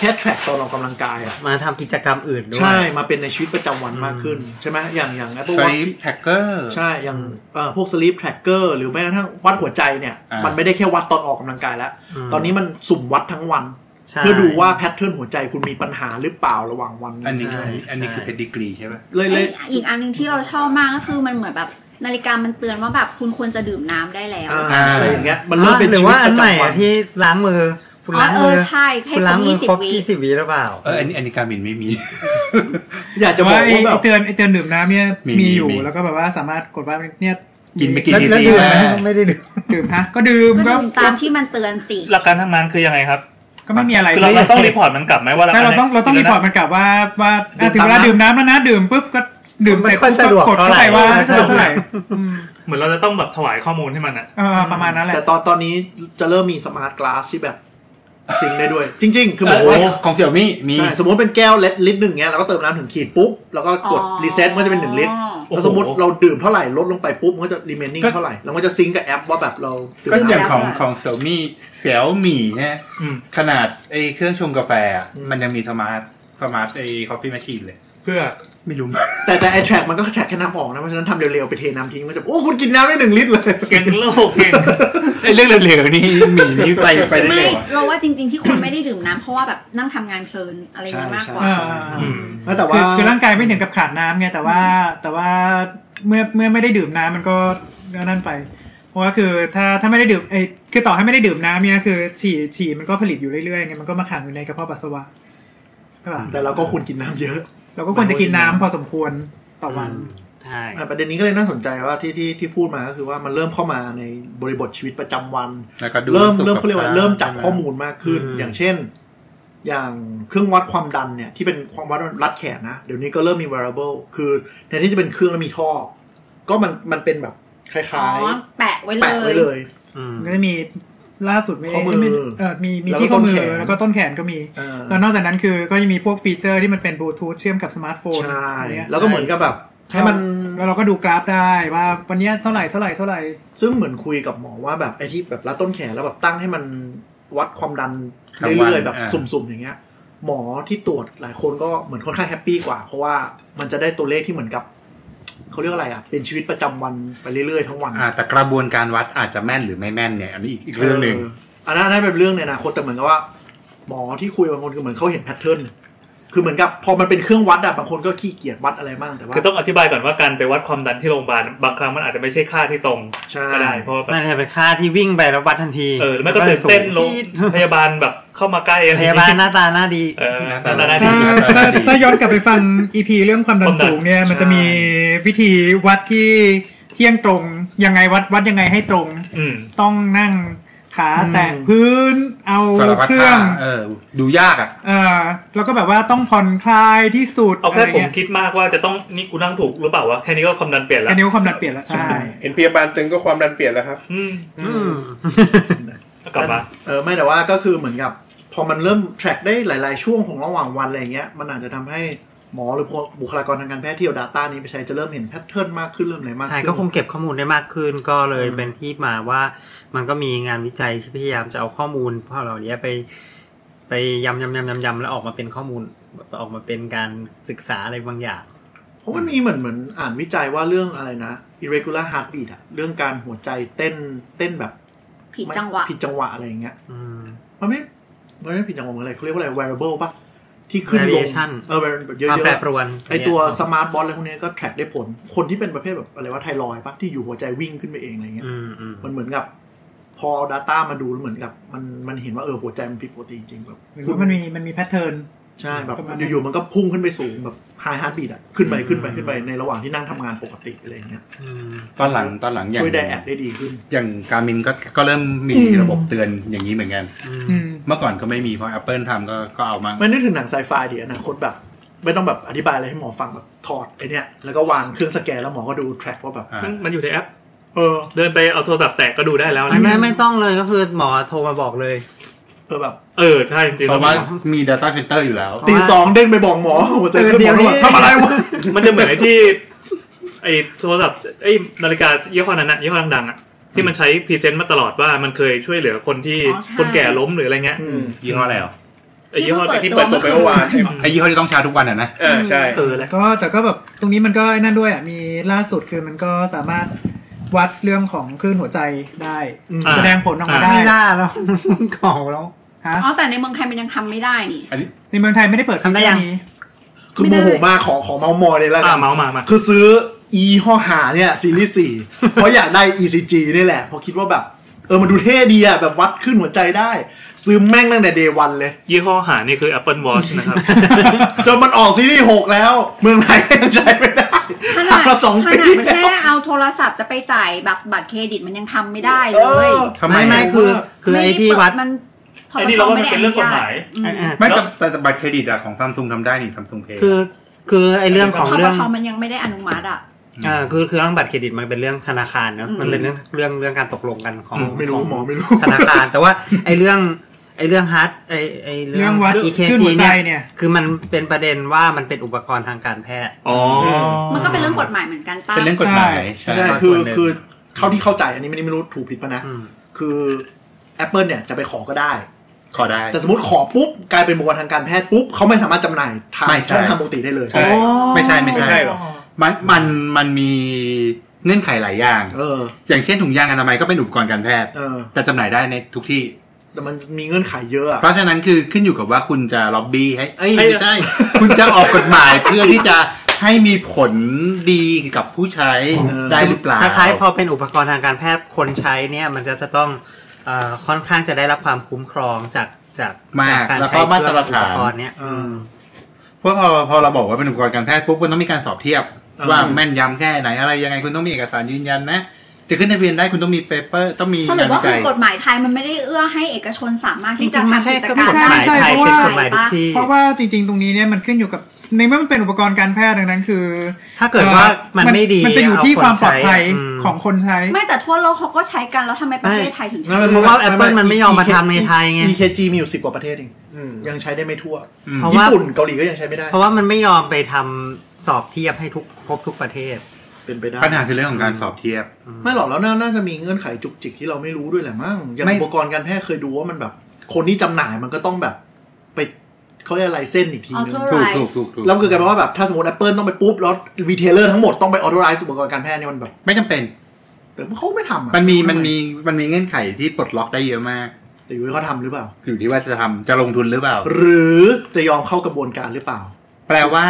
Speaker 7: แค่แทร็กตอนออกกำลังกายอ่ะ
Speaker 1: มาทำกิจกรรมอื่นด้วย
Speaker 7: ใช่มาเป็นในชีวิตประจำวันมากขึ้น ใช่ไหมอย่างอย่าง Apple
Speaker 8: ใช้
Speaker 7: Watch
Speaker 8: แท็กเกอร์
Speaker 7: ใช่อย่างเอ่อพวก sleep tracker หรือแม้กระทั่งวัดหัวใจเนี่ย
Speaker 8: อ่ามั
Speaker 7: มันไม่ได้แค่วัดตอนออกกำลังกายแล้ว
Speaker 1: อืม
Speaker 7: ตอนนี้มันสุ่มวัดทั้งวัน
Speaker 1: ใช่
Speaker 7: เพื่อดูว่าแพทเทิร์นหัวใจคุณมีปัญหาหรือเปล่าระหว่างวัน
Speaker 8: อันนี้
Speaker 1: ใช่
Speaker 8: อันนี้คือเป็นดีกรีใช่ป่ะ
Speaker 7: เลยเลย
Speaker 4: อีกอันหนึ่งที่เราชอบมากก็คือมันเหมือนแบบนาฬิกามันเตือนว่าแบบคุณควรจะดื่มน้ำได้แล้ว
Speaker 7: อ่าอะไรอย่างเงี้ยมันเริ่มเป็น
Speaker 1: หรื
Speaker 7: ชี
Speaker 1: อ
Speaker 7: วิ
Speaker 1: ว่า
Speaker 7: ต
Speaker 1: อั
Speaker 7: ป
Speaker 1: น
Speaker 7: ระ
Speaker 1: ใหม่
Speaker 7: จำวั
Speaker 1: อะ
Speaker 7: น
Speaker 1: ที่ล้างมือคุณล้างมื
Speaker 4: เอ
Speaker 1: อ
Speaker 4: อใช่ให้
Speaker 1: คุณล้างมือค
Speaker 4: ครบ20
Speaker 1: รบ
Speaker 4: วิ
Speaker 1: ยี่สิบวิหรือเปล่า
Speaker 8: เอออันนี้อันนี้การมินไม่มี
Speaker 7: อยากจะ
Speaker 6: แต่
Speaker 7: บอ
Speaker 6: ว่าก ไอ้
Speaker 7: ว่าแบ
Speaker 6: ไอ้
Speaker 7: บ
Speaker 6: เตือนไอ้เตือนดื่มน้ำเนี่ย
Speaker 8: มี
Speaker 6: มีอยู่
Speaker 8: มี
Speaker 6: แล้วก็แบบว่าสามารถกดว่าเนี่ย
Speaker 8: กินไปกี่
Speaker 1: แล้ว
Speaker 8: ที
Speaker 1: แล้วดื่มไหม
Speaker 8: อ่ะ
Speaker 1: ไม่ได้ดื่ม
Speaker 6: ดื่มฮะก็ดื่ม
Speaker 4: ก็
Speaker 6: ก็
Speaker 4: ดื่มตามที่มันเตือนสิ
Speaker 3: หลักการทำงานคือยังไงครับ
Speaker 6: ก็ไม่มีอะไร
Speaker 3: คือเราเราต้องรีพอร์ตมันกลับไหมว่า
Speaker 6: ใช่เราต้องเราต้องรีพอร์ตมันกลับว่าว่าอ่ะถึงเวลาดื่มน้ำแล้วนะดื่มปุ๊บก็ดื่มเสร็
Speaker 1: มั
Speaker 6: จ
Speaker 1: นค่อยสะดวก
Speaker 6: กดเข้าไป
Speaker 1: เท่าไหร่
Speaker 6: ว่าสะดวกเท่าไหร่อืม
Speaker 3: เหมือนเราจะต้องแบบถวายข้อมูลให้มันอ่ะ
Speaker 6: เออประมาณนั้นแหละ
Speaker 7: แต่ตอนตอนนี้จะเริ่มมีสมาร์ทกลาสที่แบบซิงค์ได้ด้วย จริง ๆ คือแบบ
Speaker 8: เ
Speaker 7: โอ้
Speaker 8: ของเสี่ยวมี่มี
Speaker 7: ใช่สมมติเป็นแก้วเล็ดลิตรหนึ่งเงี้ยเราก็เติมน้ำถึงขีดปุ๊บ แล้วก็กด
Speaker 4: อ๋อ
Speaker 7: รีเซ็ตมันก็จะเป็นหนึ่งลิตร
Speaker 3: โอ้โห
Speaker 7: แล้วสมมติเราดื่มเท่าไหร่ลดลงไปปุ๊บมันก็จะ remaining
Speaker 8: ก็
Speaker 7: เท่าไหร่แล้วมันจะซิงค์กับแอปว่าแบบเราดื่ม
Speaker 8: ก็
Speaker 7: น้ำ
Speaker 8: อย่างของของเสี่ยวมี่เสี่ยวหมี่เนี่ย
Speaker 3: อืม
Speaker 8: ขนาดไอ้เครื่องชงกาแฟอ่ะ
Speaker 7: อืม
Speaker 8: มันยังมีสมาร์ทสมาร์ทไอ้คอฟฟี่แมชชีนเลย
Speaker 3: เพื่อ
Speaker 8: ไม่รู้
Speaker 7: แต่แต่ไอแทร็กมันก็แทร็กแค่น้ำออกนะเพราะฉะนั้นทำเร็วๆไปเทน้ำทิ้งมันจะโอ้คุณกินน้ำได้หนึ่งลิตรเลย
Speaker 3: เก่งโลกเก่ง
Speaker 8: ไอ้เรื่องเร็วๆนี่หมี่นี่ไปไปได้
Speaker 4: ไม่
Speaker 8: เร็วอะ
Speaker 4: เราว่าจริง ๆ ที่คนไม่ได้ดื่มน้ำเพราะว่าแบบนั่งทำงานเพลินอะไรอย่างเงี้ยมากกว่า
Speaker 6: เอ
Speaker 7: ใช่
Speaker 6: อ
Speaker 3: อืม
Speaker 7: แต่
Speaker 6: คื
Speaker 7: ว่า
Speaker 6: อคือร่างกายไม่ถึงกับขาดน้ำไงแต่ว่าแต่ว่าเมื่อเมื่อไม่ได้ดื่มน้ำมันก็ก็นั่นไป เพราะว่าคือถ้าถ้าไม่ได้ดื่มไอ้ยคือต่อให้ไม่ได้ดื่มน้ำเนี่ยคือฉี่ฉี่มันก็ผลิตอยู่เรื่อยๆไงมันก็มาขังอยู่ในกระเพาะปัสสาวะใช่ปะ
Speaker 7: แต่เราก็ควรกินน้ำเยอะ
Speaker 6: เราก็ควรจะกินน้ำพอสมควรต่อวัน
Speaker 1: ใช่
Speaker 7: อ่ะประเด็นนี้ก็เลยน่าสนใจว่าที่ที่ที่พูดมาก็คือว่ามันเริ่มเข้ามาในบริบทชีวิตประจำวัน
Speaker 8: แล้วก็ดู
Speaker 7: เริ่ม
Speaker 8: สุข
Speaker 7: เริ่มเขาเรียกว่า
Speaker 8: ภพ
Speaker 7: เริ่มจับข้อมูลมากขึ้น อย่างเช่น อย่างเครื่องวัดความดันเนี่ยที่เป็นความวัดรัดแขนนะ เดี๋ยวนี้ก็เริ่มมี wearable คือแทนที่จะเป็นเครื่องแล้วมีท่อ ก็มันมันเป็นแบบค
Speaker 4: อ๋
Speaker 7: ล้า
Speaker 4: อย แปะไว้
Speaker 7: ๆ
Speaker 4: เล
Speaker 7: แปะไว้
Speaker 4: ย
Speaker 7: เลย
Speaker 1: อืม
Speaker 6: ก็จะมีล่าสุดไม่
Speaker 7: ข้อมือ
Speaker 6: ไเออมีมี
Speaker 7: แล้วก็
Speaker 6: ที่ข้อมือ
Speaker 7: ต้นแขน
Speaker 6: แล้วก็ต้นแขนก็มี
Speaker 7: เออ
Speaker 6: แล้วนอกจากนั้นคือก็ยังมีพวกฟีเจอร์ที่มันเป็นบลูทูธเชื่อมกับสมาร์ทโฟน
Speaker 7: ใช่
Speaker 6: อะไรเงี้ย
Speaker 7: แล้วก็เหมือนกับแบบให้มัน
Speaker 6: แล้วเราก็ดูกราฟได้ว่าวันเนี้ยเท่าไหร่เท่าไหร่เท่าไหร่
Speaker 7: ซึ่งเหมือนคุยกับหมอว่าแบบไอ้ที่แบบรัดต้นแขนแล้วแบบตั้งให้มันวัดความดัน
Speaker 8: ครับ
Speaker 7: เรื่อย
Speaker 8: วั
Speaker 7: ๆ
Speaker 8: น
Speaker 7: แบบ
Speaker 8: อ่า
Speaker 7: สุ่มๆอย่างเงี้ย หมอที่ตรวจหลายคนก็เหมือนค่อนข้างแฮปปี้กว่า เพราะว่ามันจะได้ตัวเลขที่เหมือนกับเขาเรียกอะไรอ่ะ เป็นชีวิตประจำวันไปเรื่อยๆทั้งวัน
Speaker 8: อ่าแต่กระบวนการวัดอาจจะแม่นหรือไม่แม่นเนี่ยอันนี้อีกอีกเรื่องหนึ่ง
Speaker 7: อันนั้นอันนั้นเป็นเรื่องในอนาคตแต่เหมือนกับว่า หมอที่คุยบางคนคือเหมือนเขาเห็นแพทเทิร์นคือเหมือนกับพอมันเป็นเครื่องวัดอะบางคนก็ขี้เกียจวัดอะไรบ้างแต่ว่า
Speaker 3: คือต้องอธิบายก่อนว่าการไปวัดความดันที่โรงพยาบาลบางครั้งมันอาจจะไม่ใช่ค่าที่ตรง
Speaker 7: ใช่
Speaker 3: ก็ได้เพราะว่าแบบ
Speaker 1: มันจะเป็นค่าที่วิ่งไปแล้ววัดทันที
Speaker 3: เออหรือไม่ก็ตื่นเต้นลงพยาบาลแบบเข้ามาใกล้อะไร
Speaker 1: พยาบา [laughs] ลหน้าตาหน้าดี
Speaker 3: เออนั่นน่ะได้ดี
Speaker 6: ถ้าถ้าถ้าย้อนกลับไปฟัง EP เรื่องความดันสูงเนี่ยมันจะมีวิธีวัดที่เที่ยงตรงยังไงวัดวัดยังไงให้ตรง
Speaker 3: อืม
Speaker 6: ต้องนั่งขาแตะพื้นเอา
Speaker 8: สารพัด
Speaker 6: เครื่อ
Speaker 8: ท่าง เออ ดูยากอ่ะ
Speaker 6: เออแล้วก็แบบว่าต้องผ่อนคลายที่สุด
Speaker 3: เอาแค่
Speaker 6: ะไร
Speaker 3: ผม
Speaker 6: เงี้ย
Speaker 3: คิดมากว่าจะต้องนี่กูนั่งถูกหรือเปล่าวะแค่นี้ก็ความดันเปลี่ยนละ
Speaker 6: แค่นิ้วความดันเปลี่ยนแล้วใช่
Speaker 2: เห็นพยาบาลตึงก็ความดันเปลี่ยนแล้วครับ
Speaker 3: อืม
Speaker 7: อืม
Speaker 3: เอากลับมา
Speaker 7: เออไม่แต่ว่าก็คือเหมือนกับ พอมันเริ่ม track ได้หลาย ๆ ช่วงของระหว่างวันอะไรเงี้ยมันอาจจะทำให้ หมอหรือบุคลากรทางการแพทย์ที่เอา Data นี้ไปใช้จะเริ่มเห็นแพทเทิร์นมากขึ้นเริ่มอะไรมาก
Speaker 1: ใช่ [laughs]
Speaker 7: ขึ้น
Speaker 1: ก็คงเก็บข้อมูลได้มากขึ้น ก็เลยเป็นที่มาว่ามันก็มีงานวิจัยที่พยายามจะเอาข้อมูลพวกเราเนี้ยไป ไปยำยำยำยำยำแล้วออกมาเป็นข้อมูลออกมาเป็นการศึกษาอะไรบางอย่าง
Speaker 7: เพราะมันมีเหมือนเหมือนอ่านวิจัยว่าเรื่องอะไรนะ irregular heartbeat อะเรื่องการหัวใจเต้นเต้นแบบ
Speaker 4: ผิดจังหวะ
Speaker 7: ผิดจังหวะอะไรอย่างเงี้ย
Speaker 1: อืม
Speaker 7: มันไม่มันไม่ผิดจังหวะเหมือนอะไรเขาเรียกว่าอะไร variable ปะที่ขึ้นลง
Speaker 1: Variation
Speaker 7: เออ variable เยอะ
Speaker 1: ความ
Speaker 7: ๆ
Speaker 1: แปร
Speaker 7: อะ
Speaker 1: ปรวน
Speaker 7: ไอตัว
Speaker 1: เนี่ย
Speaker 7: smart b o t อะไรพวกเนี้ยก็ track ได้ผล คนที่เป็นประเภทแบบอะไรว่าไทรอยด์ปะที่อยู่หัวใจวิ่งขึ้นไปเองอะไรเงี้ย
Speaker 1: อืมอืม
Speaker 7: มันเหมือนกับ พอ Data มาดูแล้วเหมือนกับ มันมันเห็นว่าเออหัวใจมันผิดปกติจริงๆแบบ
Speaker 6: หรือว่ามันมีมันมีแพทเทิร์น
Speaker 7: ใช่แบบ
Speaker 6: ประมาณนั้น
Speaker 7: อยู่ๆมันก็พุ่งขึ้นไปสูงแบบ high heartbeat อะขึ้นไปขึ้นไปขึ้นไปในระหว่างที่นั่งทำงานปกติอะไรอย่างเงี้ย
Speaker 1: อืม
Speaker 8: ตอนหลังตอนหลังอย่าง
Speaker 7: ช่วยไดแอดได้ดีขึ้น
Speaker 8: อย่างการมินก็ก็เริ่มมีระบบเตือนอย่างนี้เหมือนกัน
Speaker 6: อืม
Speaker 8: เมื่อก่อนก็ไม่มีเพราะ Apple ทำก็ก็เอามา
Speaker 7: มันนึกถึงหนังไซไฟดีอนาคตแบบ ไม่ต้องแบบอธิบายอะไรให้หมอฟังแบบถอดไอเนี้ยแล้วก็วางเครื่องสแกนแล้วหมอก็ดูแทร็กว่าแบบ
Speaker 8: อ่า
Speaker 3: มันมันอยู่ในแอป
Speaker 7: เออ
Speaker 3: เดินไปเอาโทรศัพท์แตกก็ดูได้แล้ว
Speaker 1: ไม่
Speaker 3: นะ
Speaker 1: ไม่ไม่ต้องเลยก็คือหมอโทรมาบอกเลย
Speaker 7: เออแบบ
Speaker 3: เออใช่จริงๆ
Speaker 8: เพ
Speaker 3: แล้
Speaker 8: ราะ
Speaker 3: ว
Speaker 8: ว่ามี Data Center อยู่แล้ว
Speaker 7: ตีสองเด้งไปบอกหมอหัวใจขึ้นหมอ
Speaker 1: เดี๋ยวนี้
Speaker 7: บอกทำอะไรวะ
Speaker 3: มันจะเหมือนไอ้ที่ไอ้โทรศัพท์ไอ้นาฬิกายี่ห้อนั้นอะยี่ห้อดังๆอะที่มันใช้พรีเซนต์มาตลอดว่ามันเคยช่วยเหลือคนที่
Speaker 4: อ๋อใช่
Speaker 3: คนแก่ล้มหรืออะไรเงี้ย
Speaker 7: อืม
Speaker 8: ยี่ห้ออะไรเหรอ
Speaker 3: ไอ้ยี่ห้อ
Speaker 2: ที่เปิดตัวไปเมื่อวาน
Speaker 8: ไอ้ยี่ห้อที่ต้องชาร์จทุกวันอ่ะนะ
Speaker 2: เออใช่
Speaker 3: เออแหละ
Speaker 6: ก็แต่ก็แบบตรงนี้มันก็ไอ้นั่นด้วยอ่ะมีล่าสุดคือมันก็สามารถวัดเรื่องของคลื่นหัวใจได้
Speaker 3: อ่า
Speaker 6: แสดงผลออกมาได้
Speaker 1: ไม่น่าแล้ว [laughs] มันของแล้ว
Speaker 6: ฮะ
Speaker 4: อ๋อแต่ในเมืองไทยมันยังทำไม่ได้
Speaker 7: [laughs]
Speaker 4: นี่
Speaker 8: อันนี้
Speaker 6: ในเมืองไทยไม่ได้เปิด
Speaker 1: ทำได้ยัง
Speaker 6: เครื่องนี้
Speaker 7: คือโมโหมากขอขอเมาส์มอยเลยแล้วกั
Speaker 3: อ่าน เมาส์มามา
Speaker 7: คือซื้ออีห้อหาเนี่ยซีรีส์สี่ เพราะอยากได้ ECG นี่แหละเพราะคิดว่าแบบ เออมันดูเท่ดีอะแบบวัดขึ้นหัวใจได้ ซื้อแม่งตั้งแต่เดวันเลย
Speaker 3: ยี่ห้อหานี่คือ Apple Watch นะครับ
Speaker 7: จนมันออกซีรีส์หกแล้ว เมืองไทยยังใช้ไม่ได้
Speaker 4: ขนาด
Speaker 7: ทำมาสอง
Speaker 4: ข
Speaker 7: ปี
Speaker 4: นาดมัน
Speaker 7: แล้ว
Speaker 4: แค่เอาโทรศัพท์จะไปจ่ายบัตรบัตรเครดิตมันยังทำไม่ได้เล
Speaker 7: เอย อ
Speaker 8: ทำไม
Speaker 1: ไม่ไม่
Speaker 8: อะ
Speaker 1: คือ คือ
Speaker 4: ม่
Speaker 1: ไอ้ที่
Speaker 4: เปิ
Speaker 1: วัด
Speaker 4: มัน
Speaker 3: ไอ้นี่เราว่ามันเป็นเรื่องกฎหมาย
Speaker 4: อืม
Speaker 1: อ่ะ
Speaker 8: ไม่แต่แต่แต่บัตรเครดิตอะของซัมซุงทำได้นี่ซัมซุงเพย์
Speaker 1: คือคือไอ้เรื่องของ
Speaker 4: ทบ
Speaker 1: เรื่อง
Speaker 4: ทมันยังไม่ได้อนุมัติอ่ะ
Speaker 1: อ่าคือคือเรื่องบัตรเครดิตมันเป็นเรื่องธนาคารเนอะ
Speaker 4: อืม
Speaker 1: มันเป็นเรื่องเรื่องเรื่องการตกลงกันของ
Speaker 7: หมอไม่รู้
Speaker 1: ของ
Speaker 7: หมอไม่รู้
Speaker 1: ธนาคาร แต่ว่าไอ้เรื่องไอ้เรื่องฮาร์ดไอ้ไอ้
Speaker 6: เรื่องวัด
Speaker 1: อีเค
Speaker 6: คลื่น
Speaker 1: จี
Speaker 6: หัวใจ
Speaker 1: เนี่ย
Speaker 6: เนี่ย
Speaker 1: คือมันเป็นประเด็นว่ามันเป็นอุปกรณ์ทางการแพทย์
Speaker 3: อ๋อ
Speaker 4: มันก็เป็นเรื่องกฎหมายเหมือนกันป้า
Speaker 8: เป็นเรื่องกฎหมาย
Speaker 6: ใช่
Speaker 8: ใช่
Speaker 7: ใช่
Speaker 1: ตอน
Speaker 7: คือ
Speaker 1: ส่วนหนึ่ง
Speaker 7: คือเท่าที่เข้าใจอันนี้ไม่รู้ถูกผิดปะนะ
Speaker 1: อืม
Speaker 7: คือ Apple เนี่ยจะไปขอก็ได้
Speaker 8: ขอได้
Speaker 7: แต่สมมติขอปุ๊บ กลายเป็นบุคคลทางการแพทย์ปุ๊บเขาไม่สามารถจำหน่ายทาง
Speaker 8: ไม่
Speaker 7: ช่
Speaker 8: ใช่
Speaker 7: องทางปกติได้เลย
Speaker 8: ใช่ไม่ใช่ไม่
Speaker 2: ไม่
Speaker 8: ใช่
Speaker 2: ใช่หรอ
Speaker 8: มันมันมันมีเงื่อนไขหลายอย่าง
Speaker 7: เออ
Speaker 8: อย่างเช่นถุงยางอนามัยก็เป็นอุปกรณ์การแพทย์
Speaker 7: เออ
Speaker 8: แต่จำหน่ายได้ในทุกที่
Speaker 7: แต่มันมีเงื่อนไขเยอะอะ
Speaker 8: เพราะฉะนั้นคือขึ้นอยู่กับว่าคุณจะล็อบบี้ให้เอ้ย
Speaker 3: ให้
Speaker 8: ไม่ใช่ คุณจะออกกฎหมายเพื่อที่จะให้มีผลดีกับผู้ใช้ได้หรือเปล่า
Speaker 1: คล้ายๆพอเป็นอุปกรณ์ทางการแพทย์คนใช้เนี่ยมันก็จะต้องเอ่อค่อนข้างจะได้รับความคุ้มครองจากจาก
Speaker 8: มาก
Speaker 1: จการ
Speaker 8: แล้วก็
Speaker 1: ใช้เค
Speaker 8: มา
Speaker 1: รื่
Speaker 8: ต
Speaker 1: อ
Speaker 8: รง
Speaker 1: อุ
Speaker 8: ฐา
Speaker 1: ป
Speaker 8: น
Speaker 1: กรณ์เนี่ย
Speaker 7: เออ
Speaker 8: เพราะพอพอเราบอกว่าเป็นอุปกรณ์การแพทย์ปุ๊บคุณต้องมีการสอบเทียบ
Speaker 7: อ่า
Speaker 8: ว่าแม่นยำแค่ไหนอะไรยังไงคุณต้องมีเอกสารยืนยันนะ จะขึ้นทะเบียนได้คุณต้องมีเปเปอร์ต้องมี
Speaker 4: สรุป
Speaker 8: งาน
Speaker 4: ว่า
Speaker 8: วิ
Speaker 4: คื
Speaker 8: จั
Speaker 4: อย กฎหมายไทยมันไม่ได้เอื้อให้เอกชนสามารถ
Speaker 1: จ
Speaker 4: ที่
Speaker 1: ริ
Speaker 4: จะ
Speaker 1: งๆไม่
Speaker 4: ทำ
Speaker 1: ใช่
Speaker 4: กิจ
Speaker 1: ก็
Speaker 4: กา
Speaker 1: เป็
Speaker 4: ร
Speaker 1: นกฎหมายไทยเป็นกฎหมาย
Speaker 4: ได้
Speaker 6: เพราะว่า
Speaker 1: ทุกที่
Speaker 6: เพราะว่าจริง ๆ ตรงนี้เนี่ยมันขึ้นอยู่กับในเมื่อมันเป็นอุปกรณ์การแพทย์ดังนั้นคือ
Speaker 1: ถ้าเกิดว่ามันไม่ดี
Speaker 6: มันจะอยู่ที่ความปลอดภัย
Speaker 1: เอาคนใช้อืม
Speaker 6: ของคนใช้
Speaker 4: ไม่แต่ทั่วโลกเขาก็ใช้กันแล้วทำไมประเทศไทยถึงใช้
Speaker 7: ไม่
Speaker 1: เพราะว่า Apple มันไม่ยอมมาทำในไทยไง
Speaker 7: EKG มีอยู่สิบกว่าประเทศเองยังใช้ได้ไม่ทั่ว
Speaker 8: อืม
Speaker 1: เพราะ
Speaker 7: ญี่
Speaker 1: ว่า
Speaker 7: ปุ่นเกาหลีก็ยังใช้ไม่ได้
Speaker 1: เพราะว่ามันไม่ยอมไปทำสอบเทียบให้ทุกครบทุกประเทศ
Speaker 7: เป็นไปได้
Speaker 8: ปัญหาคือเรื่องของการสอบเทียบ
Speaker 7: ไม่หรอกแล้วน่าน่าจะมีเงื่อนไขจุกจิกที่เราไม่รู้ด้วยแหละมั้งอย่าง
Speaker 8: ไม่
Speaker 7: อุปกรณ์การแพทย์เคยดูว่ามันแบบ คนที่จำหน่ายมันก็ต้องแบบไปเขาเรียกอะไรเส้นอีกที
Speaker 4: เอา
Speaker 7: นึง
Speaker 4: เท่า
Speaker 8: ถูก
Speaker 4: ไหร่
Speaker 8: ถูกถูกถูก
Speaker 7: แล้วคือกลายเป็นว่าแบบถ้าสมมติ Apple ต้องไปปุ๊บแล้วรีเทลเลอร์ทั้งหมดต้องไปออโตไลซ์อุปกรณ์การแพทย์เนี่ยมันแบบ
Speaker 8: ไม่จำเป็น
Speaker 7: แต่เขาไม่ทำอะ
Speaker 8: มันมีมันมีมันมีเงื่อนไขที่ปลดล็อกได้เยอะมาก
Speaker 7: แต่อยู่ที่เขาทำหรือเปล่า
Speaker 8: อยู่ที่ว่าจะทำจะลงทุนหรือเปล่า
Speaker 7: หรือจะยอมเข้ากระบวนการหรือเปล่า
Speaker 8: แปลว่า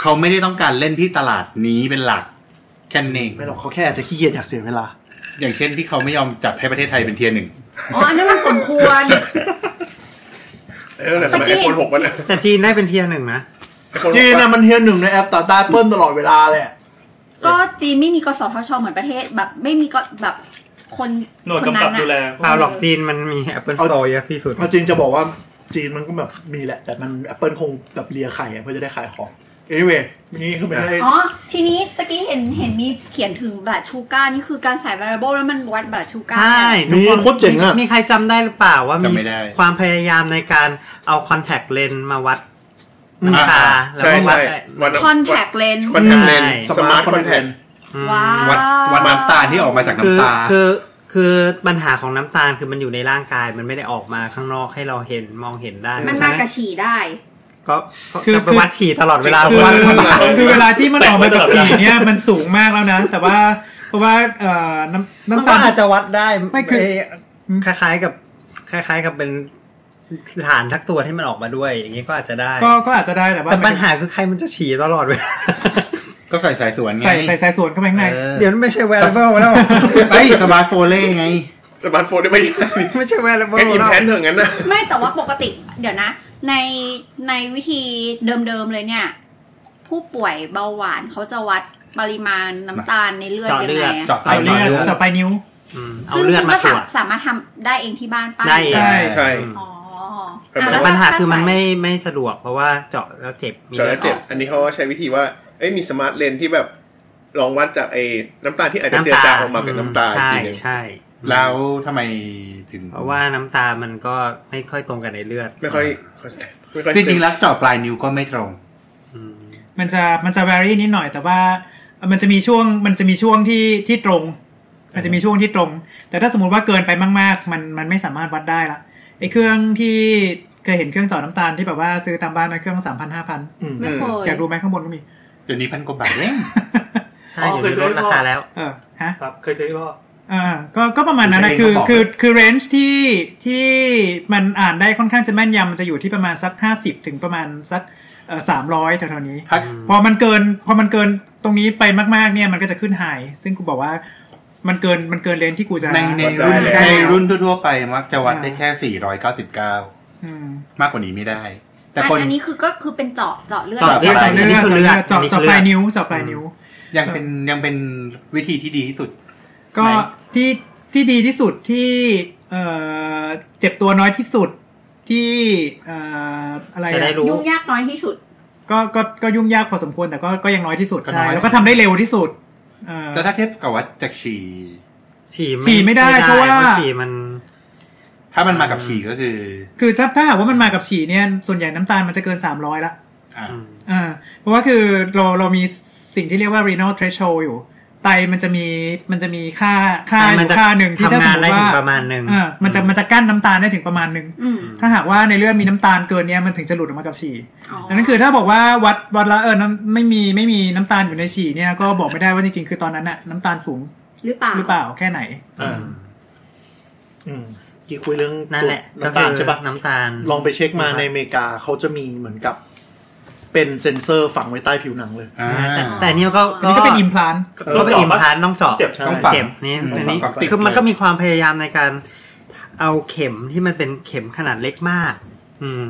Speaker 8: เขาไม่ได้ต้องการเล่นที่ตลาดนี้เป็นหลักแค่นั้นเอง
Speaker 7: ไม่หรอกเขาแค่อาจจะขี้เกียจอยากเสียเวลา
Speaker 8: อย่างเช่นที่เขาไม่ยอมจัดให้ประเทศไทยเป็นเทียร์หนึ่ง
Speaker 4: อ๋ออันนั้นมันสมควร
Speaker 2: เออแต่สมัย
Speaker 4: จริ
Speaker 2: ไอง โฟนหกมันอะ
Speaker 1: แต่จีนได้เป็นเทียร์หนึ่งนะ
Speaker 7: จีนน่ะมันเทียร์หนึ่งในแอปตาตาเปิ้ลตลอดเวลาแหละ
Speaker 4: ก็จีนไม่มีกสทชเหมือนประเทศแบบไม่มีก็แบบคน
Speaker 3: หน่วย
Speaker 4: คน
Speaker 3: กำ
Speaker 4: นั้
Speaker 3: กับ
Speaker 4: นอะ
Speaker 3: ดูแล
Speaker 1: เปล่าหรอกจีนมันมี Apple
Speaker 7: เอา
Speaker 1: Store เยอะที่สุด
Speaker 7: เอาจริงจะบอกว่าจีนมันก็แบบมีแหละ แต่มัน Apple คงแบบเลียไข่อะเพื่อจะได้ขายของ anyway นี่คือไม่ได้
Speaker 4: อ๋อ ทีนี้ตะกี้เห็นเห็นมีเขียนถึงบัตรชูการนี่คือการใส่ variable แล้วมันวัดบัตรชูการ
Speaker 1: ใช่ทุก
Speaker 7: นี่
Speaker 1: คน
Speaker 7: โคตรเจ๋งอะ
Speaker 1: มีใครจำได้หรือเปล่าว่ามี
Speaker 8: จำไม่ได้
Speaker 1: ความพยายามในการเอา Contact Lens มาวัด
Speaker 7: อืม
Speaker 1: น้ำตาแล้ว
Speaker 2: ใช่
Speaker 1: ก็วัด
Speaker 2: ใช่
Speaker 1: ได้
Speaker 2: วัน
Speaker 4: คอนแทคเลนส์
Speaker 2: คอนแทคเลน
Speaker 1: ใช่
Speaker 2: สมาร์ทคอนแทค
Speaker 1: อืม
Speaker 4: ว้า
Speaker 8: วัดวัดน้ำตาลที่ออกมาจาก
Speaker 1: คือ
Speaker 8: น้ำตา
Speaker 1: คือคือปัญหาของน้ำตาลคือมันอยู่ในร่างกายมันไม่ได้ออกมาข้างนอกให้เราเห็นมองเห็นได้
Speaker 4: มัน
Speaker 1: เพ
Speaker 4: มา
Speaker 1: ราะฉะ
Speaker 4: กระฉี่ได้
Speaker 1: ก็ก็
Speaker 6: คือ
Speaker 1: จะไป
Speaker 6: คือ
Speaker 1: วัดฉี่ตลอดเวลา
Speaker 6: คือ
Speaker 1: วัด
Speaker 2: เข้ามา
Speaker 6: คือเวลาที่มันออกมาจากฉี่เนี่ยมันสูงมากแล้วนะ แต่ว่าเพราะว่าเอ่อน้ำ
Speaker 1: มัน
Speaker 6: น้ำ
Speaker 1: ก็
Speaker 6: ตาล
Speaker 1: อาจจะวัดได้
Speaker 6: ไม่คือ
Speaker 1: เอ่อคล้ายๆกับคล้าย ๆ กับเป็นฐานทักตัวที่มันออกมาด้วย อย่างนี้ก็อาจจะได้
Speaker 6: ก็ก็อาจจะได้แต่ว่า
Speaker 1: แต่ปัญหาคือใครมันจะฉี่ตลอดเวลา
Speaker 8: ก็ใส่สายสวนไง
Speaker 6: ใส่ใส่สายสวนเข้าไปข้างใน
Speaker 8: ออ
Speaker 1: เดี๋ยวมันไม่ใช่ wearable แล้ว
Speaker 8: เฮ้ยสมาร์ทโฟนเล่ไง
Speaker 2: สมาร์ทโฟนได้ไม่ใช่
Speaker 1: ไม่ใช่ wearable
Speaker 2: แค่อิม
Speaker 1: แล้ว
Speaker 2: แพนเถอะงั้นนะ
Speaker 4: ไม่แต่ว่าปกติเดี๋ยวนะ ในในวิธีเดิมๆเลยเนี่ย ผู้ป่วยเบาหวานเขาจะวัดปริมาณน้ำตาลในเลือด
Speaker 1: เจาะ
Speaker 4: ยัง
Speaker 1: เลือ
Speaker 4: ไง
Speaker 1: ด
Speaker 4: อะ
Speaker 8: เจาะ
Speaker 6: เอาเลือดเจาะไปลายนิ้ว
Speaker 1: อืมเอา
Speaker 4: ซึ่ง
Speaker 1: เลือด
Speaker 4: ซึ่ง
Speaker 1: มา
Speaker 4: ก็
Speaker 1: ตร
Speaker 4: สาว
Speaker 1: จ
Speaker 4: สามารถทำได้เองที่บ้านป้า
Speaker 1: ได้เอง
Speaker 6: ใช่
Speaker 2: ใช่
Speaker 1: อืม
Speaker 4: อ๋อ
Speaker 2: แต่
Speaker 4: อ่ะ
Speaker 1: แต่
Speaker 4: แล้ว
Speaker 1: ปัญหาคือมัน
Speaker 4: ถ้ใส่
Speaker 1: ไม่ไม่สะดวกเพราะว่าเจาะแล้วเจ็บมี
Speaker 2: จอ
Speaker 1: เลือด
Speaker 2: ร์
Speaker 1: อ
Speaker 2: เจ็
Speaker 1: อบ ก
Speaker 2: อันนี้เขาก็ใช้วิธีว่า เอ้ยมีสมาร์ทเลนที่แบบลองวัดจากไอ้น้ำตาลที่อาจจะเจือจางออกมาเป็นน้ำตาล
Speaker 1: ใช่
Speaker 2: ทีหนึง
Speaker 1: ใช่
Speaker 8: แล้วทำไมถึง
Speaker 1: เพราะว่าน้ำตามันก็ไม่ค่อยตรงกันในเลือด
Speaker 2: ไม่ค่อยไม่ค่อย
Speaker 8: จริงๆแล้วเจาะปลายนิ้วก็ไม่ตรง
Speaker 1: อืม
Speaker 6: มันจะมันจะ vary นิดหน่อย แต่ว่ามันจะมีช่วงมันจะมีช่วงที่ที่ตรง มันจะมีช่วงที่ตรง แต่ถ้าสมมติว่าเกินไปมาก ๆ มันมันไม่สามารถวัดได้ละไอ้เครื่องที่เคยเห็นเครื่องเจาะน้ำตาลที่แบบว่าซื้อตามบ้านมาเครื่องสามพันห้าพัน
Speaker 7: อืม
Speaker 4: ไม่เคย
Speaker 6: อยากดูไหมข้างบนก็มี [laughs]
Speaker 8: เดี๋ยวนี้พันกว่าบาทเอง
Speaker 1: ใช่เดี๋ยวนี้ลดราคาแล้ว
Speaker 6: เออฮะ
Speaker 3: ครับเคยซื้อก็
Speaker 6: อ่าก็ก็ประมาณนั้นนะคือคือคือเรนจ์ที่ที่มันอ่านได้ค่อนข้างจะแม่นยำมันจะอยู่ที่ประมาณสัก 50 ถึงประมาณสักสามร้อยแถวๆนี้
Speaker 8: ถ้า
Speaker 6: พอมันเกินพอมันเกินตรงนี้ไปมากๆเนี่ยมันก็จะขึ้นไฮซึ่งกูบอกว่ามันเกินมันเกินเลนที่กูจะ
Speaker 8: ในใน
Speaker 6: วัดได้
Speaker 8: รุ่นใน
Speaker 6: แล้ว
Speaker 8: รุ่นทั่วๆไปมักจะวัดได้แค่ 499
Speaker 6: อืม
Speaker 8: มากกว่านี้ไม่ได้ แต่
Speaker 4: อัน
Speaker 8: คน
Speaker 4: อันนี้คือก็คือเป็นเจาะเจาะเลือด
Speaker 1: เจาะเลือด
Speaker 6: เจาะเลือด
Speaker 1: นี่คือเลือด
Speaker 6: เจาะ
Speaker 1: นี่
Speaker 6: เจาะ
Speaker 1: คือเลือด
Speaker 6: ปลายนิ้วเจาะปลายนิ้ว
Speaker 8: ยังเป็นยังเป็นวิธีที่ดีที่สุด
Speaker 6: ก็
Speaker 8: ไหน
Speaker 6: ที่ที่ดีที่สุดที่เอ่อเจ็บตัวน้อยที่สุดที่เอ่ออะไร
Speaker 1: จะได้
Speaker 6: อะ
Speaker 1: รู้
Speaker 4: ยุ่งยากน้อยที่สุด
Speaker 6: ก็ก็ก็ยุ่งยากพอสมควรแต่ก็ก็ยังน้อยที่สุด
Speaker 8: ก็น้
Speaker 6: ใช่
Speaker 8: อย
Speaker 6: แล้วก็ทำได้เร็วที่สุดเอ่อ
Speaker 8: แล้วถ้าเทียบกับวัดจากฉี่
Speaker 1: ฉี่
Speaker 6: ฉี่ไม่ได้เพราะว่า
Speaker 1: ฉี่มัน
Speaker 8: ถ้ามันมากับฉี่ก็คือ
Speaker 6: คือถ้าถ้าหากว่ามันมากับฉี่เนี่ยส่วนใหญ่น้ำตาลมันจะเกิน 300 ละ
Speaker 8: อ่ะ
Speaker 6: อ่าเพราะว่าคือเราเรามีสิ่งที่เรียกว่า renal threshold อยู่ ไตมันจะมีมันจะมีค่าค่า
Speaker 1: ไต
Speaker 6: อ
Speaker 1: มัน
Speaker 6: ยู่
Speaker 1: จะ
Speaker 6: ค่าหนึ่งที่ถ้าสมม
Speaker 1: ทำงา
Speaker 6: ติ
Speaker 1: นได้ถึ
Speaker 6: ว่าง
Speaker 1: ประมาณหนึ่ง
Speaker 6: อ่ามันจะมันจะกั้นน้ำตาลได้ถึงประมาณหนึ่ง
Speaker 4: อืม
Speaker 6: ถ้าหากว่าในเลือดมีน้ำตาลเกินเนี่ยมันถึงจะหลุดออกมากับฉี่
Speaker 4: อ๋อ
Speaker 6: อันนั้นคือถ้าบอกว่าวัดวัดละเออน้ำไม่มีไม่มีน้ำตาลอยู่ในฉี่เนี่ยก็บอกไม่ได้ว่าจริงๆคือตอนนั้นน่ะน้ำตาลสูง
Speaker 4: หรือเปล่า
Speaker 6: หรือเปล่าแค่ไหน
Speaker 3: อ่า
Speaker 7: อืมกี่คุยเรื่อง
Speaker 1: นั่นแหละ
Speaker 7: น้ำตาล
Speaker 1: ก็คือ
Speaker 7: ใช่ปะ
Speaker 1: น้ำตาล
Speaker 7: ลองไปเช็คมาในอเมริกาเขาจะมีเหมือนกับ เป็นเซ็นเซอร์ฝังไว้ใต้ผิวหนังเลย
Speaker 8: อ่า
Speaker 1: แต่แต่เนี่ยก็
Speaker 6: อันนี้ก็เป็นอิมพลาน
Speaker 1: ก็เป็นอิมพานต้องเจาะ
Speaker 3: เจ็บ
Speaker 1: ต้องเจ็บนี่
Speaker 8: ต้องฝัง
Speaker 1: อันนี้
Speaker 8: ต้องฝัง
Speaker 1: คือมัน
Speaker 8: ติดเลย
Speaker 1: ก็มีความพยายามในการ เอาเข็มที่มันเป็นเข็มขนาดเล็กมาก อืม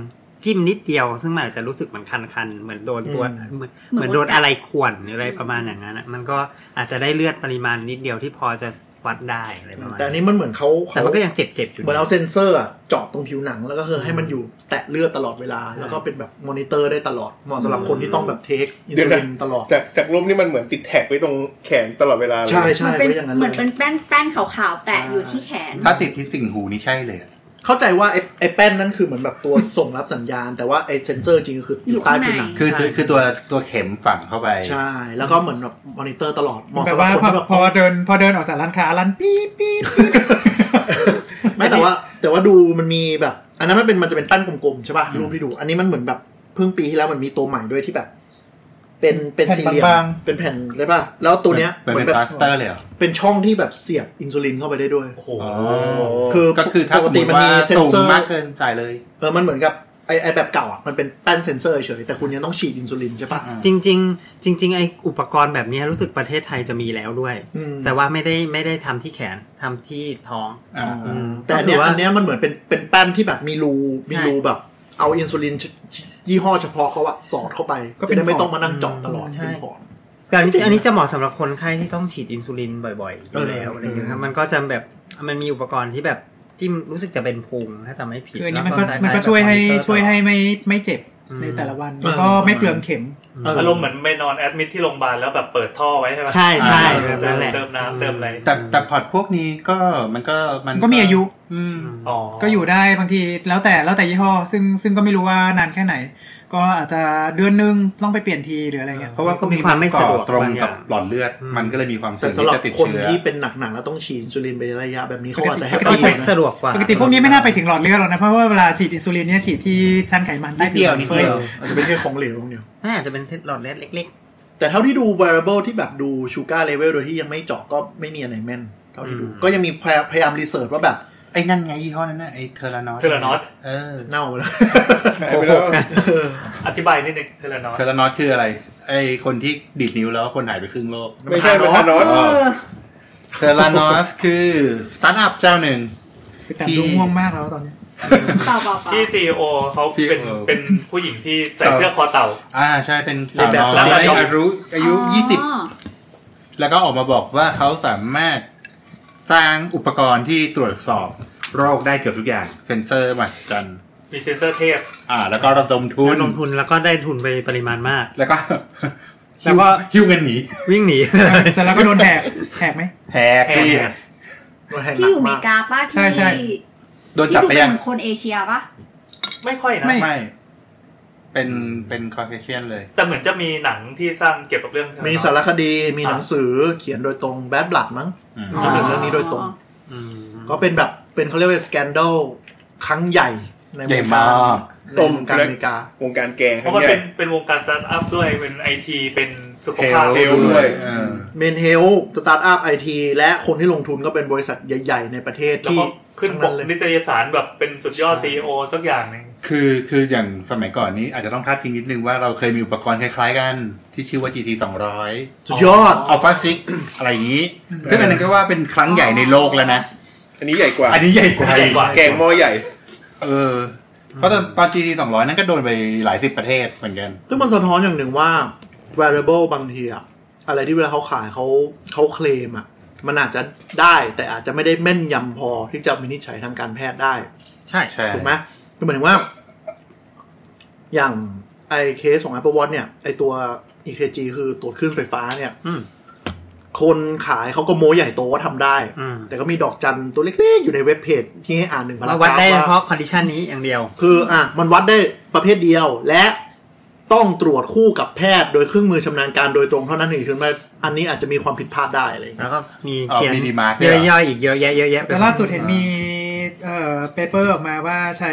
Speaker 1: จิ้มนิดเดียว ซึ่งมันอาจจะรู้สึกเหมือนคันๆเหมือนโดนตัว
Speaker 7: อืม
Speaker 1: เหมือนเหมือนโดนอะไรข่วนหรืออะไรประมาณอย่างนั้นอะมันก็อาจจะได้เลือดปริมาณนิดเดียวที่พอจะวัดได้อะไรประมาณ
Speaker 7: แต่อัน
Speaker 1: นั้น
Speaker 7: นี้มันเหมือนเขา
Speaker 1: แต่
Speaker 7: เขา
Speaker 1: มันก็ยังเจ็บๆอยู่
Speaker 7: เหมือน
Speaker 1: ดี
Speaker 7: เอาเซ็นเซอร์อะเจาะตรงผิวหนัง แล้วก็คือให้มันอยู่แตะเลือดตลอดเวลา แล้วก็เป็นแบบมอนิเตอร์ได้ตลอดเหมาะสำหรับคนที่ต้องแบบเทคอิน
Speaker 2: เดี๋ย
Speaker 7: ซู
Speaker 2: ว
Speaker 7: ลิ
Speaker 2: นะ
Speaker 7: นตลอด
Speaker 2: จากจากรูปนี่มันเหมือนติดแท็กไว้ตรงแขนตลอดเวลาเลย
Speaker 7: ใช่ใช่
Speaker 4: มัน
Speaker 7: ไว้
Speaker 4: เป็น
Speaker 7: อย่างนั้น
Speaker 4: เห
Speaker 7: เล
Speaker 4: มือนเป็
Speaker 7: ย
Speaker 4: นแป้นแป้นขาวๆแปะอยู่ที่แขน
Speaker 8: ถ้าติดที่สิ่งหูนี่ใช่เลยอะ
Speaker 7: เข้าใจว่าไอ้ไอ้แป้นนั่นคือเหมือนแบบตัวส่งรับสัญญาณ แต่ว่าไอ้เซนเซอร์จริงก็คืออ
Speaker 4: อยู่
Speaker 7: ยู่ใต้ผิวหนัง
Speaker 4: ข้างใน
Speaker 8: คือคือคือตัวตัวเข็มฝังเข้าไป
Speaker 7: ใช่ แล้วก็เหมือนแบบมอนิเตอร์ตลอดเหมาะ
Speaker 6: แบบ
Speaker 7: สำหรับ
Speaker 6: ว่า
Speaker 7: ค
Speaker 6: พอ
Speaker 7: นที่แบบ
Speaker 6: พอเดินพอเดินออกจากร้านค้าร้านปี๊ดปี๊ดปี๊ด
Speaker 7: ไม่แต่ว่า แต่ว่าดูมันมีแบบ อันนั้นมันเป็นมันจะเป็นแป้นกลมๆใช่ป่ะรูปที่ดู อันนี้มันเหมือนแบบเพิ่งปีที่แล้วมันมีตัวใหม่ด้วยที่แบบ เป็นเป็น
Speaker 6: แผ่น
Speaker 7: สี่เหลี่ยม
Speaker 6: บาง
Speaker 7: เป็นแผ่นใช่ป่ะแล้วตัวเนี้ย
Speaker 8: เหมือน
Speaker 7: เหมือ
Speaker 8: เป็น น
Speaker 7: แบบ
Speaker 8: พลาสเตอร์เลยเหรอ
Speaker 7: เป็นช่องที่แบบเสียบอินซูลินเข้าไปได้ด้วย
Speaker 2: โอ้โห
Speaker 7: คือ
Speaker 8: ก็คือถ้า
Speaker 7: ปกติมันมีเซ็น
Speaker 8: สูง
Speaker 7: เซอร์
Speaker 8: มากเกินจ่ายเลย
Speaker 7: เออมันเหมือนกับไอไอแบบเก่าอ่ะมันเป็นแป้นเซนเซอร์เฉยแต่คุณยังต้องฉีดอินซูลินใช่ป่ะ
Speaker 1: จริง ๆ จริง ๆ ไออุปกรณ์แบบเนี้ยรู้สึกประเทศไทยจะมีแล้วด้วย
Speaker 7: อืม
Speaker 1: แต่ว่าไม่ได้ไม่ได้ทำที่แขนทำที่ท้อง
Speaker 8: อ่า
Speaker 1: อืม
Speaker 7: แต่อันเนี้ย
Speaker 1: ก็คือว่า
Speaker 7: อันเนี้ยมันเหมือนเป็นเป็นแป้นที่แบบมีรู
Speaker 1: ใช่
Speaker 7: มีรูแบบ เอาอินซูลินชยี่ห้อเฉพาะเขาอะสอดเข้าไป
Speaker 6: ก็
Speaker 7: ก็
Speaker 6: เป็น
Speaker 7: จะได้ไม่
Speaker 6: ของ
Speaker 7: ต้องมานั่งเจาะตลอดเป็นของ
Speaker 1: แต่อันนี้อันนี้จะเหมาะสำหรับคนไข้ที่ต้องฉีดอินซูลินบ่อยๆอยู่แล้ว
Speaker 7: เอออ
Speaker 1: อะไรเงี้ยครับมันก็จะแบบมันมีอุปกรณ์ที่แบบจิ้มรู้สึกจะเป็นพุงถ้าจำไม่ผิด
Speaker 6: คืออันนี้มัน
Speaker 1: แล้ว
Speaker 6: ก็
Speaker 1: คล้ายๆ
Speaker 6: มันก็ช่วยให้
Speaker 1: แบบ
Speaker 6: ช่วยให้ไม่ไม่เจ็บ
Speaker 1: อืม
Speaker 6: ในแต่ละวัน
Speaker 7: เออ
Speaker 6: แล้วก็ไม่เปลืองเข็ม
Speaker 7: เออ
Speaker 3: อารมณ์เหมือนไปนอนแอดมิดที่โรงพยาบาลแล้วแบบเปิดท่อไว้ใช่ไหม
Speaker 1: ใช่ใช่
Speaker 3: เอ
Speaker 1: แบ
Speaker 3: อบ
Speaker 1: นั้นแหละ
Speaker 3: เติมน้ำเติมอะไร
Speaker 8: แต่แต่พอร์ตพวกนี้ก็มันก็มัน
Speaker 6: ก็มีอายุ
Speaker 8: อืม
Speaker 3: อ๋อ
Speaker 6: ก็อยู่ได้บางทีแล้วแต่แล้วแต่ยี่ห้อ ซึ่งซึ่งก็ไม่รู้ว่านานแค่ไหน ก็อาจจะเดือนหนึงต้องไปเปลี่ยนทีหรืออะไรเงี้ย
Speaker 8: เพราะว่าก็
Speaker 1: มีความไม่สะดวก
Speaker 8: ตรง
Speaker 1: บางอ
Speaker 8: กั
Speaker 1: ย่า
Speaker 8: บ
Speaker 1: ง
Speaker 8: หลอดเลือด มันก็เลยมีความเสี่
Speaker 7: แต่
Speaker 8: ยง
Speaker 7: สำหรับ
Speaker 8: ที่จะติด
Speaker 7: คน
Speaker 8: เชื้อ
Speaker 7: ที่เป็นหนักๆแล้วต้องฉีดอินซูลินไประยะแบบนี้เขาอาจจะให้
Speaker 1: ก็
Speaker 7: ประโย
Speaker 1: จะ
Speaker 7: ชน์
Speaker 1: สะ
Speaker 7: นะ
Speaker 1: ดวกกว่า
Speaker 6: ปกติพวกนี้ไม่น่าไปถึงหลอดเลือดหรอกนะเพราะว่าเวลาฉีดอินซูลินเนี่ยฉีดที่ชั้นไขมันใต้ผิวหนัง
Speaker 1: นิด
Speaker 6: เฟ้
Speaker 1: เดี
Speaker 6: ย
Speaker 1: ยว
Speaker 7: อาจจะเป็นแค่ของเหลวของเดียว
Speaker 1: น่าจะเป็นหลอดเลือดเล็ก
Speaker 7: แต่เท่าที่ดู variable ที่แบบดู sugar level โดยที่ยังไม่เจาะก็ไม่มีอะไรแม่นเท่าที่ดู
Speaker 1: อืม
Speaker 7: ก็ยังมีพยพยายามรีเสิร์ชว่าแบบ
Speaker 8: ไอ้นั่นไงยี่ห้อนั้นน่ะไอ้เทอร์านอส
Speaker 3: Theranos
Speaker 8: เออ
Speaker 7: เน่าไปแล้ว
Speaker 2: หายไปแล้ว
Speaker 3: อธิบายนิดนึงเทเลนอน
Speaker 8: เทอร์านอสคืออะไร ไอ้คนที่ดีดนิ้วแล้วคนหายไปครึ่งโลก
Speaker 2: ไม่ใช่ประธานนอส
Speaker 4: เออ
Speaker 8: เทอร์านอสคือสตาร์ทอัพเจ้าหนึ่ง
Speaker 6: แต่ดูง่วงมากแล้วตอนเนี้ย
Speaker 4: เปล่าเปล่าเปล่า
Speaker 3: ที่ซีโอเขาเป็น
Speaker 8: CEO
Speaker 3: เป็นผู้หญิงที่ใส่เสื้อคอเต่า
Speaker 8: อ่าใช่เป็นสาวน้อย
Speaker 3: เรียนแบบสตาร์ทอัพ
Speaker 8: อายุอายุ 20 แล้วก็ออกมาบอกว่าเขาสามารถสร้างอุปกรณ์ที่ตรวจสอบโรคได้เกือบทุกอย่าง เซ็นเซอร์มาจัน
Speaker 3: มีเซนเซอร์เทพ
Speaker 8: อ่า แล้วก็ระดม
Speaker 1: ๆ
Speaker 8: ทุน
Speaker 1: แล้วลงทุนแล้วก็ได้ทุนไปปริมาณมาก
Speaker 8: แล้วก็
Speaker 1: แล้
Speaker 8: หิ
Speaker 1: ว
Speaker 8: ว
Speaker 1: ก็
Speaker 8: หิวเงินหนี
Speaker 1: วิ่งหนี
Speaker 6: เสร็จแล้วก็โดนแหกแหกไหม
Speaker 8: แพ้พี่
Speaker 3: แพ้
Speaker 4: ที่อยู่อเมริกาป้า
Speaker 6: ใช่
Speaker 4: ที่
Speaker 6: ใช่
Speaker 8: โดน
Speaker 4: ที่
Speaker 8: จับ
Speaker 4: ดู
Speaker 8: ไป
Speaker 4: เป็น
Speaker 8: ยัง
Speaker 4: เหมือนคนเอเชียปะ
Speaker 3: ไม่ค่อยนะ
Speaker 6: ไม่
Speaker 8: ไม่ เป็นเป็นคอเคเชียนเลย
Speaker 3: แต่เหมือนจะมีหนังที่สร้างเกี่ยวกับเรื่อง
Speaker 7: มีสารคดีมีหนังสือเขียนโดยตรงแบดบลัดมั้ง
Speaker 8: อืม
Speaker 7: อ๋อ เรื่องนี้โดยตรง
Speaker 1: อืม
Speaker 7: ก็เป็นแบบเป็นเขาเรียกว่าสแกนด l ครั้งใหญ่ในว
Speaker 8: ใหญ่
Speaker 7: งกาม
Speaker 8: าร ก
Speaker 7: ในวงการอเมริกา
Speaker 2: วงการแกงค
Speaker 3: เพ
Speaker 2: รับ
Speaker 3: ราะมัน
Speaker 2: เนี่
Speaker 3: เป็
Speaker 2: ย
Speaker 3: นเป็นวงการสตาร์ทอัพด้วย เป็นไอที เป็นสุข
Speaker 8: เฮ
Speaker 3: ภาพ
Speaker 8: ล
Speaker 2: เฮล ด้วย
Speaker 8: เออ
Speaker 7: เมนเฮลสตาร์ทอัพไอทีและคนที่ลงทุนก็เป็นบริษัทใหญ่ ๆ ในประเทศ
Speaker 3: แล้ว
Speaker 7: ที่
Speaker 3: ก็ขึ้นป
Speaker 7: ทั้
Speaker 3: ก
Speaker 7: งเลย
Speaker 3: นิตยสารแบบเป็นสุดยอด
Speaker 7: ใช่
Speaker 3: ซีอโอสักอย่างหนึ่ง
Speaker 8: คือคืออย่างสมัยก่อนนี้อาจจะต้องพลาดทิ้งนิดนึงว่าเราเคยมีอุปกรณ์คล้ายๆกัน ที่ชื่อว่า GT 200
Speaker 7: สุดยอด
Speaker 8: อัลฟาซิก อะไรอย่างนี้ ซึ่งอันนั้นก็ว่าเป็นครั้งใหญ่ในโลกแล้วนะ
Speaker 2: อันนี้ใหญ่กว่า
Speaker 8: อันนี้ใหญ่กว่า
Speaker 3: ใหญ่กว่า
Speaker 2: แกงหม้อใหญ่
Speaker 8: เออ เพราะตอนตอน GT 200 นั้นก็โดนไปหลายสิบประเทศเหมือนกัน
Speaker 7: ซึ่งมันสะท้อนอย่างหนึ่งว่า variable บางทีอะอะไรที่เวลาเขาขายเขาเขาเคลมอะมันอาจจะได้แต่อาจจะไม่ได้แม่นยำพอที่จะวินิจฉัยทางการแพทย์ได้
Speaker 1: ใช่
Speaker 8: ใช่
Speaker 7: ถูกไหมคือหมายถึงว่า อย่างไอเคสของ Apple Watch เนี่ย ไอตัว EKG คือตรวจคลื่นไฟฟ้าเนี่ย
Speaker 1: อืม
Speaker 7: คนขายเขาก็โม้ใหญ่โตว่าทำได้
Speaker 1: อืม
Speaker 7: แต่ก็มีดอกจันตัวเล็กๆ อยู่ในเว็บเพจที่ให้อ่านหนึ่งพารา
Speaker 1: เรา
Speaker 7: กราฟ
Speaker 1: วัดได้เฉ
Speaker 7: ว่า
Speaker 1: พาะคอนดิชันนี้อย่างเดียว
Speaker 7: คืออ่ะมันวัดได้ประเภทเดียวและต้องตรวจคู่กับแพทย์โดยเครื่องมือชำนาญการโดยตรงเท่านั้นถึงจะว่าอันนี้อาจจะมีความผิดพลาดได้อะไรอย่าง
Speaker 1: แล้
Speaker 7: เงี้ยว
Speaker 1: ก็มี
Speaker 8: เอา
Speaker 1: เขียน
Speaker 8: minimark ด้วยเหรอ
Speaker 1: ย่อยๆอีกเยอะแยะเยอะแยะไป
Speaker 6: แต่ล่าสุดเห็นมีเอ่อเปเปอร์ออกมาว่าใช้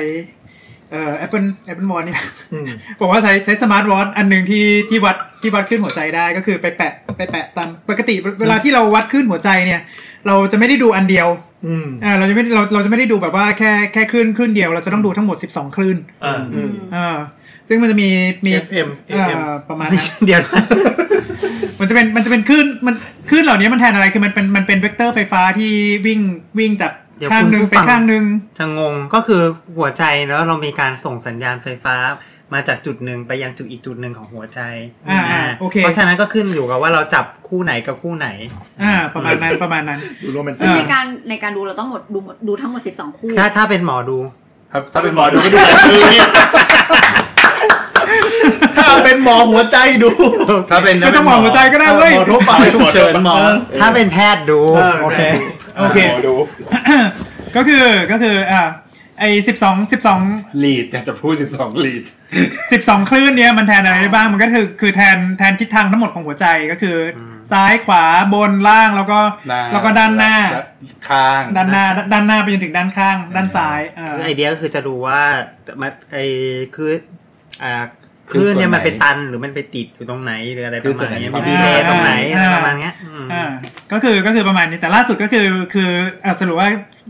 Speaker 6: เอ่อ Apple Apple Watch เนี่ย [laughs]
Speaker 7: อืม
Speaker 6: บอกว่าใช้ใช้สมาร์ทวอทอันหนึ่งที่ที่วัดที่วัดขึ้นหัวใจได้ก็คือไปแปะไปแปะตามปกติเวลาที่เราวัดขึ้นหัวใจเนี่ย เราจะไม่ได้ดูอันเดียว
Speaker 7: อืม
Speaker 6: อ่าเราจะไม่เราเราจะไม่ได้ดูแบบว่าแค่แค่คลื่นคลื่นเดียว เราจะต้องดูทั้งหมด 12 คลื่น
Speaker 3: เออ
Speaker 7: อืม
Speaker 6: อ่าซึ่งมันจะมีมี
Speaker 7: FM
Speaker 6: เอ่อประมาณ
Speaker 1: ไม่
Speaker 6: นั้น
Speaker 1: ใช่ [laughs] เดียวนะ
Speaker 6: มันจะเป็นมันจะเป็นคลื่นมันคลื่นเหล่านี้มันแทนอะไรคือมันเป็นมันเป็นเวกเตอร์ไฟฟ้าที่วิ่งวิ่งจาก
Speaker 1: เดี๋ยว
Speaker 6: ข้างหนึ่ง
Speaker 1: คุณผู้
Speaker 6: ไป
Speaker 1: ฟัง
Speaker 6: ข้างหนึ่ง
Speaker 1: จะงงก็คือหัวใจแล้วเรามีการส่งสัญญาณไฟฟ้า มาจากจุดหนึ่งไปยังจุดอีกจุดหนึ่งของหัวใจ
Speaker 6: อ่า
Speaker 1: อ่า
Speaker 6: โอเค
Speaker 1: เพราะฉะนั้นก็ขึ้นอยู่กับว่าเราจับคู่ไหนกับคู่ไหน
Speaker 6: อ่าประมาณนั้นประมาณนั้น
Speaker 7: ดูโรแมนติ
Speaker 4: ซึ่ง
Speaker 7: ก
Speaker 4: ใน
Speaker 6: อ่า
Speaker 4: การในการดูเราต้องหมดดูหมดดูทั้งหมด 12 คู่
Speaker 1: ถ้าถ้าเป็นหมอดู
Speaker 8: ครับถ้าเป็นหมอดูก็ดูจากชื่อ [laughs] เนี่ย
Speaker 7: ถ้าเป็นหมอหัวใจดู
Speaker 8: ถ้าเป็น
Speaker 6: ไม่ต้องหมอหัวใจก็ได้เว้ย
Speaker 8: หมอทั่วไปฉุกเฉินหมอ
Speaker 1: ถ้าเป็นแพทย์ดู
Speaker 7: เออโอเค
Speaker 6: โอเค
Speaker 2: หมอดู
Speaker 6: ก็คือก็คืออ่าไอ้สิบสองสิบสอง
Speaker 8: ลีดอยากจะพูด 12 ลีด
Speaker 6: สิบสองคลื่นเนี้ยมันแทนอะไรได้บ้างมันก็คือคือแทนแทนทิศทางทั้งหมดของหัวใจก็คืออซ้ายขวาบนล่างแล้วก็แล้วก็ด้านหน้า
Speaker 8: ข้าง
Speaker 6: ด้านหน้าด้านหน้าไปจนถึงด้านข้าง ด้านซ้ายอ่า
Speaker 1: คือไอเดียก็คือจะดูว่ามันไอคืออ่า
Speaker 8: คื
Speaker 1: ค
Speaker 8: อ
Speaker 1: ลื่นเนี่
Speaker 8: ส่วย น
Speaker 1: มัน
Speaker 8: ไหน
Speaker 1: ไปตันหรือมันไปติดอยู่ตรงไหนหรืออะไรประมาณเนี้ย
Speaker 8: คือส่
Speaker 1: มี
Speaker 8: วนไหน
Speaker 1: ดีเลย์ตรงไหนอะไรประมาณเนี้ยอืม
Speaker 6: อ่าก็คือก็คือประมาณนี้แต่ล่าสุดก็คือคืออ่ะสรุปว่า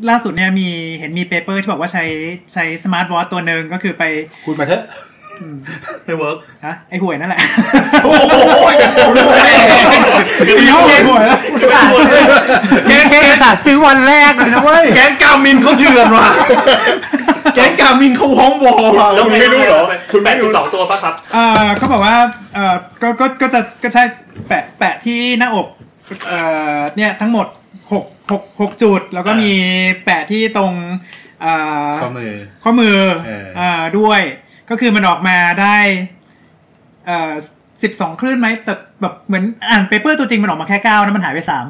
Speaker 6: ล่าสุดเนี่ยมีเห็นมีเปเปอร์ที่บอกว่าใช้ใช้สมาร์ทวอทตัวหนึ่งก็คือไป
Speaker 8: คุณมาเถอะ
Speaker 6: อืม
Speaker 7: ไม่เวิร์ก
Speaker 6: ฮะไอห่วยนั่นแหละ
Speaker 8: โอ้โห
Speaker 6: มีห้องเองห่วยแล้ว
Speaker 1: แกแกสาซื้อวันแรกเลยนะเว้ย
Speaker 7: แก๊งกามินเขาเถื่อนว่ะแก๊งกามินเขาห้องวอลว่ะ
Speaker 2: แล้วคุณไม่รู้เหรอคุ
Speaker 3: คุณ ณ
Speaker 2: ไม่
Speaker 3: แปด
Speaker 2: รู้
Speaker 3: สิบสองตัวปะครับ
Speaker 6: เอ่อเขาบอกว่าเอ่อก็ก็ก็จะก็ใช่แปะแปะที่หน้าอกเอ่อเนี่ยทั้งหมดหกหกหกจุด แล้วก็
Speaker 3: อ่ามี
Speaker 6: มีแปะที่ตรงเอ่อ
Speaker 8: ข้อมือ
Speaker 6: ข้อมือ
Speaker 8: เออ
Speaker 6: เอ่อด้วย ก็คือมันออกมาได้เอ่อสิบสองคลื่นไหมแต่แบบเหมือนอ่านเปเปอร์ตัวจริงมันออกมาแค่เก้านะมันหายไปสาม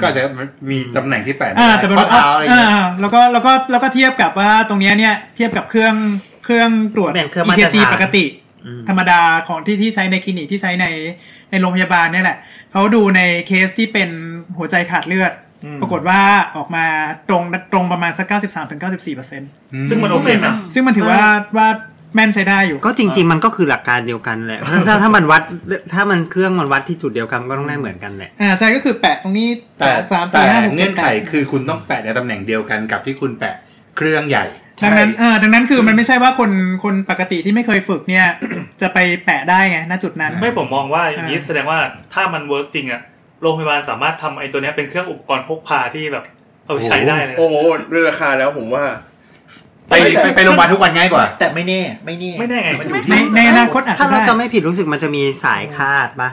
Speaker 8: ก็อาจจะมีตำแหน่งที่แปด
Speaker 6: อ่าแต่มัน
Speaker 8: ข้อเท้าอะไรอย่างเงี้ย
Speaker 6: อ่าแล้วก็แล้วก็แล้วก็เทียบกับว่าตรงเนี้ยเนี่ยเทียบกับเครื่องเครื่องตรวจ
Speaker 1: เป็นเครื่องมาตร
Speaker 6: EKG
Speaker 1: ฐาน
Speaker 6: ปกติ
Speaker 1: อืม
Speaker 6: ธรรมดาของที่ที่ใช้ในคลินิกที่ใช้ในในโรงพยาบาลเนี่ยแหละเขาดูในเคสที่เป็นหัวใจขาดเลือด
Speaker 7: อืม
Speaker 6: ปรากฏว่าออกมาตรงตรงประมาณสัก 93-94%เปอร์เซ็นต์
Speaker 3: ซึ่งมันโอเคนะ
Speaker 6: ซึ่งมันถือว่าว่าแม่นใช้ได้อยู่
Speaker 1: ก็จริง ๆ มันก็คือหลักการเดียวกันแหละ [laughs] ถ้าถ้าถ้ามันวัดถ้ามันเครื่องมันวัดที่จุดเดียวกันก็ต้องได้เหมือนกันแหละ
Speaker 6: อ่าใช่ก็คือแปะตรงนี้
Speaker 8: แต่
Speaker 6: สาม
Speaker 8: แต่
Speaker 6: สี่ห้าหก
Speaker 8: เงื่
Speaker 6: เจ็
Speaker 8: อ
Speaker 6: ด
Speaker 8: น
Speaker 6: แป
Speaker 8: ไข
Speaker 6: ด
Speaker 8: คือคุณต้องแปะในตำแหน่งเดียวกันกับที่คุณแปะเครื่องใหญ่
Speaker 6: ดังนั้นเออดังนั้นคือมันไม่ใช่ว่าคนคนปกติที่ไม่เคยฝึกเนี่ย จะไปแปะได้ไงณจุดนั้น
Speaker 3: ไม่ผมมองว่าอย่างนี้
Speaker 6: อ่า
Speaker 3: แสดงว่าถ้ามันเวิร์กจริงอะโรงพยาบาลสามารถทำไอ้ตัวเนี้ยเป็นเครื่องอุปกรณ์พกพาที่แบบเอาไปใช้ได้เลยนะ
Speaker 2: โอ้โหด้วยราคาแล้วผมว่า
Speaker 8: ไปไปไปโรงพยาบาลทุกวันง่ายกว่า
Speaker 7: แต่ไม่แน่ ไม่แน่
Speaker 3: ไม่แน่ไง
Speaker 7: มันอยู่
Speaker 6: ใน
Speaker 7: ที่
Speaker 6: ในอนาคตอาจ
Speaker 1: ถ้า
Speaker 6: จะ
Speaker 1: เรา
Speaker 6: ได้
Speaker 1: จะไม่ผิดรู้สึกมันจะมีสายคาดปะ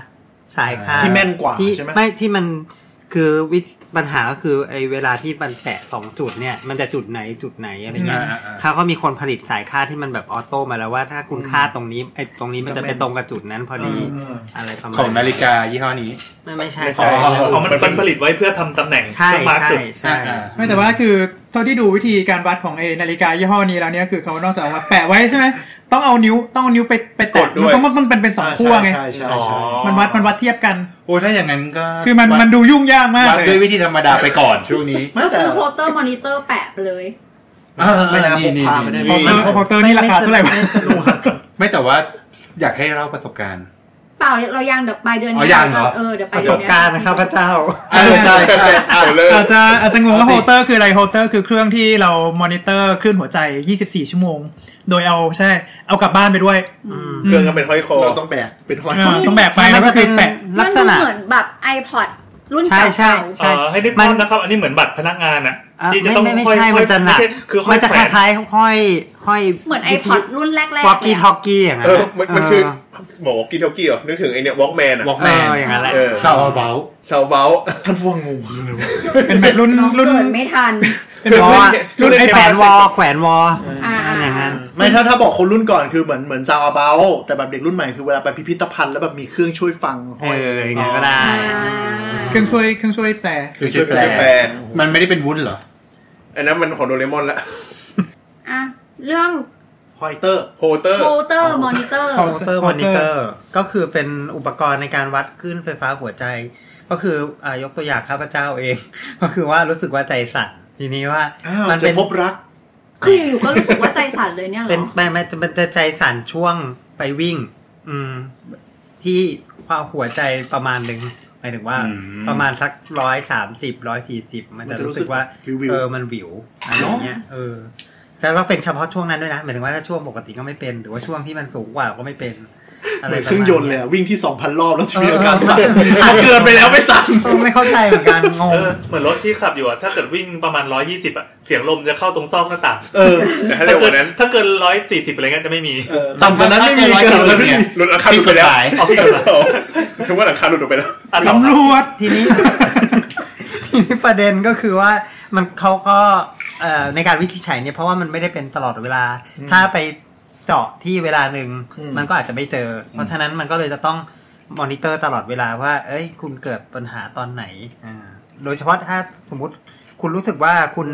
Speaker 1: สายคาด
Speaker 7: ที่แม่นกว่า
Speaker 1: ที่
Speaker 7: ใช่ไหม
Speaker 1: ไม่ที่มันคือวิธีปัญหาก็คือไอ้เวลาที่มันแปะสองจุดเนี่ย มันจะจุดไหนจุดไหนอะไรเงี้ย
Speaker 8: อ่าอ่าอ่า
Speaker 1: เขาก็มีคนผลิตสายคาดที่มันแบบออโต้มาแล้วว่าถ้าคุณคาดตรงนี้ไอ้ตรงนี้มันจะไปตรงกับจุดนั้นพอดีอะไรประมาณ
Speaker 8: ของนาฬิกายี่ห้อนี้
Speaker 1: นั้นไม่ใช่
Speaker 2: ไม่
Speaker 1: ข
Speaker 2: ใช่
Speaker 1: อง
Speaker 8: อ๋อ
Speaker 3: เอามันมันผลิตไว้เพื่อทำตำแหน่ง
Speaker 1: ใช่
Speaker 3: เพื่อมาร์ก
Speaker 1: ใช่
Speaker 3: จุด
Speaker 1: ใช่
Speaker 8: อ่า
Speaker 6: ไม่แต่ว่าคือเท่าที่ดูวิธีการวัดของเอนาฬิกายี่ห้อนี้แล้วเนี่ยคือเขานอกจากเอามาแปะไว้ใช่ไหมต้องเอานิ้วต้องเอานิ้วไปไปแตะ
Speaker 2: กดด้วย
Speaker 6: มันก็มันมันเป็นเป็นสองขั้วไง
Speaker 7: ใช่ใช่ใช่
Speaker 6: มันวัดมันวัดเทียบกัน
Speaker 8: โอ้ถ้าอย่างนั้นก็
Speaker 6: คือมันมันดูยุ่งยากมาก
Speaker 8: วัด
Speaker 6: เลย
Speaker 8: ด้วยวิธีธรรมดาไปก่อนช่วงนี้
Speaker 4: ก็ซื้อโคเตอร์มอนิเตอร์แปะไปเลย
Speaker 7: ไม่น่าพกพาไปได้
Speaker 8: นี่นี่
Speaker 6: พอเตอร์นี่ราคาเท่าไหร่วะ
Speaker 7: ม่สนุกอะ
Speaker 8: ไม่แต่ว่าอยากให้เล่าประสบการณ์
Speaker 4: เปล่าเรายังเดี๋ยวปลายเดือน
Speaker 8: อ๋อยังเหรอ
Speaker 4: เออเดี๋ยวป
Speaker 1: ป
Speaker 4: ลาย
Speaker 1: ระส
Speaker 4: เดือน
Speaker 1: บ
Speaker 4: เนี้ย
Speaker 1: การณ์นะครับพระเจ้า
Speaker 8: อ่าใช่ใช่อ่า
Speaker 2: เอาเลย
Speaker 6: อาจจะอาจจะงงว่า
Speaker 8: เอาสิ
Speaker 6: โฮเตอร์คืออะไรโฮเตอร์คือเครื่องที่เรามอนิเตอร์คลื่นหัวใจ 24 ชั่วโมง โดยเอาใช่ เอากลับบ้านไปด้วย
Speaker 2: เครื่องก็เป็นห้อยคอ
Speaker 7: เราต้องแบกเป็นห้อย
Speaker 6: อ่าต้องแบกไปแล้วก็คือแปะ
Speaker 1: ลักษณะ
Speaker 4: มันดูเหมือนแบบ iPod รุ่น
Speaker 1: ใช่
Speaker 4: เก่าๆ
Speaker 1: ใช่
Speaker 3: เอ่อให้นึก
Speaker 1: มั
Speaker 3: ภาน พนะครับ อันนี้เหมือนบัตรพนักงานอะ
Speaker 1: อ่ะ
Speaker 3: ที่จะ
Speaker 1: ไม่
Speaker 3: ต้อง
Speaker 1: ไม่ไม่
Speaker 3: ห้อย
Speaker 1: ใช่
Speaker 3: ห้อย
Speaker 1: มันจะหนัก
Speaker 3: ไม่ใช่คือห้อ
Speaker 1: มั
Speaker 3: ย
Speaker 1: นจะ
Speaker 3: แขว
Speaker 1: คน ล้ายๆห้อยห้อย
Speaker 4: เหมือน iPod รุ่นแรกๆ
Speaker 1: วอกกี้
Speaker 4: เลยะ
Speaker 1: ทอกกี้อย่างนั้
Speaker 2: เอน อ
Speaker 1: นะ
Speaker 2: มันมันคือ
Speaker 1: เ
Speaker 2: บอกว่ากีเทลกี้เหรอ นึกถึงไอเนี่ยวอล์กแมนอะ
Speaker 8: วอล์ก
Speaker 1: เอ
Speaker 8: แมน
Speaker 1: ออย่างนั้นแหละ
Speaker 2: เออ
Speaker 8: ซาวเบล
Speaker 2: เซาเบล
Speaker 7: ท่านฟัวงงคือเลยวะ
Speaker 6: เป็นแบบรุ่น
Speaker 4: น้อง
Speaker 6: รุ่น
Speaker 4: เกิดไม่ทัน
Speaker 1: เพราะว่ารุ่นไอแขวนวอ
Speaker 2: ล์ก
Speaker 1: แขวนวอ
Speaker 4: อ่า
Speaker 1: อย่างนั้น
Speaker 7: ไม่ถ้าถ้าบอกคนรุ่นก่อนคือเหมือนเหมือนซาวเบลแต่แบบเด็กรุ่นใหม่คือเวลาไปพิพิธภัณฑ์แล้วแบบมีเครื่องช่วยฟัง
Speaker 1: เอ
Speaker 7: ห้อย
Speaker 1: ออย่างนั้นก็ได้
Speaker 6: เครื่องช่วยเครื่องช่วยแปล
Speaker 8: คือช่วยแปล
Speaker 2: แปลน
Speaker 8: มันไม่ได้เป็นวุ้นเหรอ
Speaker 2: อันนั้นมันของโดเรมอนละ
Speaker 4: อ่ะเรื่อง
Speaker 7: ห้อยเตอร์
Speaker 2: โฮเตอร์
Speaker 4: โมเตอร์มอนิเตอร์
Speaker 1: มอเตอร์มอนิเตอร์ก็คือเป็นอุปกรณ์ในการวัดคลื่นไฟฟ้าหัวใจ ก็คืออ่ายกตัวอย่างข้าพเจ้าเอง [laughs] ก็คือว่ารู้สึกว่าใจสั่นทีนี้ว่า
Speaker 7: อ้าว
Speaker 1: มั
Speaker 7: จะ
Speaker 1: เป็น
Speaker 7: พบรัก
Speaker 4: คืออยู่ก็รู้สึกว่าใจสั่นเลยเนี่ยเหร
Speaker 1: เป็น
Speaker 4: อ
Speaker 1: ไม่ไม่มันจะใจสั่นช่วงไปวิ่ง อืม ที่ความหัวใจประมาณหนึ่งหมายถึงว่า
Speaker 8: อืม
Speaker 1: ประมาณสักร้อยสามสิบร้อยสี่สิบมันจะรู้สึกว่า
Speaker 7: วิวๆ
Speaker 1: เออมันวิวอะไรอย่างเงี้ยเออแต่เราเป็นเฉพาะช่วงนั้นด้วยนะหมายถึงว่าถ้าช่วงปกติก็ไม่เป็น หรือว่าช่วงที่มันสูงกว่าก็ไม่เป็นอะ
Speaker 7: เห
Speaker 1: ไรปะมาณ
Speaker 7: มือนเครื่องยนต์เลยอะวิ่งที่ 2,000 รอบแล้วจะมีอาการสั่น
Speaker 1: เออ
Speaker 7: สั่นเกินไปแล้วไม่สั่น
Speaker 1: เออไม่เข้าใจเหมือนกันงง
Speaker 3: เออเหมือนรถที่ขับอยู่อะถ้าเกิดวิ่งประมาณร้อยยี่สิบอะเสียงลมจะเข้าตรงซอกหน้าต่าง
Speaker 7: เออ
Speaker 2: แต่
Speaker 3: ถ้า
Speaker 2: ถ้าเร็วก
Speaker 3: เกิด
Speaker 2: ว่านั้น
Speaker 3: ถ้าเกินร้อยสี่สิบอะไรเงี้ยจะไม่มี
Speaker 7: เออต่ำกว่านั้นไม่มี
Speaker 8: ร้อย
Speaker 7: เกินก
Speaker 8: กิโล
Speaker 7: ว่านั้น
Speaker 8: เม
Speaker 7: ไม่
Speaker 8: ต
Speaker 7: มี
Speaker 8: ร
Speaker 2: หลุดอาคารหลุดไปแล้วถึงว่าหลังคาหลุดออกไปแล้ว
Speaker 3: อ่ะต่อ
Speaker 6: ตำรวจ
Speaker 1: ทีนี้ [laughs] ทีนี้ประเด็นก็คือว่ามันเขาก็เอ่อในการวิธีใช้เนี่ยเพราะว่ามันไม่ได้เป็นตลอดเวลา ถ้าไปเจาะที่เวลาหนึ่งมันก็อาจจะไม่เจอ เพราะฉะนั้นมันก็เลยจะต้องมอนิเตอร์ตลอดเวลาว่า เอ้ย คุณเกิดปัญหาตอนไหนอ่าโดยเฉพาะถ้าสมมติคุณรู้สึกว่าคุณ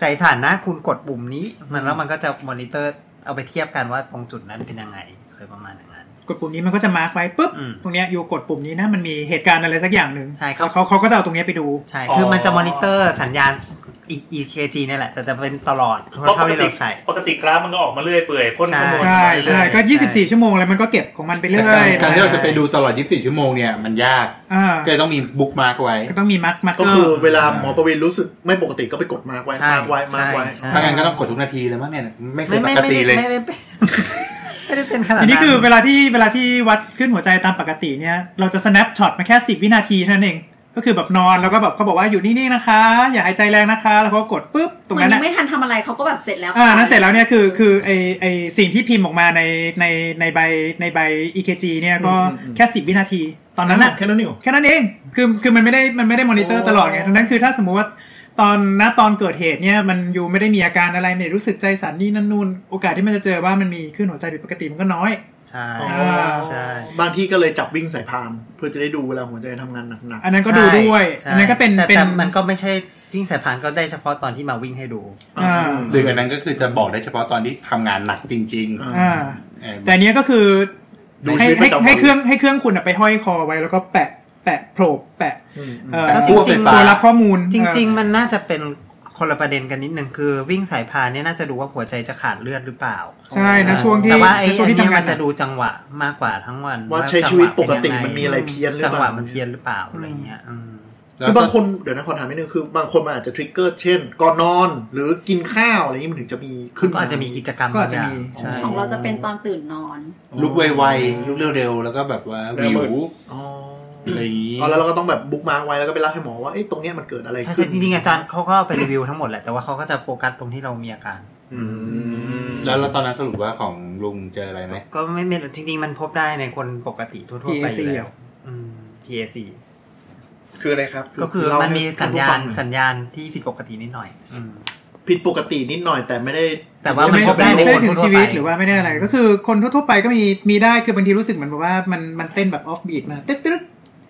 Speaker 1: ใจสั่นนะ คุณกดปุ่มนี้ มันแล้วมันก็จะมอนิเตอร์เอาไปเทียบกันว่าตรงจุดนั้นเป็นยังไงอะไรประมาณอย่างนั้น
Speaker 6: กดปุ่มนี้มันก็จะมาร์กไว้ปุ๊บ
Speaker 1: อืม
Speaker 6: ตรงเนี้ยอยู่กดปุ่มนี้นะมันมีเหตุการณ์อะไรสักอย่างหนึ่ง
Speaker 1: ใช่ครับ
Speaker 6: เขาเขาก็จะเอาตรงเนี้ยไปดู
Speaker 1: ใช่
Speaker 3: อ๋อ
Speaker 1: คือมันจะมอนิเตอร์สัญญาณ E- EKG เนี่ยแหละ แต่จะเป็นตลอด
Speaker 3: เพราะป
Speaker 1: เท่าก ที่
Speaker 3: ติ
Speaker 1: เราใส่
Speaker 3: ปกติกราฟมันก็ออกมาเรื่อยเปื่อยพ่นข้อมูล
Speaker 6: ใช่
Speaker 3: มาเรื่
Speaker 6: ใช่
Speaker 3: อย
Speaker 6: ก็
Speaker 1: ใช่
Speaker 6: 24 ชั่วโมงแล้วมันก็เก็บของมันไป
Speaker 8: แต่
Speaker 6: เรื่
Speaker 8: การ
Speaker 6: อย
Speaker 8: การที่เราจะไปดูตลอด 24 ชั่วโมงเนี่ยมันยาก
Speaker 6: อ่า
Speaker 8: ก็เลยต้องมีบุ๊กมาร์กไว้
Speaker 6: ก็ต้องมีมาร์กมาร์ก
Speaker 7: ก็คือเวลาหมอประวินรู้สึกไม่ปกติก็ไปกดมาร์กไว้มาร์กไว้มาร์กไว้
Speaker 1: ใช่
Speaker 8: ถ้างั้นก็ต้องกดทุกนาทีเลยมั้งเนี่ย ไม่เค
Speaker 1: ไม่
Speaker 8: ยป
Speaker 1: ไม่
Speaker 8: ก
Speaker 1: ไม่
Speaker 8: ติ
Speaker 1: ได้
Speaker 8: เลย
Speaker 1: ไม่ได้ [laughs] เป็นไม่ได้เป็นขนาด
Speaker 6: ทีนี้
Speaker 1: นั้น
Speaker 6: คือเวลาที่เวลาที่วัดขึ้นหัวใจตามปกติเนี่ยเราจะ snap shot มาแค่ 10 วินาทีเท่านั้นเอง ก็คือแบบนอนแล้วก็แบบเขาบอกว่าอยู่นิ่งๆนะคะ อย่าหายใจแรงนะคะ แล้วเขาก็กดปุ๊บตรง
Speaker 4: เหมือ
Speaker 6: นั้น น
Speaker 4: ยั
Speaker 6: น่ะ
Speaker 4: งไม่ทันทำอะไรเขาก็แบบเสร็จแล้ว
Speaker 6: อ่านั้นเสร็จแล้วเนี่ยคือคือไอไอสิ่งที่พิมพ์ออกมาในในในใบในใบ EKG เนี่ยก็แค่ 10 วินาที ตอนนั้นน่ะ
Speaker 7: แค่นั้นเองเหรอ
Speaker 6: แค่นั้นเอง คือ คือมันไม่ได้ มันไม่ได้มอนิเตอร์ตลอดไงดังนั้นคือถ้าสมมติว่าตอนณตอนเกิดเหตุเนี่ย มันอยู่ไม่ได้มีอาการอะไรไม่ได้รู้สึกใจสั่นนี่นั่นนู่น โอกาสที่มันจะเจอว่ามันมีขึ้นหัวใจผิดปกติมันก็น้อย
Speaker 1: ใช่
Speaker 7: อ๋อ
Speaker 1: ใช่
Speaker 7: บางที่ก็เลยจับวิ่งสายพาน เพื่อจะได้ดูเวลาหัวใจทำงานหนัก
Speaker 6: อันนั้นก็ดูด้วย
Speaker 1: ใช่
Speaker 6: อันนั้นก็เป็น
Speaker 1: แต่
Speaker 6: เป็น
Speaker 1: แต่มันก็ไม่ใช่ วิ่งสายพานก็ได้เฉพาะตอนที่มาวิ่งให้ดู
Speaker 6: อ่า
Speaker 8: ดึงอันนั้นก็คือจะบอกได้เฉพาะตอนที่ทำงานหนักจริง
Speaker 7: อ่า
Speaker 6: อ่า
Speaker 8: ๆเออ
Speaker 6: แต่อันเนี้ยก็คือ
Speaker 7: ดู
Speaker 6: ให้
Speaker 7: ชีวิตป
Speaker 6: ให้
Speaker 7: ระจำวัน
Speaker 6: ให้เครื่องให้เครื่องคุณอะไปห้อยคอไว้แล้วก็แปะแปะโผล่แปะ
Speaker 7: อืม
Speaker 6: เอ่อ
Speaker 1: แปะพวกไฟฟ้า
Speaker 6: ตัวรับข้อมูล
Speaker 1: จริง ๆ
Speaker 6: อ่า
Speaker 1: มันน่าจะเป็นคนละประเด็นกันนิดหนึ่งคือวิ่งสายพานเนี่ยน่าจะดูว่าหัวใจจะขาดเลือดหรือเปล่า
Speaker 6: ใช่นะช่วงที่
Speaker 1: แต่ว่าไอ้
Speaker 6: ช่วง
Speaker 1: อัน
Speaker 6: ที่
Speaker 1: เนี้ย
Speaker 6: ทำงา
Speaker 1: มัน นจะดูจังหวะมากกว่าทั้งวัน
Speaker 7: ว่าใช้
Speaker 1: จังหะ
Speaker 7: ชีวิตปกติ
Speaker 1: เยังง
Speaker 7: มันมีอะไรเพี้ยนหรือเปล่า
Speaker 1: จังหวะมันเพี้ยนหรือเปล่าอะไรเงี้ยอืม
Speaker 7: คือบางคนเดี๋ยวนะขอถามนิดนึงคือบางคนมันอาจจะทริกเกอร์เช่นก่อนนอนหรือกินข้าวอะไรอย่างนี้มันถึงจะมีขึ้น
Speaker 1: ก็อาจจะมีกิจกรรม
Speaker 6: ก็อาจจะมี
Speaker 1: ใช่
Speaker 4: ของเราจะเป็นตอนตื่นนอน
Speaker 8: ลุกไวๆลุกเร็วๆ แล้วก็แบบว่า
Speaker 2: หน้า
Speaker 8: วิ
Speaker 2: มื
Speaker 8: ว
Speaker 2: ด
Speaker 7: อ๋อ
Speaker 8: อะไรอย่างนี้
Speaker 7: อ๋อแล้วเราก็ต้องแบบบุ๊กมาร์กไว้แล้วก็ไปเล่าให้หมอว่าเอ้ยตรงเนี้ยมันเกิดอะไร
Speaker 1: ใช่
Speaker 7: ขึ้
Speaker 1: ใช่
Speaker 7: น
Speaker 1: จริงๆอาจารย์เขาก็ไปรีวิวทั้งหมดแหละแต่ว่าเขาก็จะโฟกัสตรงที่เรามีอาการ
Speaker 7: อืม
Speaker 8: แล้วแล้วตอนนั้นสรุปว่าของลุงเจออะไรไหม
Speaker 1: ก็ไม่ไม่จริง ๆ มันพบได้ในคนปกติทั่วๆไปอยู่
Speaker 6: PAC
Speaker 1: แล้ว
Speaker 6: อ่ะ
Speaker 1: อืม PAC
Speaker 2: คืออะไรครับ
Speaker 1: ก็คือ
Speaker 7: เล่า
Speaker 1: มัน
Speaker 7: ให้
Speaker 1: มีสัญญาณ
Speaker 7: ท่นผู้ฟัง
Speaker 1: สัญญาณที่ผิดปกตินิดหน่อย อืม
Speaker 7: ผิดปกตินิดหน่อยแต่ไม่ได้
Speaker 1: แต่ว่า
Speaker 6: ไม่
Speaker 1: นพบได้ใน
Speaker 6: ไม่ได้
Speaker 1: คน
Speaker 6: ถึง
Speaker 1: ทั่วไป
Speaker 6: ชีวิตหรือว่าไม่ได้อะไร ก็คือคนทั่วๆไปก็มีมีได้คือบางทีรู้สึกเหมือนแบบว่ามันมันเต้นแบบออฟบีทมาเต๊ดตึ๊ด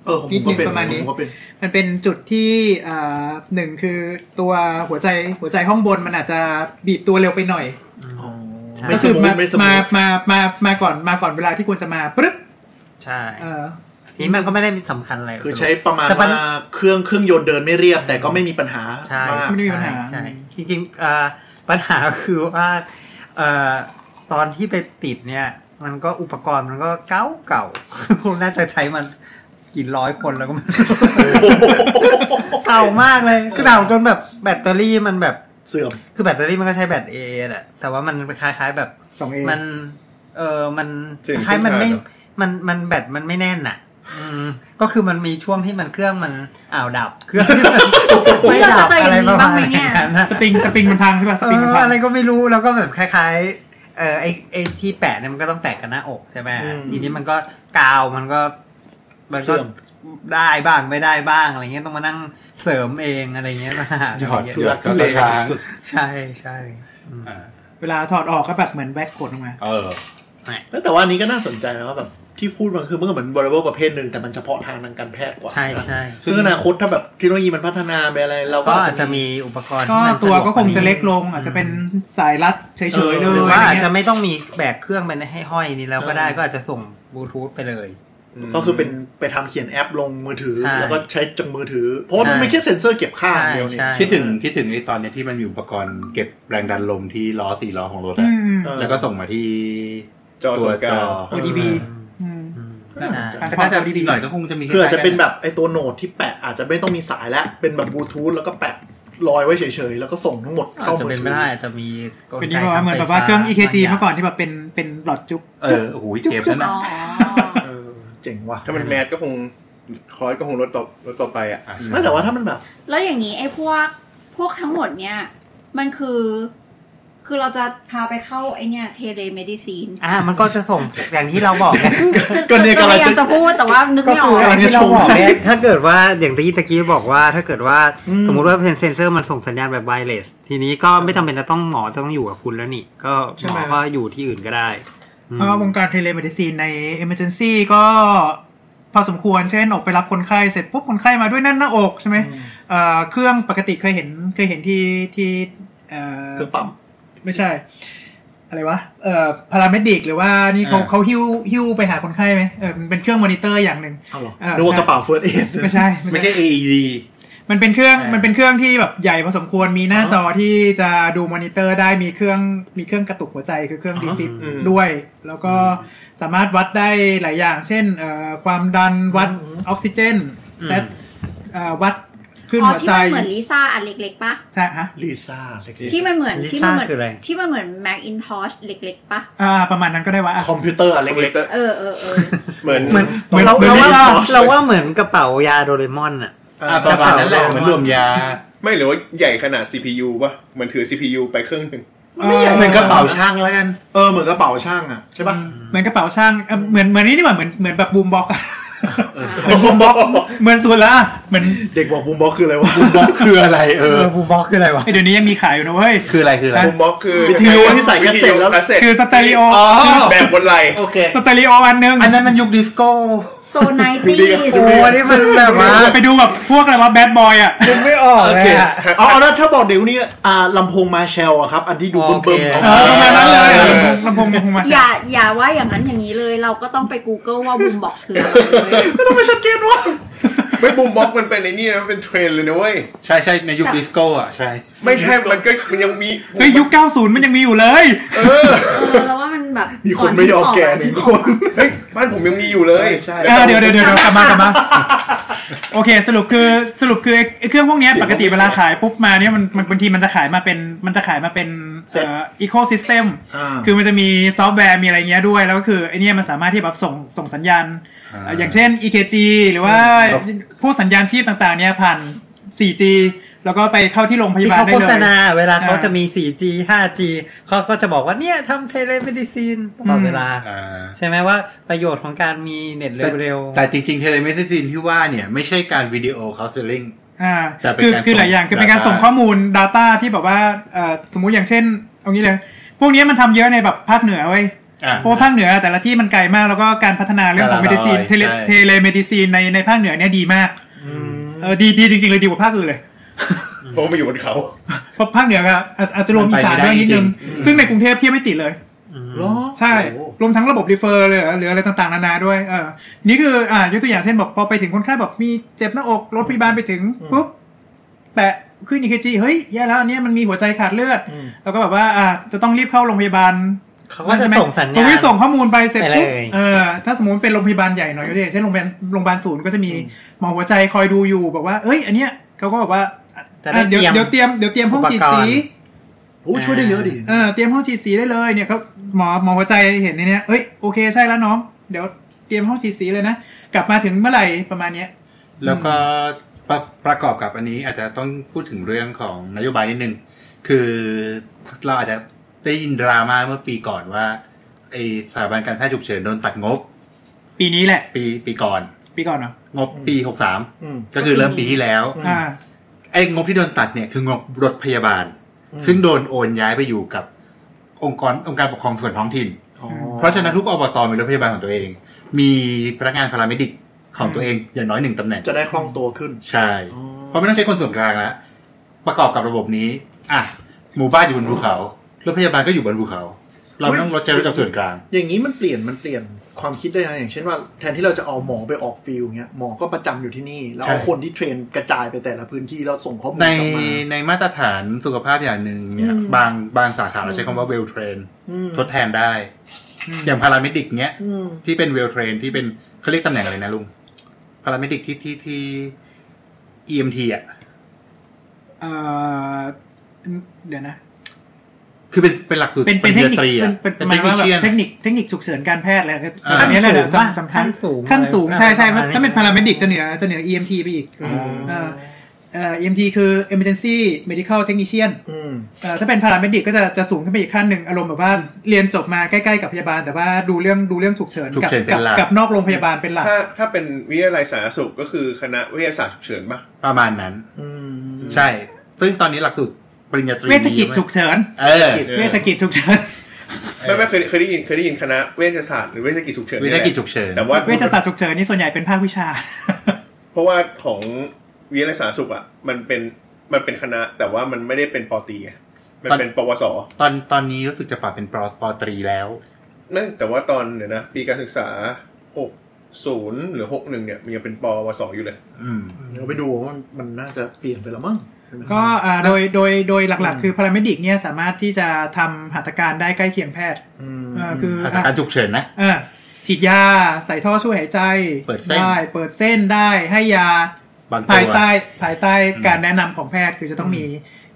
Speaker 7: เออผมก็เป็น
Speaker 6: นิดนึงประมาณนี้
Speaker 7: ผมก็เป็น
Speaker 6: มันเป็นจุดที่อ่าหนึ่งคือตัวหัวใจหัวใจห้องบนมันอาจจะบีบตัวเร็วไปหน่อย
Speaker 1: อืม
Speaker 7: อ๋อ
Speaker 1: ใช่
Speaker 7: ไม่
Speaker 6: ก็
Speaker 7: ส
Speaker 6: คือ
Speaker 7: มู
Speaker 6: มา
Speaker 7: ทไม่สมู
Speaker 6: มา
Speaker 7: ท
Speaker 6: มามามาก่อนมาก่อนเวลาที่ควรจะมาปึ๊บ
Speaker 1: ใช่
Speaker 6: เออ
Speaker 1: นี่มันก็ไม่ได้มีสำคัญอะไร
Speaker 7: คือใช้ประมาณ
Speaker 1: แต่มัน
Speaker 7: ว่าเครื่องเครื่องยนต์เดินไม่เรียบ แต่ก็ไม่มีปัญหา
Speaker 1: ใช่
Speaker 7: มาก
Speaker 6: ไม่ได้มีปัญหา
Speaker 1: ใช่จริงๆเอ่อปัญหาคือว่าเอ่อตอนที่ไปติดเนี่ย มันก็อุปกรณ์มันก็เก่าเก่าๆ [laughs] ผมน่าจะใช้มันกี่ร้อยคนแล้วก็ไม่รู้เก่ามากเลยคือเก่าจนแบบแบตเตอรี่มันแบบ
Speaker 7: เสื่อม
Speaker 1: คือแบตเตอรี่มันก็ใช้แบตเอแหละแต่ว่ามันคล้ายๆแบบ
Speaker 6: สองเอ
Speaker 1: มัน เออมัน
Speaker 2: จืด
Speaker 1: คล้ายๆมันไม่
Speaker 2: ขึ้นมา
Speaker 1: มัน มันแบตมันไม่แน่นอ่ะ อืม ก็คือมันมีช่วงที่มันเครื่องมันอ่าวดับ เค
Speaker 4: [laughs]
Speaker 1: รื่องที่มันไม่ดับ
Speaker 4: เราจะเจออ
Speaker 1: อะไร
Speaker 4: ย่าง
Speaker 1: ป
Speaker 4: นี้
Speaker 1: ระมา
Speaker 4: บ้าง
Speaker 1: ณ
Speaker 4: ไหมเนี่
Speaker 1: นั้
Speaker 4: ย
Speaker 1: นอะ
Speaker 6: สปริงสปริงมันพังใช่ป่ะส
Speaker 1: เอ
Speaker 6: ปริงมัน
Speaker 1: อ
Speaker 6: พัง
Speaker 1: อะไรก็ไม่รู้แล้วก็แบบคล้ายๆ เออไอไอที่แปะเนี่ยมันก็ต้องแปะกันหน้าอกใช่ไหม
Speaker 7: อืม
Speaker 1: ทีนี้มันก็กาวมันก็ มัน
Speaker 7: เสื่
Speaker 1: ก็
Speaker 7: อม
Speaker 1: ได้บ้างไม่ได้บ้างอะไรเงี้ยต้องมานั่งเสริมเองอะไรเงี้ยมา [laughs] หา
Speaker 8: หยอด
Speaker 1: ะไร
Speaker 8: หยอ
Speaker 1: เงี้
Speaker 8: ดก็กระชาก
Speaker 1: ใช่ใช่อืม
Speaker 8: อ่า
Speaker 6: เวลาถอดออกก็แบบเหมือนแบกขนออกมา
Speaker 8: เออ
Speaker 7: แล้วแต่ว่าอันนี้ก็น่าสนใจนะว่าแบบที่พูดมันคือมันก็เหมือน variable ประเภทหนึ่งแต่มันเฉพาะทางทางการแพทย์กว่า
Speaker 1: ใช่ใช่
Speaker 7: ซึ่งอนาคตถ้าแบบเทคโนโลยีมันพัฒนาไปอะไรเราก็
Speaker 1: ก็
Speaker 7: อา
Speaker 1: อาจ
Speaker 7: จจะ
Speaker 1: จะ
Speaker 7: มี
Speaker 1: มีอุปกรณ์
Speaker 6: ก็
Speaker 1: ที่มันสด
Speaker 6: ตัวก็คงจะ
Speaker 1: ว่านี้
Speaker 6: เล็กลง อาจจะเป็นสายรัดเฉย
Speaker 7: เออ
Speaker 6: ๆเลย
Speaker 1: หรือว่าอาจจะ
Speaker 6: ะไรเงี้ย
Speaker 1: ไม่ต้องมีแบกเครื่องไปให้ห้อยนี่แล้วก็ได้
Speaker 7: เออ
Speaker 1: ก็อาจจะส่งบลูทูธไปเลย
Speaker 7: ก็คือเป็นไปทำเขียนแอปลงมือถือ
Speaker 1: ใช่
Speaker 7: แล้วก็ใช้จากมือถือ เพราะว่ามัน
Speaker 1: ใช่
Speaker 7: ไม่แค่เซ็นเซอร์เก็บค่าอย่างเดียวเนี่
Speaker 1: ใช่
Speaker 7: ย
Speaker 1: ใช่
Speaker 8: คิดถึงคิดถึงไอ้ตอนเนี้ยที่มันมีอุปกรณ์เก็บแรงดันลมที่ล้อสี่ล้อของรถ
Speaker 6: อืม
Speaker 8: อะ
Speaker 6: อืม
Speaker 7: เออ
Speaker 8: แล้วก็ส่งมาที่
Speaker 2: จอ
Speaker 8: ตั
Speaker 2: ส่
Speaker 8: ว
Speaker 2: วนก
Speaker 8: จ
Speaker 2: ลาง
Speaker 8: อ
Speaker 6: ดีบีอืม
Speaker 1: ใช่
Speaker 6: อ่า
Speaker 8: ก็น่าจะอีกหน่อยก็คงจะมี
Speaker 7: คืออาจจะเป็นแบบไอ้ตัวโหนดที่แปะอาจจะไม่ต้องมีสายแล้ว เป็นแบบบลูทูธแล้วก็แปะลอยไว้เฉยๆ แล้วก็ส่งทั้งหมด
Speaker 1: อา
Speaker 7: เข้า
Speaker 1: จจะ
Speaker 7: มือ
Speaker 1: เป็น
Speaker 7: ถื
Speaker 1: ไม่
Speaker 7: อ
Speaker 1: ได้อาจจะมีกล
Speaker 6: เป็น
Speaker 1: ไก
Speaker 6: ที่ว่าเหมือนแบบว่าเครื่อง EKG เมื่อก่อนที่แบบเป็นเป็นหลอดจุ๊บ
Speaker 8: เออโอ้โหเกมนั้น
Speaker 4: อ๋
Speaker 8: อะ
Speaker 4: อ
Speaker 7: เออเจ๋งว่ะ
Speaker 2: ถ้ามันแมสก็คงคอยก็คงลดต่อลดต่อไปอ่ะ
Speaker 7: ไม่แต่ว่าถ้ามันแบบ
Speaker 4: แล้วอย่างนี้ไอ้พวกพวกทั้งหมดเนี่ย มันคือ คือเราจะพาไปเข้าไอเนี่ยเทเลเมดิซีน
Speaker 1: อ่ามันก็จะส่ง [laughs] อย่างที่เราบอกไง
Speaker 7: ก็เนี่ยกำลังจะ
Speaker 4: จะพูดแต่ว่านึกไม่ออก
Speaker 1: อย่างที่เราบอกเนี่ยถ้าเกิดว่าอย่างที่ตะกี้บอกว่าถ้าเกิดว่า
Speaker 7: อืม
Speaker 1: สมมติว่าเซนเซอร์มันส่งสัญญาณแบบไวเลสทีนี้ก็ไม่จำเป็นจะต้องหมอจะต้องอยู่กับคุณแล้วนี่ก็
Speaker 6: ใช่
Speaker 1: หม
Speaker 6: ไหม
Speaker 1: อก็อยู่ที่อื่นก็ได้อืม
Speaker 6: เพราะว่าวงการเทเลเมดิซีนใน Emergency ก็พอสมควรเช่นออกไปรับคนไข้เสร็จปุ๊บคนไข้มาด้วยแนั่นหน้าอกใช่ไหมเอ่อเครื่องปกติเคยเห็นเคยเห็นที่ที่เอ่อ
Speaker 7: เครื่องปั๊ม
Speaker 6: ไม่ใช่ อะไรวะ เอ่อพาราเมดิกหรือว่านี่เขา
Speaker 8: อ่า
Speaker 6: เขาหิ้วหิ้วไปหาคนไข้ไหมเออมันเป็นเครื่องมอนิเตอร์อย่างหนึ่ง
Speaker 7: เอาเหรอ
Speaker 6: เออ
Speaker 7: นึกว่ากระเป๋าเฟิร์สเอด
Speaker 6: ไม่ใช่
Speaker 8: ไม่ใช่ AED
Speaker 6: มันเป็นเครื่อง
Speaker 8: อ่ามั
Speaker 6: มันเป็นเครื่องที่แบบใหญ่พอสมควรมีหน้า
Speaker 7: อ๋อ
Speaker 6: จอที่จะดูมอนิเตอร์ได้มีเครื่องมีเครื่องกระตุกหัวใจคือเครื่อง
Speaker 7: อ๋อ
Speaker 6: ดีซิต
Speaker 2: อืม
Speaker 6: ด้วย แล้วก็สามารถวัดได้หลายอย่าง เช่นเอ่อความดันวัดออกซิเจนเซตเอ่อวัดคลื่น
Speaker 4: อ๋อ
Speaker 6: หัว
Speaker 4: ที่
Speaker 6: ใจ
Speaker 4: มันเหมือนลิซ่าอันเล็กๆปะ
Speaker 6: ใช่ฮะ
Speaker 7: ลิซ่าเล็ก
Speaker 4: ที่มันเหมือน
Speaker 1: ลิซ่า
Speaker 4: ที่มัเหมืน
Speaker 1: คืออะไร
Speaker 4: ที่มันเหมือนแม็กอินทอชเล็กๆปะ
Speaker 6: อ่าประมาณนั้นก็ได้วะอ่ะ
Speaker 7: ๆคอมพิวเตอร์อันเล็ก
Speaker 4: เออเออเออ
Speaker 7: [laughs]
Speaker 2: เหมือน
Speaker 1: เหมือน
Speaker 6: เหมือน
Speaker 1: เรา
Speaker 6: เหมือน
Speaker 1: เราว่า
Speaker 6: ไม่ได้
Speaker 1: เราว่าเหมือนกระเป๋ายาโดเรมอนอะ
Speaker 8: อ่าประมาณนั้นแหละเหมือนรวมยา
Speaker 2: ไม่หรือว่าใหญ่ขนาด CPU ป่ะเหมือนถือ CPU ไปเครื่องหนึ่ง
Speaker 7: เหมือนกระเป๋าช่างแล้วกัน เออเหมือนกระเป๋าช่างอ่ะใช่ป่ะ
Speaker 6: เหมือนกระเป๋าช่างเอ่อเหมือนเหมือนนี่ดีกว่าเหมือนเหมือนแบบบูมบ็อก
Speaker 7: เออ
Speaker 6: เหมือนบูมบ็อก [laughs] เหมือนสุดละเหมือน
Speaker 7: เด็กบอกบูมบ็อกคืออะไรวะ
Speaker 8: บล็อกคืออะไรเออ
Speaker 1: เออบูบ็อกคืออะไรวะ
Speaker 6: เอ้ยเดี๋ยวนี้ยังมีขายอยู่นะเว้ย
Speaker 8: คืออะไรคืออะไร
Speaker 2: มุมบ็อกคือ
Speaker 7: วิทยุที่ใส่แคสเซ็ตแล้ว
Speaker 2: วิทยุคาสเซ็ต
Speaker 6: คือสเตอริโอ
Speaker 8: อ๋อ
Speaker 2: แบบบนไหล
Speaker 7: โอเค
Speaker 6: สเตอริโออันหนึง
Speaker 8: อันนั้นมันยุคดิสโก้
Speaker 4: ส โซไนตี้
Speaker 1: โอ้อันนี่มันแบบว่า
Speaker 6: ไปดูแบบพวกอะไรวะแบดบอยอ่ะ
Speaker 9: นึกไม่ออก
Speaker 7: โอ
Speaker 9: เล
Speaker 7: เค
Speaker 9: ยอะ
Speaker 7: อ๋อแล้วถ้าบอกเดี๋ยวนี้อ่าลำโพงมาเชลอะครับ อันที่ดู
Speaker 1: โอ
Speaker 7: เบิ่ม
Speaker 1: เค
Speaker 7: เบิ่มๆ
Speaker 6: เออประมาณนั้นเลยอะลำโพงลำโพงมา
Speaker 4: อย่าอย่าว่าอย่างนั้นอย่างนี้เลย เราก็ต้องไป Google ว่าบูมบ็อกคือ
Speaker 7: [laughs]
Speaker 4: อะไรเว้ย
Speaker 7: ไม่ต้องไปชัดเจนวะ
Speaker 2: ไม่บูมบ็อกซ์มันเป็นไอ้นี่นะมันเป็นเทรนด์เลยนะเว้ย
Speaker 8: ใช่ใช่ในยุคดิสโก้อ่ะใช่
Speaker 2: ไม่ใช่ มันก็มันยังมี
Speaker 6: เฮ้ยยุค 90 มันยังมีอยู่เลย
Speaker 2: เออ
Speaker 4: เออแล้วว่ามันแบบ
Speaker 7: มีคนไม่ยอมแก่หนึ่งคน
Speaker 2: เฮ้ย บ้านผมยังมีอยู่เลย
Speaker 7: ใช่
Speaker 6: เออเดี๋ยวเดี๋ยวเดี๋ยวเดี๋ยวกลับมากลับมา โอเค สรุปคือสรุปคือไอ้ไอ้เครื่องพวกเนี้ยปกติเวลาขายปุ๊บมาเนี่ยมันมันบางทีมันจะขายมาเป็นมันจะขายมาเป็นเอ่ออีโคซิสเต็ม
Speaker 7: อ่า
Speaker 6: คือมันจะมีซอฟต์แวร์มีอะไรเงี้ยด้วย แล้วก็คือไอเนี่ยมันสามารถที่แบบส่งส่งสัญญาณ
Speaker 8: อ่า
Speaker 6: เอ่ออย่างเช่น EKG หรือว่าพวกสัญญาณชีพต่างๆ เนี่ยผ่าน 4G แล้วก็ไปเข้าที่โรงพ
Speaker 1: ที่
Speaker 6: ยาบาล
Speaker 1: เขา
Speaker 6: ได้
Speaker 1: โฆ
Speaker 6: เล
Speaker 1: ษ
Speaker 6: ย
Speaker 1: ณาเวลาเขา
Speaker 6: อ่า
Speaker 1: จะมี 4G 5G เขาก็จะบอกว่าเนี่ยทำเทเลเมดิซินตลอด
Speaker 6: อืม
Speaker 1: เวลา
Speaker 8: อ่า
Speaker 1: ใช่ไหมว่าประโยชน์ของการมีเน็ตเร็ว
Speaker 8: แต่จริงๆเทเลเมดิซินที่ว่าเนี่ย ไม่ใช่การวิดีโอเคาน์เซลลิ่ง
Speaker 6: อ่า
Speaker 8: แต่เป็น
Speaker 6: คือ
Speaker 8: การ
Speaker 6: คือหลายอย่าง
Speaker 8: ส่ง
Speaker 6: คือเป็นการ
Speaker 8: data
Speaker 6: ส่งข้อมูล Data ที่แบบว่าเอ่อสมมุติอย่างเช่นเอางี้เลยพวกเนี้ยมันทำเยอะในแบบภาคเหนือเว้ย
Speaker 8: อ่ะ
Speaker 6: เพราะว่าภาคเหนือแต่ละที่มันไกลมากแล้วก็การพัฒนาเรื่องของเม
Speaker 8: แต่
Speaker 6: ดิ
Speaker 8: ละ
Speaker 6: ซีน
Speaker 8: ร้อย
Speaker 6: เทเล
Speaker 8: ใช่
Speaker 6: เทเลเมดิซีนในในภาคเหนือเนี่ยดีมากเออดีดีจริงๆเลยดีกว่าภาคอื่นเลย
Speaker 2: เพราะว่ามาอยู่บนเขา
Speaker 6: เพราะภาคเหนือก็อาจอาจจะรวมอีสานด้วยนิดนึง ซึ่งในกรุงเทพเทียบไม่ติดเลย
Speaker 7: หรอ
Speaker 6: ใช่ รวมทั้งระบบรีเฟอร์เลยเหรอหรืออะไรต่างๆนานาด้วยเออนี่คืออ่ายกตัวอย่างเช่นบอกพอไปถึงคนไข้บอกมีเจ็บหน้าอกรถพยาบาลไปถึงปุ๊บแปะขึ้น EKG เฮ้ยแย่แล้วอันเนี้ยมันมีหัวใจขาดเลือด
Speaker 7: อืม
Speaker 6: แล้วก็แบบว่าอ่าจะต้องรีบเข้าโรงพยาบาล
Speaker 1: ๆเขาก็จะส่งสัญ
Speaker 6: คุ
Speaker 1: ญาณ
Speaker 6: ณวิส่งข้อมูลไปเสร็จปุ๊บ
Speaker 1: ไปเลย
Speaker 6: เออถ้าสมมติเป็นโรงพยาบาลใหญ่หน่อยก็ได้อย่างเช่นโรงพยาบาลโรงพยาบาลศูนย์ก็จะมีหมอหัวใจคอยดูอยู่บอกว่าเอ้ย อันเนี้ยเขาก็บอกว่า
Speaker 1: จะได้
Speaker 6: อ่ะ
Speaker 1: เต
Speaker 6: เดี๋ยว
Speaker 1: รียม
Speaker 6: เดี๋ยวเตรียมเดี๋ยวเตรียมห้องฉีดสี
Speaker 1: อุปกรณ์
Speaker 7: โอ้ช่วยได้เยอะดิ
Speaker 6: เออเตรียมห้องฉีดสีได้เลยเนี่ยเขาหมอหมอหัวใจเห็นในเนี้ยเอ้ยโอเคใช่แล้วน้องเดี๋ยวเตรียมห้องฉีดสีเลยนะกลับมาถึงเมื่อไหร่ประมาณเนี้ย
Speaker 8: แล้วก็ประประกอบกับอันนี้อาจจะต้องพูดถึงเรื่องของนโยบายนิดนึง คือเราอาจจะได้ยินดราม่าเมื่อปีก่อนว่าไอสถาบันการแพทย์ฉุกเฉินโดนตัดงบ
Speaker 6: ปีนี้แหละ
Speaker 8: ปีปีก่อน
Speaker 6: ปีก่อนเนาะ
Speaker 8: งบปีหกสาม
Speaker 7: อืม
Speaker 8: ก็คือเริ่มปีที่แล้ว
Speaker 6: อ่า
Speaker 8: ไอ้งบที่โดนตัดเนี่ยคืองบรถพยาบาล
Speaker 7: อืม
Speaker 8: ซึ่งโดนโอนย้ายไปอยู่กับองค์กรองค์การปกครองส่วนท้องถิ่น
Speaker 7: อ๋อ
Speaker 8: เพราะฉะนั้นทุกอบตมีรถพยาบาลของตัวเอง มีพนักงานพาราเมดิกของตัวเองอย่างน้อยหนึ่งตำแหน่ง
Speaker 7: จะได้คล่องตัวขึ้น
Speaker 8: ใช่ เพราะไม่ต้องใช้คนส่วนกลางละประกอบกับระบบนี้ อ่ะ หมู่บ้านอยู่บนภูเขา รถพยาบาลก็อยู่บนภูเขา เราไม่ต้องรถใช้รถจากส่วนกลาง
Speaker 7: อย่างนี้มันเปลี่ยนมันเปลี่ยนความคิดได้นะอย่างเช่นว่าแทนที่เราจะเอาหมอไปออกฟิลด์เงี้ยหมอก็ประจำอยู่ที่นี่ แล้วเอา
Speaker 8: ใช่
Speaker 7: คนที่เทรนกระจายไปแต่ละพื้นที่แล้วส่งข้อมูล
Speaker 8: ใน
Speaker 7: กลับมา
Speaker 8: ในมาตรฐานสุขภาพอย่างหนึ่งเนี่ย
Speaker 7: อืม
Speaker 8: บางบางสาขาเราใช้คำว่าเวลเทรน
Speaker 7: อืม
Speaker 8: ทดแทนได้ อย่างพาราเมดิกเนี้ย
Speaker 7: อืม
Speaker 8: ที่เป็นเวลเทรนที่เป็นเขาเรียกตำแหน่งอะไรนะลุงพาราเมดิกที่ที่ที่ EMT อ่ะ
Speaker 6: เอ่อเดี๋ยวนะ
Speaker 8: คือเป็นเป็นหลักสูตร
Speaker 6: เป็นเป็นเทคนิค
Speaker 8: ปริญญาตรี
Speaker 6: เป็
Speaker 8: อะ
Speaker 6: นเป็นป
Speaker 8: เป็น
Speaker 6: ระมาณว่า
Speaker 8: เทคนิค
Speaker 6: แบบ
Speaker 8: เชียน
Speaker 6: เทคนิคเทคนิคฉุกเฉินการแพทย์อะไรก็
Speaker 8: อ่า
Speaker 6: อันนี้แหละ
Speaker 1: ขั้นสูงว่า
Speaker 6: จำจำขั้น
Speaker 1: ขั้นสูง
Speaker 6: ขั้นสูง
Speaker 1: อะไร
Speaker 6: ใช่ใช่
Speaker 1: ประมาณนี้
Speaker 6: ถ้าเป็นพาราเมดิกจะเหนือจะเหนือ EMT ไปอีก
Speaker 7: อืม
Speaker 6: เอ่อเอ่อ EMT คือ Emergency Medical Technician
Speaker 7: อืม
Speaker 6: เอ่อถ้าเป็นพาราเมดิกก็จะจะสูงขึ้นไปอีกขั้นหนึ่งอารมณ์แบบว่าเรียนจบมาใกล้ๆกับพยาบาล แต่ว่าดูเรื่องดูเรื่องฉุกเฉิน
Speaker 8: ฉุก
Speaker 6: กั
Speaker 8: เฉินเป็น
Speaker 6: กับ
Speaker 8: หลัก
Speaker 6: กับนอกโรงพยาบาลเป็นหลัก
Speaker 2: ถ้าถ้าเป็นวิทยาลัยสาธารณสุขก็คือคณะวิทยาศาสตร์ฉุกเฉินปะ
Speaker 8: ประมาณนั้น
Speaker 7: อืม
Speaker 8: ใช่ ซึ่งตอนนี้หลักสูตรปริญญาตรี
Speaker 6: เวชกิจฉุกเฉิน
Speaker 8: เออ
Speaker 6: เวชกิจฉุกเฉิน
Speaker 2: ไม่ไม่เคยเคยได้ยินเคยได้ยินคณะเวชศาสตร์หรือเวชกิจฉุกเฉิน
Speaker 8: วิ
Speaker 2: นี่
Speaker 8: ชา
Speaker 2: แหละ
Speaker 8: กิจฉุกเฉิน
Speaker 2: แต่ว่า
Speaker 6: เวชศาสตร์ฉุกเฉินนี่ส่วนใหญ่เป็นภาควิชา
Speaker 2: เพราะว่าของวิทยาลัยสาธารณสุขอ่ะมันเป็นมันเป็นคณะ แต่ว่ามันไม่ได้เป็นปอตรีไงมันเป็นปวส
Speaker 8: ตอนตอนนี้รู้สึกจะปรับเป็นปอปอตรีแล้ว
Speaker 2: นั่นแต่ว่าตอนเนี่ยวนะปีการศึกษาหกศูนย์หรือหกหนึ่งเนี่ยมันยังเป็นปวสอยู่เลย
Speaker 8: อืม
Speaker 7: เดี๋ยวไปดูว่ามันมันน่าจะเปลี่ยนไปแล้วมั้ง
Speaker 6: ก็อ่าโดยโดยโดยหลักๆ คือพาราเมดิกเนี่ยสามารถที่จะทำหัตถการได้ใกล้เคียงแพทย์เออคือ
Speaker 8: อา
Speaker 6: อ่ะ
Speaker 8: การฉุกเฉินนะ
Speaker 6: เออฉีดยาใส่ท่อช่วยหายใจ
Speaker 8: เปิดเส้น
Speaker 6: ได้เปิดเส้นได้ให้ยา
Speaker 8: บางตัว
Speaker 6: ภายใต้ภายใต้
Speaker 8: อืม
Speaker 6: การแนะนำของแพทย์คือจะต้องมี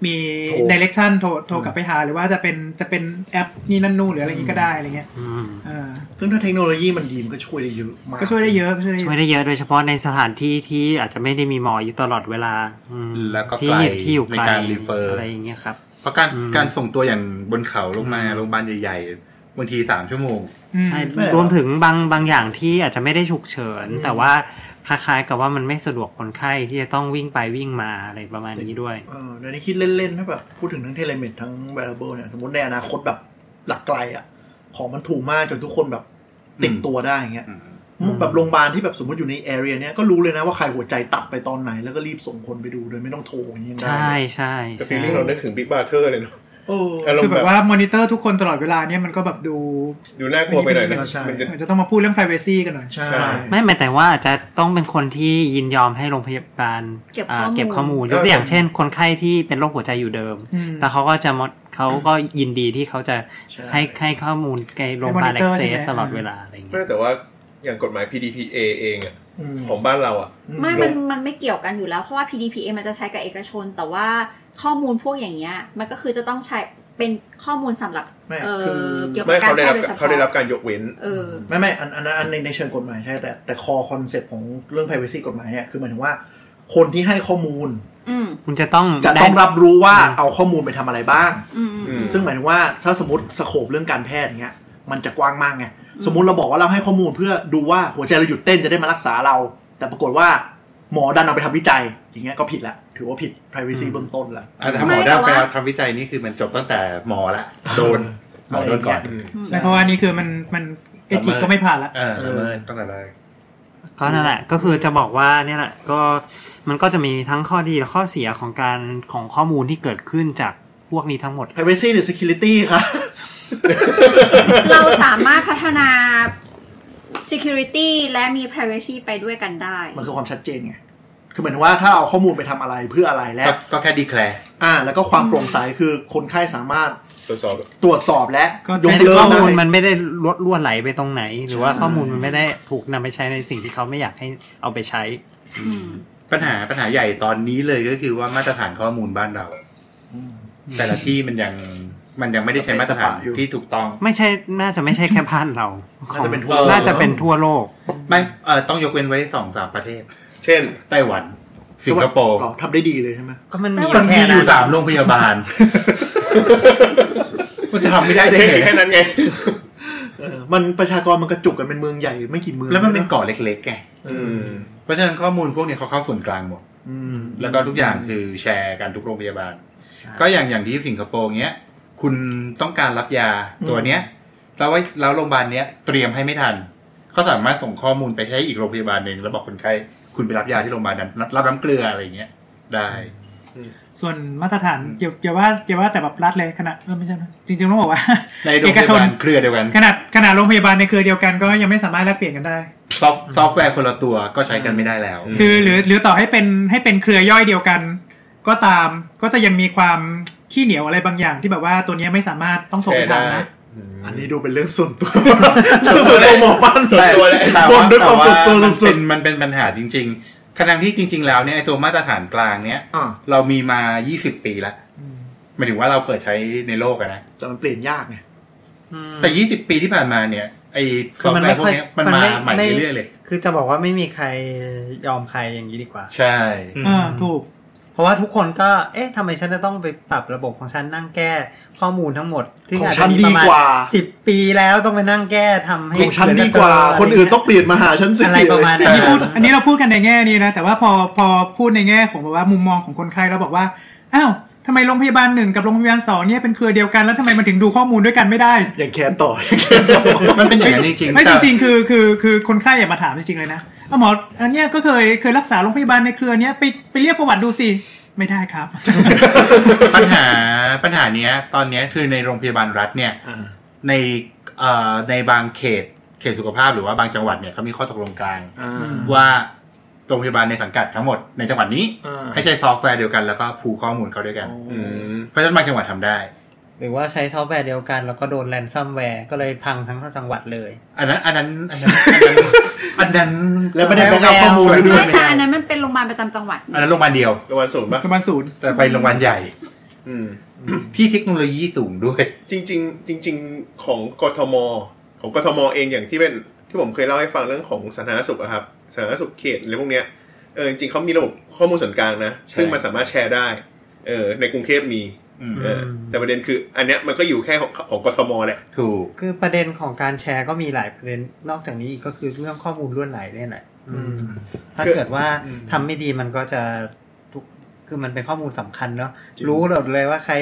Speaker 6: มี
Speaker 7: โทร
Speaker 6: ดิเรกชันโทรโทรกลับไปหา หรือว่าจะเป็นจะเป็นแอปนี่นั่นนู่นหรืออะไรอย่างนี้ก็ได้อะไรเงี้ย
Speaker 1: อืม
Speaker 6: เออ
Speaker 7: ซึ่งถ้าเทคโนโลยีมันดีมันก็ช่วยได้เยอะมาก
Speaker 6: ก็ช่วยได้เยอะก็ช่วยได้เย
Speaker 1: ช่วย
Speaker 6: อะ
Speaker 1: ได้เยอะโดยเฉพาะในสถานที่ที่อาจจะไม่ได้มีหมออยู่ตลอดเวลาอืม
Speaker 8: แล้วก็ไกล
Speaker 1: ที่ที่อยู่ไกล
Speaker 8: ในการรีเฟอร์
Speaker 1: อะไรอย่างเงี้ยครับ
Speaker 8: เพราะการ
Speaker 1: อืม
Speaker 8: การส่งตัวอย่างบนเขาลงมาโรงพยาบาลใหญ่ๆบางทีสามชั่วโมง
Speaker 6: อืม
Speaker 1: ใช่รวมถึงบางบางอย่างที่อาจจะไม่ได้ฉุกเฉิน แต่ว่าคล้ายๆกับว่ามันไม่สะดวกคนไข้ที่จะต้องวิ่งไปวิ่งมาอะไรประมาณนี้ด้วย
Speaker 7: เออเดี๋ยวนี้คิดเล่นๆถ้าแบบพูดถึงทั้งเทเลเมดทั้ง v ว r เบิลเนี่ย สมมติในอนาคตแบบหลักไกลอ่ะ ของมันถูกมากจนทุกคนแบบติด
Speaker 8: อืม
Speaker 7: ตัวได้อย่างเงี้ย แบบโรงพยาบาลที่แบบสมมติอยู่ในแอเรียเนี้ยก็รู้เลยนะว่าใครหัวใจตับไปตอนไหน แล้วก็รีบส่งคนไปดูโดยไม่ต้องโทรอย่างนี้ยนะ
Speaker 1: ใช่ใช่
Speaker 2: แต่ฟีลลิ่งเรานึกถึงบิ๊กบาเทอร์เลยเนาะ
Speaker 7: โอ้
Speaker 2: อารม
Speaker 6: คือ
Speaker 2: ณ์
Speaker 6: แบ
Speaker 2: แบบ บ
Speaker 6: ว่ามอนิเตอร์ทุกคนตลอดเวลาเนี่ยมันก็แบบดู
Speaker 2: ดูน่ากลัวไปหน่อยนะ
Speaker 7: ก็ใช่
Speaker 2: มันจะ
Speaker 6: มันจะต้องมาพูดเรื่อง p r i เวซีกันหน่อย
Speaker 7: ใช่
Speaker 2: ใช่
Speaker 1: ไม่แต่ว่าอาจจะต้องเป็นคนที่ยินยอมให้โรงพยาบาล
Speaker 4: เก็บข้อมูล
Speaker 1: อ่าเก็บข้อมูลยกตัวอย่างเช่น คนไข้ที่เป็นโรคหัวใจอยู่เดิม
Speaker 6: อืม
Speaker 1: แล้วเขาก็จะมดเขาก็ยินดีที่เขาจะ
Speaker 7: ใช่
Speaker 1: ให้ให้ข้อมูลในโรงพยาบาล
Speaker 6: ให้
Speaker 1: เอ็ก
Speaker 6: monitor
Speaker 1: เซ
Speaker 6: ใช่ไหม
Speaker 1: ตลอดเวลาอะไรอย่างเงี้ย
Speaker 2: ไม่แต่ว่าอย่างกฎหมาย PDPA เองอะ
Speaker 7: อืม
Speaker 2: ของบ้านเราอะ
Speaker 7: อืม
Speaker 4: ไม่
Speaker 2: ล
Speaker 4: มั
Speaker 2: ง
Speaker 4: น มันไม่เกี่ยวกันอยู่แล้ว เพราะว่า PDPA มันจะใช้กับเอกชน แต่ว่าข้อมูลพวกอย่างเงี้ย มันก็คือจะต้องใช้ เป็นข้อมูลสำหรับ
Speaker 7: ไม่
Speaker 4: เอ
Speaker 7: คือ
Speaker 4: อเกี่ยวกั
Speaker 2: ไม่
Speaker 4: บการ
Speaker 2: เขาได้รับ
Speaker 4: แพทย์โดยเฉพาะ
Speaker 2: เขาได้รับการยกเว้น
Speaker 4: เออ
Speaker 7: ไม่ไม่อันอันนั้นอันในในเชิงกฎหมายใช่แต่แต่คอคอนเซ็ปต์ของเรื่อง privacy กฎหมายเนี่ยคือหมายถึงว่า คนที่ให้ข้อมูล
Speaker 4: อืม
Speaker 1: คุณจะต้อง
Speaker 7: จะ
Speaker 1: ได้
Speaker 7: ต้องรับรู้ว่าเอาข้อมูลไปทำอะไรบ้าง
Speaker 4: อืมอืม
Speaker 7: ซึ่งหมายถึงว่าถ้าสมมติสโคปเรื่องการแพทย์อย่างเงี้ยมันจะกว้างมากไงสมมติเราบอกว่าเราให้ข้อมูลเพื่อดูว่าหัวใจเราหยุดเต้นจะได้มารักษาเรา แต่ปรากฏว่าหมอดันเอาไปทำวิจัย อย่างเงี้ยก็ผิดละถือว่าผิด privacy เบื้องต้นละ
Speaker 8: อ่ะถ้าหมอ
Speaker 4: ไม่
Speaker 8: ได้
Speaker 4: แต่ว่า
Speaker 8: ไปทำวิจัยนี่คือมันจบตั้งแต่หมอละโดนหมอโดนก่อ
Speaker 7: อะ
Speaker 8: น
Speaker 7: ไรอย่างเงี้ย
Speaker 6: ใช่เพราะว่านี่คือมันมันเอจิกก็ไม่ผ่านละ
Speaker 8: เออละเมินตั้งแต่แรก
Speaker 1: ก็นั่นแหละก็คือจะบอกว่าเนี่ยแหละก็มันก็จะมีทั้งข้อดีและข้อเสียของการของข้อมูลที่เกิดขึ้นจากพวกนี้ทั้งหมด
Speaker 7: privacy หรือ security ครับ
Speaker 4: เราสามารถพัฒนา security และมี privacy ไปด้วยกันได้
Speaker 7: มันคือความชัดเจนไง คือหมายถึงว่าถ้าเอาข้อมูลไปทำอะไรเพื่ออะไรและ
Speaker 8: ก็ก็แค่ดีแคลร์
Speaker 7: อ่า แล้วก็ความโปร่งใสคือคนไข้สามารถ
Speaker 2: ตรวจสอบ
Speaker 7: ตรวจสอบและ
Speaker 6: ก็
Speaker 7: ยกเลิ
Speaker 1: ข้
Speaker 7: ก
Speaker 1: อมูล
Speaker 7: ได้
Speaker 1: มันไม่ได้ลดล่วนไหลไปตรงไหน หรือว่าข้อมูลมันไม่ได้ถูกนำไปใช้ในสิ่งที่เขาไม่อยากให้เอาไปใช้
Speaker 4: อืม
Speaker 8: ปัญหาปัญหาใหญ่ตอนนี้เลยก็คือว่ามาตรฐานข้อมูลบ้านเรา
Speaker 7: อืม
Speaker 8: แต่ละที่มันยังมันยังไม่ได้ใช้มาตรฐาน
Speaker 7: สเปซสปะอยู่
Speaker 8: ที่ถูกต้อง
Speaker 1: ไม่ใช่น่าจะไม่ใช่แค่บ้านเรา
Speaker 7: น่าจะเป็นทั่ว
Speaker 1: น่าจะเป็นทั่วโลก
Speaker 8: ไม่เออต้องยกเว้นไว้สองสามประเทศ
Speaker 2: เช่น
Speaker 8: ไต้หวัน สิงคโปร์
Speaker 7: หรอทำได้ดีเลยใช่ไหม
Speaker 1: ก็มันมี
Speaker 8: มันมี
Speaker 1: แค่
Speaker 8: อ
Speaker 1: นั้
Speaker 8: ยู่
Speaker 1: น
Speaker 8: สามโรงพยาบาล มันจะทำไม่ได้ได้ไง
Speaker 2: แค่นั้นไง
Speaker 7: เออมันประชากรมันกระจุกกันเป็นเมืองใหญ่ไม่กี่เมือง
Speaker 8: แล้วมันเป็นเกาะเล็กๆไง
Speaker 7: เอ
Speaker 2: อื
Speaker 7: อ
Speaker 2: ม
Speaker 8: เพราะฉะนั้นข้อมูลพวกเนี้ยเขาเข้าส่วนกลางหมด
Speaker 7: อืม
Speaker 8: แล้วก็ทุกอย่างคือแชร์กันทุกโรงพยาบาล ก็อย่างอย่างที่สิงคโปร์เนี้ย คุณต้องการรับยาตัวเนี้ยแล้วไว้แล้วโรงพยาบาลเนี้ยเตรียมให้ไม่ทันเขาสามารถส่งข้อมูลไปให้อีกโรงพยาบาลหนึ่งแล้วบอกคนไข้คุณไปรับยาที่โรงพยาบาลนั้นรับน้ำเกลืออะไรอย่างเงี้ย ได้
Speaker 6: ส่วนมาตรฐานอย่าอย่าว่าอย่าว่าแต่แบบรัฐเลยขนาดเออไม่ใช่นะจริงๆต้องบอกว่า
Speaker 8: ในโรงพยาบาลเครือเดียวกัน
Speaker 6: ขนาดขนาดโรงพยาบาลในเครือเดียวกันก็ยังไม่สามารถแลกเปลี่ยนกันได้
Speaker 8: ซอฟต์ซอฟต์แวร์คนละตัวก็ใช้กันไม่ได้แล้ว
Speaker 2: อืม
Speaker 6: คือหรือหรือต่อให้เป็นให้เป็นเครือย่อยเดียวกัน ก็ตามก็จะยังมีความขี้เหนียวอะไรบางอย่างที่แบบว่าตัวเนี้ยไม่สามารถต้องส่ง
Speaker 2: แค่
Speaker 6: ไปทา
Speaker 2: ได้
Speaker 6: งนะ
Speaker 7: อันนี้ดูเป็นเรื่องส่วน [laughs] ตัวเรื่องส่วนตัวหมอบ้าน
Speaker 2: ส่วนตัวแหละ
Speaker 8: แต่
Speaker 7: บ่
Speaker 8: ว่าน
Speaker 7: ด้วยค
Speaker 8: แต่
Speaker 7: วาม
Speaker 8: ว่า
Speaker 7: ส่วนตัว
Speaker 8: มัน
Speaker 7: สุ
Speaker 8: เป็
Speaker 7: ด
Speaker 8: นมันเป็นปัญหาจริงๆขณะที่จริง ๆ แล้วเนี่ยไอ้ตัวมาตรฐานกลางเนี้ย
Speaker 7: อ่า
Speaker 8: เรามีมา 20 ปีแล้วหมายถึงว่าเราเปิดใช้ในโลกอะนะ
Speaker 7: แต่มันเปลี่ยนยากไง
Speaker 1: อืม
Speaker 8: แต่ 20 ปีที่ผ่านมาเนี่ย ไอ้ซ
Speaker 10: คือ
Speaker 8: อฟ
Speaker 10: มั
Speaker 8: ต์
Speaker 10: น
Speaker 8: แว
Speaker 10: ไม่
Speaker 8: ร์พว
Speaker 10: ค่อ
Speaker 8: ก
Speaker 10: ย
Speaker 8: เนี้ยมัน
Speaker 10: มัน
Speaker 8: มา
Speaker 10: ไม่
Speaker 8: ใหม่
Speaker 10: ไม่
Speaker 8: เรื่อยๆเลย
Speaker 10: คือจะบอกว่าไม่มีใครยอมใครอย่างนี้ดีกว่า
Speaker 8: ใช่
Speaker 11: อืม
Speaker 6: เออถูก
Speaker 1: เพราะว่าทุกคนก็ เอ๊ะทำไมฉันจะต้องไปปรับระบบของฉันนั่งแก้ข้อมูลทั้งหมดที่
Speaker 7: ของ
Speaker 1: อาจ
Speaker 7: ฉั
Speaker 1: จะ
Speaker 7: น
Speaker 1: มีประมาณ
Speaker 7: ดีกว่า
Speaker 1: สิบปีแล้วต้องไปนั่งแก้ทำให้
Speaker 7: ของฉันดีกว่า คนอื่นต้องเปลี่ยนมาหาฉันสิ
Speaker 1: อะไรประมาณ
Speaker 6: อัน
Speaker 1: นี้
Speaker 6: นี้
Speaker 1: พู
Speaker 6: พู
Speaker 1: ด
Speaker 6: ดอันนี้เราพูดกันในแง่นี้นะ แต่ว่าพอพอพูดในแง่ของแบบว่ามุมมองของคนไข้เราบอกว่าอ้าวทำไมโรงพยาบาลหนึ่งกับโรงพยาบาลสองเนี่ยเป็นเครือเดียวกันแล้วทำไมมันถึงดูข้อมูลด้วยกันไม่ได้
Speaker 7: อย่างแคนต่ออย่างแคนต่อ
Speaker 8: มันเป็นอย่างนั้นจริงๆ
Speaker 6: ไม่จ
Speaker 8: แต่
Speaker 6: ริงๆคือคือคือคนไข้อย่ามาถามจริงๆเลยนะเอาหมออันเนี้ยก็เคยเคยรักษาโรงพยาบาลในเครือเนี้ยไปไปเรียกประวัติดูสิไม่ได้ครับ
Speaker 8: ปัญหาปัญหาเนี้ย ตอนเนี้ยคือในโรงพยาบาลรัฐเนี่ย
Speaker 7: [laughs] อ่า
Speaker 8: ในเอ่อในบางเขตเขตสุขภาพหรือว่าบางจังหวัดเนี่ยเขามีข้อตกลงกลาง
Speaker 7: อ่า
Speaker 8: ว่าโรงพยาบาลในสังกัดทั้งหมดในจังหวัดนี้
Speaker 7: อ่า
Speaker 8: ให้ใช้ซอฟต์แวร์เดียวกันแล้วก็ผูกข้อมูลเขาด้วยกัน
Speaker 2: อืม
Speaker 8: เพราะฉะนั้นบางจังหวัดทำได้
Speaker 1: หรือว่าใช้ซอฟต์แวร์เดียวกัน แล้วก็โดนแรนซัมแวร์ก็เลยพังทั้งจังหวัดเลย
Speaker 8: อันนั้นอันนั้นอันนั้นอันนั้นอันนั้น
Speaker 7: แล้วไม่ได้แบ็กอัพข้อมูลไว้ด้วย
Speaker 4: ไม่แต่อันนั้นมันเป็นโรงพยาบาลประจำจังหวัด
Speaker 8: อันนั้นโรงพยาบาลเดียว
Speaker 2: ประมาณศูนย์ป่ะ
Speaker 6: โรงพยาบาลศูนย์
Speaker 8: แต่ไปโรงพยาบาลใหญ่
Speaker 2: อืม
Speaker 8: ที่เทคโนโลยีสูงด้วย
Speaker 2: จริง ๆ จริง ๆ ของกทม ของกทมเองอย่างที่เป็นที่ผมเคยเล่าให้ฟังเรื่องของสาธารณสุขอะครับสาธารณสุขเขตอะไรพวกเนี้ยเออจริงๆเขามีระบบข้อมูลส่วนกลางนะ
Speaker 8: ใช่
Speaker 2: ซึ่งมันสามารถแชร์ได้เออในกรุงเทพมี
Speaker 8: อืม
Speaker 2: เออแต่ประเด็นคือ อันเนี้ยมันก็อยู่แค่ของของกทมแหละ
Speaker 8: ถูก
Speaker 1: คือประเด็นของการแชร์ก็มีหลายประเด็นนอกจากนี้อีกก็คือเรื่องข้อมูลล้วนไหลเนี่ยแหละอืมถ้าเกิดว่าทำไม่ดีมันก็จะทุกคือมันเป็นข้อมูลสำคัญเนาะรู้หมดเลยว่าใคร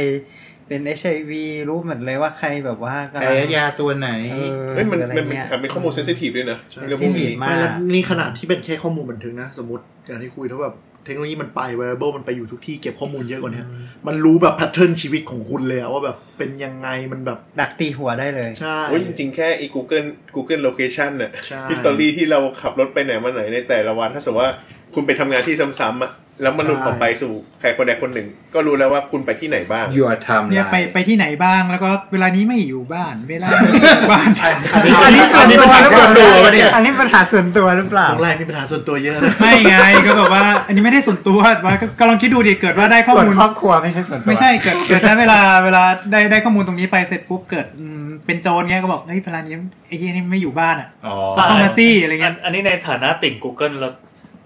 Speaker 1: เป็น HIV รู้หมดเลยว่าใครแบบว่ากำ
Speaker 8: ไอ้
Speaker 1: ลัง
Speaker 8: ยาตัวไหน
Speaker 1: เออ
Speaker 2: เอ้ยมัน
Speaker 1: หรืออะไร
Speaker 2: มัน
Speaker 1: เงี้ย
Speaker 2: มันเป็นข้อมูลเซนซิทีฟด้วยนะ
Speaker 7: ใช่
Speaker 2: เรื่องพวกนี้
Speaker 1: sensitive
Speaker 7: ไม่แล้วนี่ขนาดที่เป็นแค่ข้อมูลบันทึกนะ สมมติอย่างที่คุยถ้าแบบเทคโนโลยีมันไป variable มันไปอยู่ทุกที่เก็บข้อมูลเยอะกว่านี้มันรู้แบบแพทเทิร์นชีวิตของคุณเลยอะว่าแบบเป็นยังไงมันแบบ
Speaker 1: ดักตีหัวได้เลย
Speaker 7: ใช่
Speaker 2: โอ้ยจริงๆ แค่ไอ้ Google Google Location น่ะ
Speaker 7: ใช่
Speaker 2: History ที่เราขับรถไปไหนมาไหนในแต่ละวัน ถ้าสมมติว่าคุณไปทำงานที่ซ้ำๆอ่ะแล้วมันหลุดออกไปสู่ใครคนใดคนหนึ่ง ก็รู้แล้วว่าคุณไปที่ไหนบ้าง
Speaker 8: your time
Speaker 6: เนี่ยไปไปที่ไหนบ้างแล้วก็เวลานี้ไม่อยู่บ้าน เวลานี้อยู่ [laughs] บ้าน
Speaker 1: อันนี้ส่วนตัวหรือเปล่า
Speaker 8: ดูปะเนี่ย
Speaker 1: อันนี้ปัญหาส่วนตัวหรือเปล่า
Speaker 7: ของแรกมีปัญหาส่วนตัวเยอะนะ
Speaker 6: ไม่ไงก็แบบว่า อันนี้ไม่ได้ส่วนตัวแต่ว่าก็ก็ลองคิดดูดิเกิดว่าได้ข้อ
Speaker 1: ส่วน
Speaker 6: มูล
Speaker 1: ครอบครัวไม่ใช่ส่วนตัว
Speaker 6: ไม่ใช่เกิดเกิดถ้าเวลาเวลาได้ได้ข้อมูลตรงนี้ไปเสร็จปุ๊บเกิดอืมเป็นโจรเงี้ยก็บอกเฮ้ยเวลานี้ไอ้ที่นี่ไม่อยู่บ้านอ่ะ
Speaker 8: อ๋อ
Speaker 6: ก็เข้ามาซี่อะไรเงี้ย
Speaker 3: อันนี้ในฐานะติ่ง Google เรา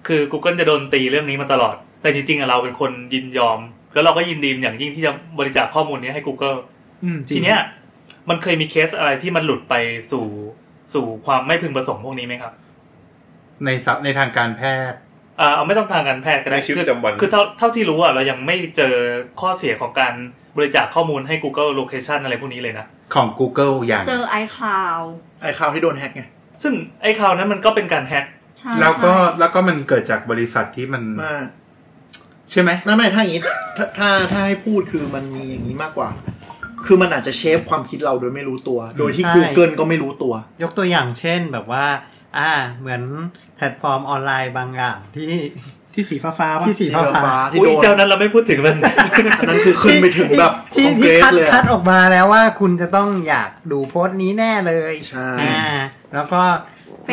Speaker 3: คือ Google จะโดนตีเรื่องนี้มาตลอด แต่จริงๆอะเราเป็นคนยินยอม แล้วเราก็ยินดีอย่างยิ่งที่จะบริจาคข้อมูลนี้ให้ Google
Speaker 6: อืมจริง
Speaker 3: ทีเนี้ยมันเคยมีเคสอะไรที่มันหลุดไปสู่สู่ความไม่พึงประสงค์พวกนี้ไหมครับ
Speaker 8: ในสับในทางการแพทย์
Speaker 3: อ่าเอาไม่ต้องทางการแพทย์ก็ได้
Speaker 2: ในชีวิต
Speaker 3: คือ
Speaker 2: ประจำวัน
Speaker 3: คือเท่าเท่าที่รู้อ่ะเรายังไม่เจอข้อเสียของการบริจาคข้อมูลให้ Google Location อะไรพวกนี้เลยนะ
Speaker 8: ของ Google อย่าง
Speaker 4: เจอ iCloud
Speaker 7: ไอ้ข่าวที่โดนแฮกไง
Speaker 3: ซึ่งไอ้คราวนั้นมันก็เป็นการแฮ็ก
Speaker 4: ใช่
Speaker 8: แล้วก็
Speaker 4: ใช่
Speaker 8: แล้วก็มันเกิดจากบริษัทที่มัน
Speaker 7: มา
Speaker 8: ใช่ไหม
Speaker 7: ไม่ไม่ถ้าอย่างนี้ถ้าถ้าถ้าให้พูดคือมันมีอย่างนี้มากกว่า คือมันอาจจะเชฟความคิดเราโดยไม่รู้ตัว โดยที่
Speaker 1: ใช่
Speaker 7: Google ก็ไม่รู้ตัว
Speaker 1: ยกตัวอย่างเช่นแบบว่า อ่า เหมือนแพลตฟอร์มออนไลน์บางอย่างที่
Speaker 6: ที่สีฟ้าฟ้าๆป่ะ
Speaker 1: ที่สี
Speaker 7: ที่
Speaker 1: ฟ้า
Speaker 7: เรือฟ้า
Speaker 1: ฟ้า
Speaker 7: ที่
Speaker 3: อุ้
Speaker 7: โด
Speaker 3: ย
Speaker 7: น
Speaker 3: เจ้านั้นเราไม่พูดถึงมัน
Speaker 7: อันนั้นคือขึ้นไปถึงแบบ
Speaker 1: [laughs] ที่
Speaker 7: ของเก
Speaker 1: ที่
Speaker 7: ร
Speaker 1: คั
Speaker 7: ส
Speaker 1: ด
Speaker 7: เลย
Speaker 1: คั
Speaker 7: อะ
Speaker 1: ดออกมาแล้วว่าคุณจะต้องอยากดูโพสต์นี้แน่เลย
Speaker 7: ใช่
Speaker 1: อ่าแล้วก็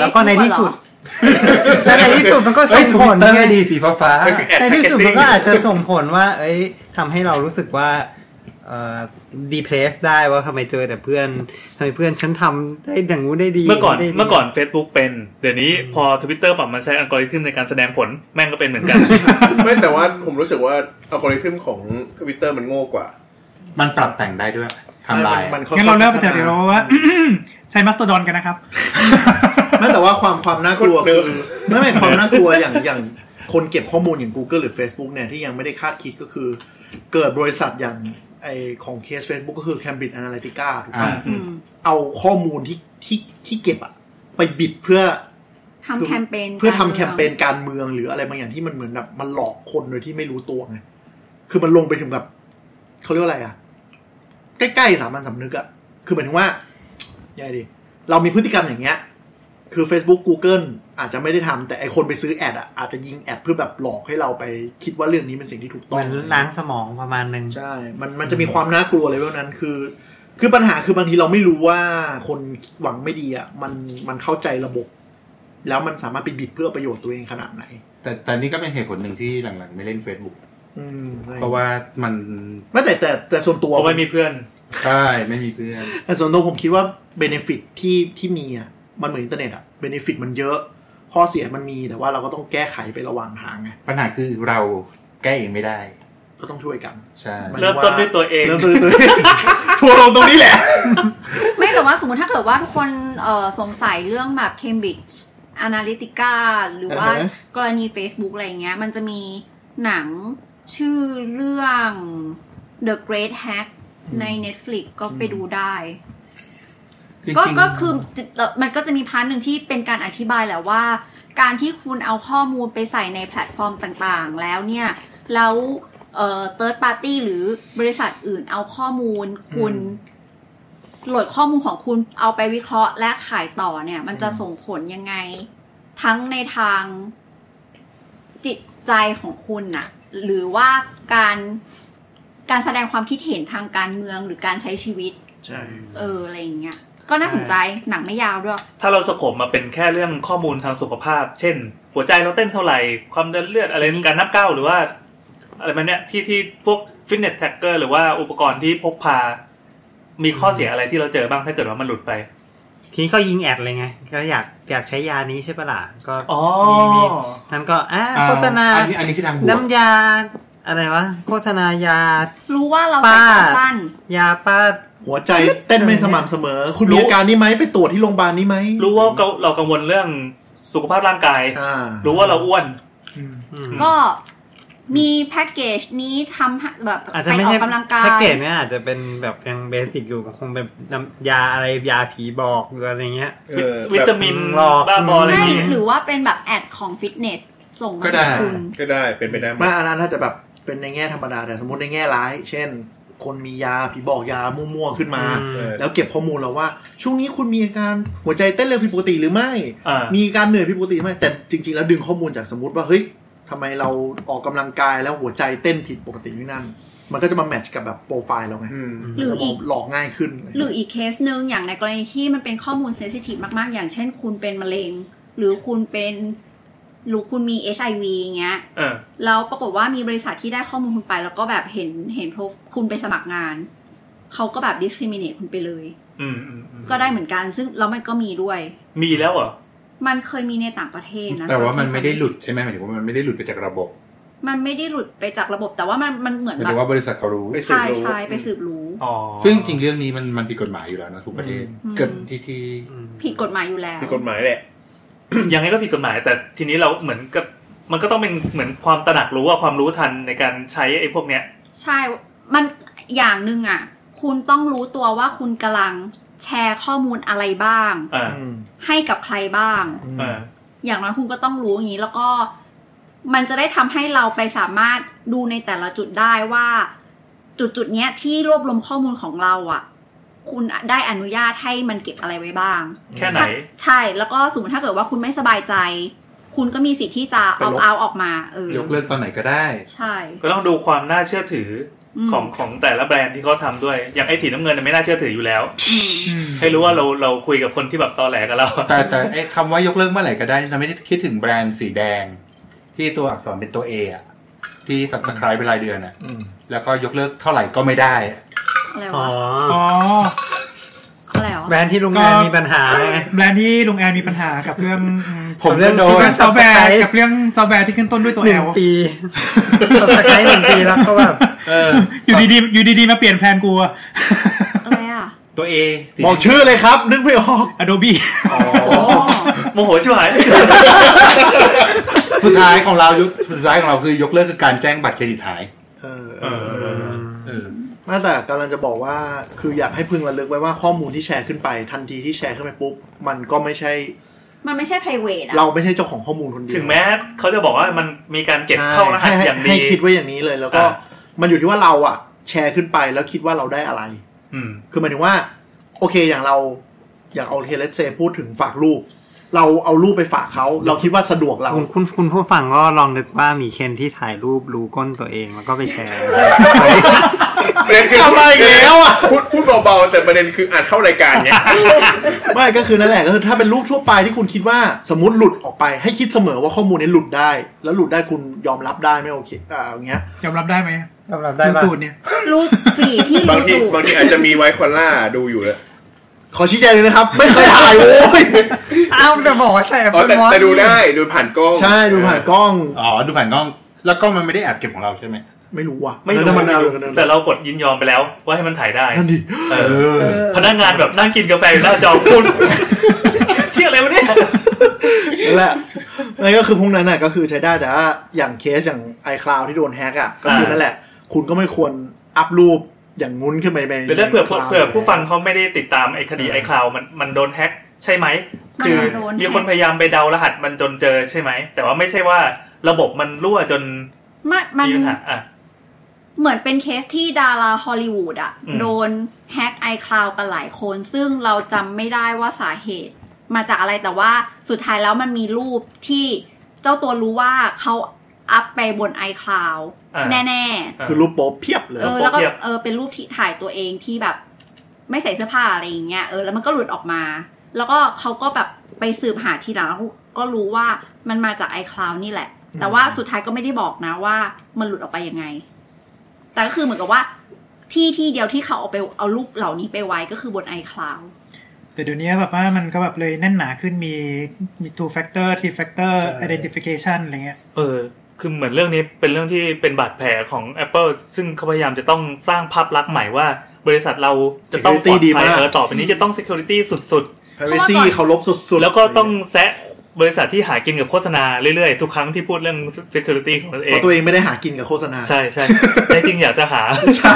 Speaker 1: แล้วก็ในที่สุด [laughs] แล้วในที่สุดมันก็
Speaker 8: เฮ้
Speaker 1: ส่
Speaker 8: ย
Speaker 1: ง
Speaker 8: ท
Speaker 1: ผ
Speaker 8: วิ
Speaker 1: ล
Speaker 8: ตเตอร์
Speaker 1: ไง
Speaker 8: ดีสีฟ้าฟ้าๆ
Speaker 1: ในที่สุดมันก็อาจจะส่งผลว่า เอ้ยทำให้เรารู้สึกว่าเอ่อดีเพรสได้ว่าทำไมเจอแต่เพื่อนทำไมเพื่อนฉันทำได้อย่างงู้นได้ดี
Speaker 3: เมื่อก่อน
Speaker 1: ได้ดี
Speaker 3: เมื่อก่อน Facebook เป็น เดี๋ยวนี้พอ Twitter ปรับมาใช้อัลกอริทึมในการแสดงผลแม่งก็เป็นเหมือนกัน
Speaker 2: ไม่แต่ว่าผมรู้สึกว่าอัลกอริทึมของทวิตเตอร์มันโง่กว่า
Speaker 8: มันปรับแต่งได้ด้วยไทำลาย
Speaker 7: มันค่อยๆ
Speaker 6: งั้นเราเริ่มไปเถ
Speaker 7: พั
Speaker 6: อะ
Speaker 7: ฒ
Speaker 6: เดี๋ยวเราว่า [coughs] ใช้มัสโตดอนกันนะครับ
Speaker 7: ไม่แต่ว่าความความน่ากลัว
Speaker 2: เดิ
Speaker 7: คือ
Speaker 2: ม
Speaker 7: ไม่ไม่ความน่ากลัว [laughs] อย่างอย่างคนเก็บข้อมูลอย่าง Google หรือ Facebook เนี่ยที่ยังไม่ได้คาดคิดก็คือ เกิดบริษัทอย่างไอของเคส Facebook ก็คือ Cambridge Analytica ถูก
Speaker 8: อ่า
Speaker 7: ป่ะ
Speaker 4: อืม
Speaker 7: เอาข้อมูลที่ที่ที่เก็บอะไปบิดเพื่อ
Speaker 4: ทำแคมเปญ
Speaker 7: เพื่อทำแคมเปญการเมืองหรืออะไรบางอย่างที่มันเหมือนแบบมันหลอกคนโดยที่ไม่รู้ตัวไง คือมันลงไปถึงแบบเขาเรียกว่าอะไรอ่ะ ใกล้ๆสามัญสำนึกอ่ะ คือหมายถึงว่ายังไงดี เรามีพฤติกรรมอย่างเงี้ย คือ Facebook Google อาจจะไม่ได้ทำแต่ไอคนไปซื้อแอดอ่ะอาจจะยิงแอดเพื่อแบบหลอกให้เราไปคิดว่าเรื่องนี้เป็นสิ่งที่ถูกต้
Speaker 1: เห
Speaker 7: อ
Speaker 1: มื
Speaker 7: ง
Speaker 1: อนล้างสมองประมาณหนึ่ง
Speaker 7: ใช่ มันมันจะมีความน่ากลัวเลยเวลนั้น คือ คือปัญหาคือบางทีเราไม่รู้ว่าคนหวังไม่ดีอ่ะ มันมันเข้าใจระบบ แล้วมันสามารถไปบิดเพื่อประโยชน์ตัวเองขนาดไหน
Speaker 8: แต่แต่นี่ก็เป็นเหตุผลหนึ่งที่หลังๆ ไม่เล่น Facebook
Speaker 7: อืม
Speaker 8: เพราะว่ามัน
Speaker 7: ไม่แต่แต่แต่ส่วนตัว
Speaker 3: เพราะไม่มีเพื่อน
Speaker 8: ใช่ไม่มีเพื่อน
Speaker 7: แต่ส่วนตัวผมคิดว่าเบนฟิตที่ที่มีอ่ะ มันเหมือนอินเทอร์เน็ตอ่ะเบนฟิตมันเยอะ ข้อเสียมันมีแต่ว่าเราก็ต้องแก้ไขไประหว่างทางไง
Speaker 8: ปัญหาคือเราแก้เองไม่ได้
Speaker 7: ก็ต้องช่วยกัน
Speaker 8: ใช่
Speaker 7: มัน
Speaker 3: เริ่มต้นด้วยตัวเอง
Speaker 7: เริ่มต้นเลย ทัวร์ลงตรงนี้แหละ
Speaker 4: ไม่แต่ว่าสมมติถ้าเกิดว่าทุกคนเอ่อสงสัยเรื่องแบบ Cambridge Analytica หรือว่า
Speaker 7: อ่าฮะ
Speaker 4: กรณี Facebook อะไรเงี้ย มันจะมีหนังชื่อเรื่อง The Great Hack ใน Netflix ก็ไปดูได้
Speaker 8: จริง
Speaker 4: ก็
Speaker 8: ๆ
Speaker 4: ก็คือเอ่อมันก็จะมีพาร์ทหนึ่งที่เป็นการอธิบายแหละว่า การที่คุณเอาข้อมูลไปใส่ในแพลตฟอร์มต่างๆ แล้วเนี่ย แล้วเอ่อ third party หรือบริษัทอื่นเอาข้อมูลคุณโหลดข้อมูลของคุณเอาไปวิเคราะห์และขายต่อเนี่ย มันจะส่งผลยังไง ทั้งในทางจิตใจของคุณน่ะ หรือว่าการการแสดงความคิดเห็นทางการเมืองหรือการใช้ชีวิต
Speaker 7: ใช่
Speaker 4: เออ อะไรอย่างเงี้ย ก็น่าสนใจหนังไม่ยาวด้วย
Speaker 3: ถ้าเราสะกบมาเป็นแค่เรื่องข้อมูลทางสุขภาพ เช่น หัวใจเราเต้นเท่าไหร่ ความดันเลือดอะไรการนับก้าวหรือว่า อะไรมันเนี้ยที่ที่พวกฟิตเนสแท็กเกอร์หรือว่าอุปกรณ์ที่พกพา มีข้อเสียอะไรที่เราเจอบ้างถ้าเกิดว่ามันหลุดไป
Speaker 1: ทีนี้ก็ยิงแอดเลยไง ก็อยากอยากใช้ยานี้ใช่ปะล่ะก็
Speaker 3: อ๋อ
Speaker 1: มีมีนั่นก็อ่า
Speaker 8: อ่
Speaker 1: โฆษณา
Speaker 8: อันนี้อันนี้คือทางบวก
Speaker 1: น้ำยาอะไรวะโฆษณายา
Speaker 4: รู้ว่าเราใส่ตา
Speaker 1: ป้า
Speaker 4: สั้น
Speaker 1: ยาป้า
Speaker 7: หัวใจเต้นไม่สม่ำเสมอ คุณมีอาการนี้ไหมไปตรวจที่โรงพยาบาลนี้ไหม
Speaker 3: รู้ว่าเราเรากังวลเรื่องสุขภาพร่างกาย
Speaker 7: อ่า
Speaker 3: รู้ว่าเราอ้วน
Speaker 1: อืม
Speaker 4: ก็ มีแพ็กเกจนี้ทำให้แบบ
Speaker 5: อาจจะ
Speaker 4: ไป
Speaker 5: ไม่
Speaker 4: ออ
Speaker 5: ใช่
Speaker 4: กกำลังกาย
Speaker 5: แพ็กเกจเนี่ยอาจจะเป็นแบบยังเบสิกอยู่คงเป็นน้ำยาอะไรยาผีบอกหรืออะไรเงี้ย
Speaker 2: เออ
Speaker 3: วิตา
Speaker 2: แบบ
Speaker 3: มิน
Speaker 5: หลอก
Speaker 3: บ้าบออะไรอ
Speaker 4: ไม่
Speaker 3: ย่างงี้
Speaker 4: หรือว่าเป็นแบบแอดของฟิตเนส ส่งมา
Speaker 8: ก็ได้
Speaker 4: ให้คุณ
Speaker 2: ก็ได้เป็นไปได้ไหม
Speaker 7: ไมาอันนั้นถ้าจะแบบเป็นในแง่ธรรมดาแต่สมมติในแง่ร้าย เช่น คนมียาผีบอกยามั่วๆขึ้นมา
Speaker 5: อืม
Speaker 2: เออ
Speaker 7: แล้วเก็บข้อมูลเราว่า ช่วงนี้คุณมีอาการหัวใจเต้นเร็วผิดปกติหรือไม่
Speaker 3: อ่า
Speaker 7: มีการเหนื่อยผิดปกติไหมแต่จริง ๆ แล้วดึงข้อมูลจากสมมติว่าเฮ้ยทำไมเราออกกำลังกายแล้วหัวใจเต้นผิดปกตินี่นั่น มันก็จะมาแมทช์กับแบบโปรไฟล์เราไง
Speaker 2: อืม
Speaker 4: หรือ
Speaker 7: แล้ว
Speaker 4: อีก
Speaker 7: หลอกง่ายขึ้น
Speaker 4: หรืออีกเคสหนึ่งอย่างในกรณีที่มันเป็นข้อมูลเซนซิทีฟมากๆ อย่างเช่นคุณเป็นมะเร็ง หรือคุณเป็นหรือคุณมี HIV อย่างเงี้ย
Speaker 3: เออ
Speaker 4: แล้วปรากฏว่ามีบริษัทที่ได้ข้อมูลคุณไป แล้วก็แบบเห็นเห็นโปรคุณไปสมัครงาน เขาก็แบบ discriminate คุณไปเลย
Speaker 3: อืมอืมอืม
Speaker 4: ก็ได้เหมือนกันซึ่งแล้วมันก็มีด้วย
Speaker 3: มีแล้ว
Speaker 7: [coughs]
Speaker 3: เหรอ
Speaker 4: มันเคยมีในต่างประเทศนะคะ
Speaker 8: แต่ว่ามันไม่ได้หลุดใช่ไหมหมายถึงว่ามันไม่ได้หลุดไปจากระบบ
Speaker 4: มันไม่ได้หลุดไปจากระบบ แต่ว่ามันมันเหมือน
Speaker 8: หมา
Speaker 4: แบ
Speaker 8: ยถึ
Speaker 4: บ
Speaker 8: งว่าบริษัทเขารู้
Speaker 2: ไปสืบ
Speaker 4: ใช่
Speaker 2: รู้
Speaker 4: ใช่ไปสืบรู้
Speaker 5: อ๋อ
Speaker 8: ซึ่งจริงเรื่องนี้มันมันผิดกฎหมายอยู่แล้วนะทุกประเทศ
Speaker 4: อืม
Speaker 8: เกือบที่ที่
Speaker 4: ผิดกฎหมายอยู่แล้ว
Speaker 2: คือกฎหมายแหละ
Speaker 3: ยังไงก็ผิดกฎหมาย แต่ทีนี้เราเหมือนกับมันก็ต้องเป็นเหมือนความตระหนักรู้ว่าความรู้ทันในการใช้ไอ้พวกเนี้ย
Speaker 4: ใช่ มันอย่างหนึ่งอ่ะ คุณต้องรู้ตัวว่าคุณกำลังแชร์ข้อมูลอะไรบ้าง
Speaker 3: อ่า
Speaker 7: อืม
Speaker 4: ให้กับใครบ้าง
Speaker 7: อืม
Speaker 3: อ่า
Speaker 4: อย่างน้อยคุณก็ต้องรู้อย่างนี้แล้วก็ มันจะได้ทำให้เราไปสามารถดูในแต่ละจุดได้ว่า จุดจุดๆเนี้ยที่รวบรวมข้อมูลของเราอ่ะ คุณได้อนุญาตให้มันเก็บอะไรไว้บ้าง
Speaker 3: แค่ไหน
Speaker 4: ถ้าใช่ แล้วก็สมมติถ้าเกิดว่าคุณไม่สบายใจ คุณก็มีสิทธิ์ที่จะเอา
Speaker 7: ไปลบ
Speaker 4: เอาออกมา เออย
Speaker 8: กเลิกตอนไหนก็ได้
Speaker 4: ใช่
Speaker 3: ก็ต้องดูความน่าเชื่อถืออ
Speaker 4: ม
Speaker 3: ของของแต่ละแบรนด์ที่เขาทำด้วย อย่างไอ้สีน้ำเงินน่ะไม่น่าเชื่อถืออยู่แล้ว
Speaker 4: อืม
Speaker 3: ให้รู้ว่าเราเราคุยกับคนที่แบบตอแหลกับเราอะ
Speaker 8: แต่แต่ไอ้คำว่ายกเลิกเมื่อไหร่ก็ได้นี่เราไม่ได้คิดถึงแบรนด์สีแดง ที่ตัวอักษรเป็นตัวเออะที่สับสครายเป็นรายเดือนอะ
Speaker 7: อืม
Speaker 8: แล้วก็ยกเลิกเท่าไหร่ก็ไม่ได้อะ
Speaker 4: อะไร
Speaker 5: อ๋อ
Speaker 4: วะ
Speaker 6: อ๋อ
Speaker 4: อะไรวะ
Speaker 5: แบรนด์ที่โรงงาน
Speaker 6: ก็
Speaker 5: มีปัญหาไง
Speaker 6: แบรนด์ที่ลุงแอนมีปัญหากับเรื่องอืม
Speaker 5: ผมเรื่อง
Speaker 6: เรื่องซอฟต์แวร์
Speaker 5: Subscribe
Speaker 6: กับเรื่องซอฟต์แวร์ที่ขึ้นต้นด้วยตัว
Speaker 5: ห
Speaker 6: แอ
Speaker 5: นึ่ง
Speaker 6: ล
Speaker 5: [laughs] ปีสับสไครหนึ่งปีแล้วก็แบบ
Speaker 8: เออ
Speaker 6: อยู่ดีๆอยู่ดีๆมาเปลี่ยนแพลนกูอะ
Speaker 4: อะไรอ่ะ
Speaker 8: ตัวเอสี
Speaker 7: บอกชื่อเลยครับ นึกไม่ออก
Speaker 6: Adobe [laughs]
Speaker 3: โมโหชิบหาย
Speaker 8: สุดท้ายของเรายกสุดท้ายของเราคือยกเลิกคือการแจ้งบัตรเครดิตหาย
Speaker 7: เออ
Speaker 3: เออเออ
Speaker 8: เออ
Speaker 7: แม้แต่กำลังจะบอกว่าคืออยากให้พึงระลึกไว้ว่าข้อมูลที่แชร์ขึ้นไป ทันทีที่แชร์ขึ้นไปปุ๊บมันก็ไม่ใช่
Speaker 4: มันไม่ใช่ private อ่ะ
Speaker 7: เราไม่ใช่เจ้าของข้อมูลคนเดียว
Speaker 3: ถึงแม้เขาจะบอกว่ามันมีการเก็บ
Speaker 7: ใช่
Speaker 3: เข้ารหัส
Speaker 7: ให้
Speaker 3: อย่างดี
Speaker 7: ให้คิดไว้อย่างนี้เลยแล้วก็
Speaker 3: อ่า
Speaker 7: มันอยู่ที่ว่าเราอะแชร์ขึ้นไปแล้วคิดว่าเราได้อะไร
Speaker 3: อืม
Speaker 7: คือหมายถึงว่า โอเคอย่างเราอย่างเอาเทเลเซพูดถึงฝากลูก เราเอารูปไปฝากเขาเราคิดว่าสะดวกเรา
Speaker 5: คุณคุณคุณผู้ฟังก็ลองนึกว่ามีเคนที่ถ่ายรูปรูก้นตัวเองแล้วก็ไปแชร์
Speaker 2: ประเด็นคือ
Speaker 7: ทำอะไรอีกแล้วอะ
Speaker 2: พูดพูดเบาๆ แต่ประเด็นคืออ่านเข้ารายการเนี้ย
Speaker 7: ไม่ก็คือนั่นแหละก็คือถ้าเป็นรูปทั่วไปที่คุณคิดว่าสมมติหลุดออกไป ให้คิดเสมอว่าข้อมูลนี้หลุดได้ แล้วหลุดได้คุณยอมรับได้ไหม่โอเคอ่าอย่างเงี้ย
Speaker 6: ยอมรับได้ไหม
Speaker 5: ยอมรับได้ปะ
Speaker 6: ตูดเนี่ย
Speaker 4: รูปสีที่
Speaker 2: บาง
Speaker 4: รู้
Speaker 2: ที
Speaker 4: อยู่
Speaker 2: บางทีอาจจะมีไวท์คอล่าดูอยู่เลย
Speaker 7: ขอชี้แจงเลยนะครับ ไม่เคยถ่ายโอ้ย
Speaker 5: อ้าวแต่บอกว่าใช่
Speaker 2: อ๋อแต่แต่ดูได้ดูผ่านกล้อง
Speaker 7: [laughs] ใช่ดูผ่านกล้อง
Speaker 8: อ๋อดูผ่านกล้อง แล้วก็มันไม่ได้แอบเก็บของเราใช่ไหม
Speaker 7: ไม่รู้ว่ะ
Speaker 3: ไม่
Speaker 7: แล้
Speaker 3: รู้
Speaker 7: วถ้ามันเอากัน
Speaker 3: แต่เรากดยินยอมไปแล้ว ว่าให้มันถ่ายได้
Speaker 7: นั่นดิ
Speaker 3: เอ
Speaker 8: เอ
Speaker 3: อ
Speaker 8: อ
Speaker 3: พนักงานแบบนั่งกินกาแฟอยู่หน้าจอคุณ เชื่ออะไรวะเนี่ย
Speaker 7: นั่นแหละนั่นก็คือพวกนั้นน่ะก็คือใช้ได้แต่ว่าอย่างเคสอย่าง iCloud ที่โดนแฮกอ่ะก็คือนั่นแหละ คุณก็ไม่ควรอัพรูปอย่างงุ้นขึ้นไปใน
Speaker 3: เดี๋ยวถ้าเผื่อเผื่อ
Speaker 7: ใน
Speaker 3: เผื่อผู้
Speaker 7: iCloud
Speaker 3: ฟังเขาไม่ได้ติดตามไอ้คดีไอ้คลาวมันมันโดนแฮ็กใช่ไหม คือ
Speaker 4: มันโดน
Speaker 3: มีคนพยายามไปเดารหัสมันจนเจอใช่ไหม แต่ว่าไม่ใช่ว่าระบบมันรั่วจน
Speaker 4: มันมัน
Speaker 3: มีปัญหาอ่ะ
Speaker 4: เหมือนเป็นเคสที่ดาราฮอลลีวูดอ่ะ
Speaker 3: อืม
Speaker 4: โดนแฮ็กไอคลาวกันหลายคน ซึ่งเราจำไม่ได้ว่าสาเหตุ มาจากอะไรแต่ว่าสุดท้ายแล้วมันมีรูปที่เจ้าตัวรู้ว่าเขาอัพไปบน iCloud
Speaker 3: อ่ะ
Speaker 4: แน่
Speaker 3: อ่ะ
Speaker 7: คือรูปโป๊เพียบเล
Speaker 4: ๆ
Speaker 7: ย
Speaker 4: เออแล้วก็
Speaker 3: เทียบ
Speaker 4: เออเป็นรูปที่ถ่ายตัวเองที่แบบ ไม่ใส่เสื้อผ้าอะไรอย่างเงี้ยเออแล้วมันก็หลุดออกมา แล้วก็เขาก็แบบไปสืบหาทีหลังแล้วก็รู้ว่ามันมาจาก iCloud นี่แหละ แต่ว่าสุดท้ายก็ไม่ได้บอกนะว่ามันหลุดออกไปยังไง แต่ก็คือเหมือนกับว่า ที่ที่เดียวที่เขาเอาไปเอารูปเหล่านี้ไปไว้ก็คือบน iCloud
Speaker 6: แต่เดี๋ยวนี้แบบว่ามันก็แบบเลยแน่นหนาขึ้นมีมี two factor three factor
Speaker 7: ใช่
Speaker 6: identification อะไรเงี้ย
Speaker 3: เออ คือเหมือนเรื่องนี้เป็นเรื่องที่เป็นบาดแผลของ Apple ซึ่งเขาพยายามจะต้องสร้างภาพลักษณ์ใหม่ว่า บริษัทเราจะต้องปลอด
Speaker 7: Security ดี
Speaker 3: ภัย
Speaker 7: มาก
Speaker 3: เออต่อไปนี้จะต้อง Security สุด
Speaker 7: privacy เขาลบสุ
Speaker 3: ๆ
Speaker 7: ดๆ
Speaker 3: แล้วก็ต้องแซะ บริษัทที่หากินกับโฆษณาเรื่อยๆ ทุกครั้งที่พูดเรื่อง security ของตัวเอง
Speaker 7: เพราะตัวเองไม่ได้หากินกับโฆษณา
Speaker 3: ใช่ใช่แต่จริงอยากจะหา
Speaker 7: [laughs]
Speaker 3: [laughs]
Speaker 7: ใช่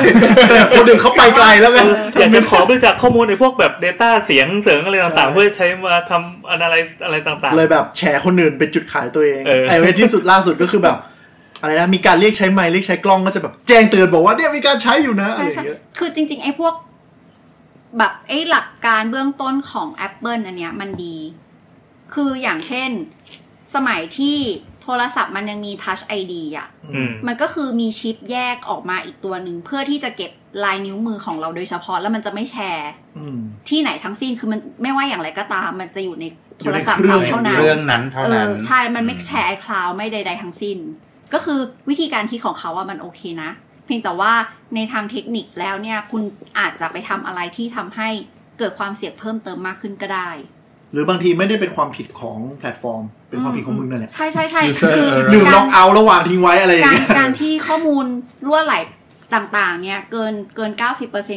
Speaker 7: แต่คนอื่นเขาไปไกลแล้วไง
Speaker 3: เอออยากจะขอบริจาคข้อมูลในพวกแบบ Data เสียงเสริงอะไรต่างๆ เพื่อใช้มาทำ analyze อะไรต่าง
Speaker 7: เลยแบบแชร์คนอื่นเป็นจุดขายตัวเอง
Speaker 3: เออ
Speaker 7: ไอ้เว้ยที่สุดล่าสุดก็คือแบบ อะไรนะ มีการเรียกใช้ไมค์เรียกใช้กล้องก็จะแบบแจ้งเตือนบอกว่าเนี่ยมีการใช้อยู่นะอะไร
Speaker 4: ใช่
Speaker 7: อย่า
Speaker 4: ใช่
Speaker 7: งเงี้ย
Speaker 4: คือจริง ๆ ไอ้พวก แบบไอ้หลักการเบื้องต้นของ Apple อันเนี้ยมันดี คืออย่างเช่น สมัยที่โทรศัพท์มันยังมี Touch ID อ่ะ
Speaker 3: ๆ อืม
Speaker 4: มันก็คือมีชิปแยกออกมาอีกตัวหนึ่ง เพื่อที่จะเก็บลายนิ้วมือของเราโดยเฉพาะแล้วมันจะไม่แชร์
Speaker 7: อืม
Speaker 4: ที่ไหนทั้งสิ้นคือมันไม่ว่าอย่างไรก็ตาม มันจะอยู่ในโทรศัพท์
Speaker 7: อยู่
Speaker 4: เรา
Speaker 7: ใน
Speaker 4: เท่านั้น
Speaker 8: เรื่องนั้นเท่า
Speaker 4: เอ
Speaker 8: นั้น
Speaker 4: อใช่ มันไม่แชร์ไอคลาวไม่ใด ๆ ทั้งสิ้น ก็คือวิธีการคิดของเขาว่ามันโอเคนะ เพียงแต่ว่าในทางเทคนิคแล้วเนี่ย คุณอาจจะไปทำอะไรที่ทำให้เกิดความเสี่ยงเพิ่มเติมมากขึ้นก็ได้
Speaker 7: หรือบางทีไม่ได้เป็นความผิดของแพลตฟอร์ม เป็นความผิดของมึงนั่นแหละ
Speaker 4: ใช่ใช่ใช่
Speaker 8: User
Speaker 4: คือ
Speaker 8: error
Speaker 7: ลืมล็อกเอาท์ระหว่างทิ้งไว้อะไรอย่าก
Speaker 4: าง ร
Speaker 7: เงี้ย
Speaker 4: การที่ข้อมูลรั่วไหลต่างๆ เนี่ย เกินเกิน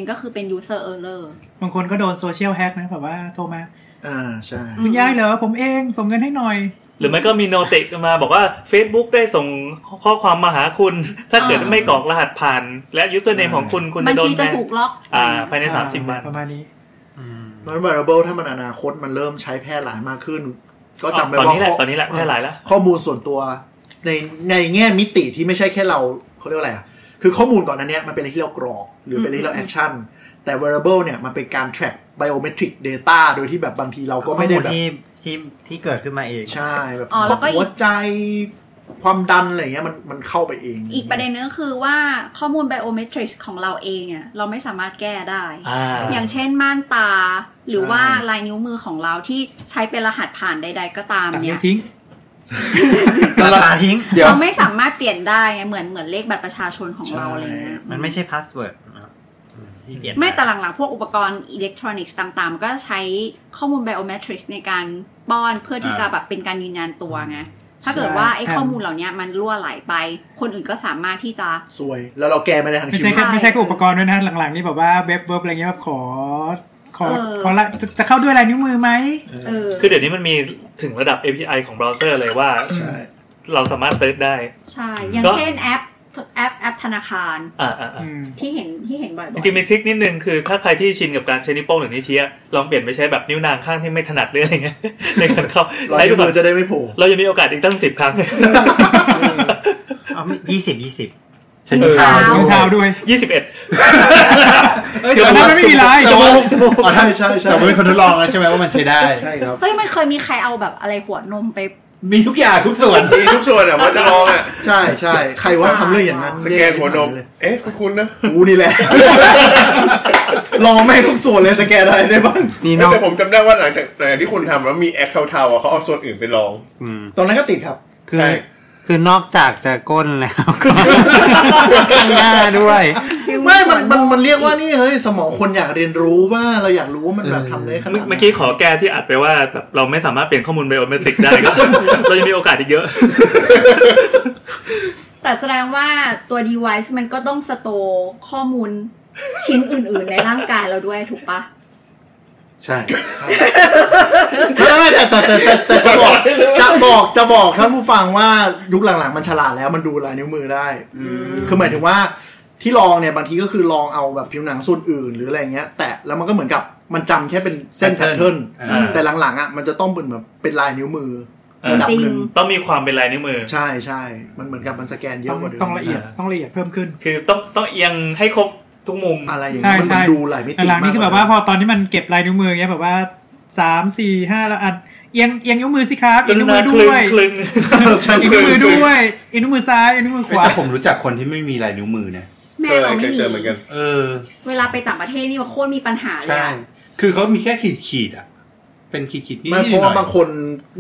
Speaker 4: 90%ก็คือเป็น user error
Speaker 6: บางคนก็โดนโซเชียลแฮกนะแบบว่าโทรมา
Speaker 7: อ่าใช่
Speaker 6: คุณยายเหรอผมเองส่งเงินให้หน่อย
Speaker 3: หรือไม่ก็มีโนติกมาบอกว่า Facebook ได้ส่งข้อความมาหาคุณ [laughs] ถ้าเกิด
Speaker 4: อ่า
Speaker 3: ไม่กรอกรหัสผ่าน และ username ของคุณคุณ
Speaker 4: บั
Speaker 3: จะ
Speaker 4: ญ
Speaker 3: โดน
Speaker 4: ชีจะ
Speaker 3: แบน
Speaker 4: ถูกล็อก
Speaker 3: อ่าภายใน 30 วัน
Speaker 6: ประมาณนี้
Speaker 7: non variable ถ้ามันอนาคตมันเริ่มใช้แพร่หลายมากขึ้น ก็จำไว้
Speaker 3: ตอน
Speaker 7: ว่า
Speaker 3: นี้แหละ
Speaker 7: ข้
Speaker 3: ตอนนี้แหละแพร่หลายแล้ว
Speaker 7: ข้อมูลส่วนตัวในในแง่มิติที่ไม่ใช่แค่เราเขาเรียกว่าอะไรอ่ะคือข้อมูลก่อนนั้นเนี้ยมันเป็นอะไรที่เรากรอก หรือเป็นอะไรที่เราแอคชั่น แต่ variable เนี่ยมันเป็นการ track biometric data โดยที่แบบบางทีเรา
Speaker 1: ข้
Speaker 7: ก็
Speaker 1: อ
Speaker 7: ไม่ได้
Speaker 1: มูล
Speaker 7: แบบ
Speaker 1: ที่ที่ที่เกิดขึ้นมาเอง
Speaker 7: ใช่แบบ
Speaker 4: อ๋อแล้วก็อีก
Speaker 7: หัวใจความดันอะไรเงี้ยมันมันเข้าไปเอง
Speaker 4: อีกประเด็นนึงก็คือว่าข้อมูลไบโอเมตริกของเราเองเนี่ยเราไม่สามารถแก้ได้
Speaker 3: อ่า
Speaker 4: อย่างเช่นม่านตา หรือว่าลายนิ้วมือของเราที่ใช้เป็นรหัสผ่านใด ๆ ก็ตาม
Speaker 6: ตัด
Speaker 4: เนี่
Speaker 6: นิ้วย ทิ้ง
Speaker 1: ตัดตาทิ้ง
Speaker 7: เดี๋ยว
Speaker 4: เราไม่สามารถเปลี่ยนได้ไงเหมือนเหมือนเลขบัตรประชาชนของเรา
Speaker 7: ใช่
Speaker 4: อะไรเงี้ย
Speaker 1: มันไม่ใช่พาสเวิร์ดนะครับที่เปลี่ยน
Speaker 4: ไม่แต่หลังๆ พวกอุปกรณ์อิเล็กทรอนิกส์ต่างๆ ก็ใช้ข้อมูลไบโอเมตริกในการป้อนเพื่อที่จะแบบเป็นการยืนยันตัวไงถ้าเกิดว่าไอ้
Speaker 6: ใช่
Speaker 4: ข้อมูลเหล่านี้มันรั่วไหลไป คนอื่นก็สามารถที่จะ
Speaker 7: ซวย แล้วเราแก้ไม่ได้ทั้ง
Speaker 6: ไม่
Speaker 7: ชี
Speaker 6: ใช่
Speaker 7: วิต
Speaker 6: แค่ไม่ใช่แค่อุปกรณ์ด้วยนะหลังๆนี่แบบว่าเว็บเว็บอะไรเงี้ยแบบขอ ขอ
Speaker 4: เออ
Speaker 6: ขอละจะจะเข้าด้วยลายนิ้วมือไหม
Speaker 4: เออ
Speaker 3: คือเดี๋ยวนี้มันมีถึงระดับ API ของเบราว์เซอร์เลยว่า
Speaker 7: ใช่
Speaker 3: เราสามารถเติร์ดได้
Speaker 4: ใช่ อย่าง
Speaker 3: ก็
Speaker 4: เช่นแอปแอปแอปธนาคาร
Speaker 3: อ่าอ่าอ่า
Speaker 6: อืม
Speaker 4: ที่เห็นที่เห็นบ่อยๆ
Speaker 3: จริงๆมีทริคนิดนึงคือถ้าใครที่ชินกับการใช้นิ้วโป้งหรือนิ้วชี้อะลองเปลี่ยนไปใช้แบบนิ้วนางข้างที่ไม่ถนัดหรืออะไรเงี้ยในการเข้า
Speaker 7: เรา
Speaker 3: ใช้ดู
Speaker 7: ที่
Speaker 3: แบ
Speaker 7: มื
Speaker 3: บ
Speaker 7: อจะได้ไม่โผล่
Speaker 3: เรายังมีโอกาสอีกตั้งสิบครั้ง [laughs]
Speaker 1: ยี่สิบยี่สิบ
Speaker 8: ใช้นิ้วเท้า
Speaker 6: นิ้วเท้าด้วย
Speaker 3: ยี่สิบเอ็ด
Speaker 6: แต่อันนั้นมันไม่มีลาย
Speaker 7: แต่ว่าอ๋อใช่ใช่ใช่
Speaker 8: แต่ไม่เป็นคนทดลองแล้วใช่ไหมว่ามันใช้ได้
Speaker 7: ใช่ครับ
Speaker 4: เฮ้ยมันเคยมีใครเอาแบบอะไรหัวนมไป
Speaker 8: [laughs] มีทุกอย่างทุกส่วน
Speaker 2: มีทุกส่วนอ่ะว่าจะล
Speaker 7: [laughs]
Speaker 2: องอ่ะ
Speaker 7: ใช่ใช่ใครว่าทำเรื่องอย่างนั้น
Speaker 2: สแกนหัวนม เอ๊ะคุณนะ
Speaker 7: กูนี่แหละ ลองแม่งทุกส่วนเลยสแกนอะไรได้บ้าง
Speaker 5: นี่นอก
Speaker 2: แต่ผมจำได้ว่าหลังจากหลังจากที่คุณทำแล้วมีแอคเทาๆอ่ะเขาเอาส่วนอื่นไปลอง
Speaker 5: อืม
Speaker 7: ตอนนั้นก็ติดครับ
Speaker 5: คือ
Speaker 2: ใช่
Speaker 5: คือนอกจากจะก้นแล้วก็ ข้างหน้าด้วย
Speaker 7: ไม่มันมันมันเรียกว่านี่เฮ้ยสมองคนอยากเรียนรู้ว่าเราอยากรู้ว่ามันแบบทำได้ขนาด
Speaker 3: เมื่อกี้ขอแก้ที่อัดไปว่าแบบเราไม่สามารถเปลี่ยนข้อมูลไบโอเมตริกได้ [laughs] ก็ เรายังมีโอกาสอีกเยอะ
Speaker 4: แต่แสดงว่าตัว device มันก็ต้องสโตร์ข้อมูล [laughs] ชิ้นอื่น ๆ ในร่างกายเราด้วยถูกปะ
Speaker 8: ใช่
Speaker 7: ไม่ไม่แต่แต่แต่แต่แต่จะบอกจะบอกจะบอกท่านผู้ฟังว่ายุคหลังๆ มันฉลาดแล้วมันดูลายนิ้วมือได้ คือหมายถึงว่าที่ลองเนี่ยบางทีก็คือลองเอาแบบผิวหนังส่วนอื่นหรืออะไรเงี้ย แต่แล้วมันก็เหมือนกับมันจำแค่เป็นเส้นแพทเทิร์น
Speaker 3: อ่า
Speaker 7: แต่หลังๆอ่ะมันจะต้องเป็นแบบเป็นลายนิ้วมือ
Speaker 3: เออ
Speaker 7: ระดับหนึ่ง
Speaker 3: ต้องมีความเป็นลายนิ้วมือ
Speaker 7: ใช่ใช่มันเหมือนกับมันสแกนเย
Speaker 6: ต้
Speaker 7: อะ
Speaker 6: อง
Speaker 7: กว่าเดิม
Speaker 6: ต้องละเอียดต้องละเอียดเพิ่มขึ้น
Speaker 3: คือต้องต้องเอียงให้ครบทุกมุม
Speaker 7: อะไรอย่าง
Speaker 6: ใช่
Speaker 7: เงี้ยมันเหมื
Speaker 6: ใช่
Speaker 7: อนดูหลายมิติ
Speaker 6: หลังๆ
Speaker 7: มาก
Speaker 6: นี่คือแบบว่าพอตอนที่มันเก็บลายนิ้วมืออย่างเงี้ยแบบว่าสามสี่ห้าแล้วอันเอียงเอียงนิ้วมือสิครับ
Speaker 3: ก
Speaker 6: เอียง
Speaker 3: รุ
Speaker 6: นิ้ว
Speaker 3: ณา
Speaker 6: มือ
Speaker 3: คลึง
Speaker 6: ด้วย
Speaker 3: คลึง
Speaker 6: เอียงนิ้วมือด้วยเอียงนิ้วมือซ้ายเอียงนิ้วมือขวา
Speaker 8: แต่ผมรู้จักคนที่ไม่มีลายนิ้วมือนะ
Speaker 4: แม่
Speaker 2: เคย
Speaker 4: เรา
Speaker 2: เค
Speaker 4: ไม่
Speaker 2: ย
Speaker 4: มี
Speaker 2: เจอเหมือนกัน
Speaker 8: เออ
Speaker 4: เวลาไปต่างประเทศนี่มันโคตรมีปัญหาเลย
Speaker 8: ใช่
Speaker 4: อะ
Speaker 8: คือเขามีแค่ขีดขีดๆอ่ะ เป็นขีดขีดๆนิด
Speaker 7: ไม่
Speaker 8: ๆ
Speaker 7: เพ
Speaker 8: ห
Speaker 7: ราะ
Speaker 8: น่
Speaker 7: ว่า
Speaker 8: อย
Speaker 7: บางคน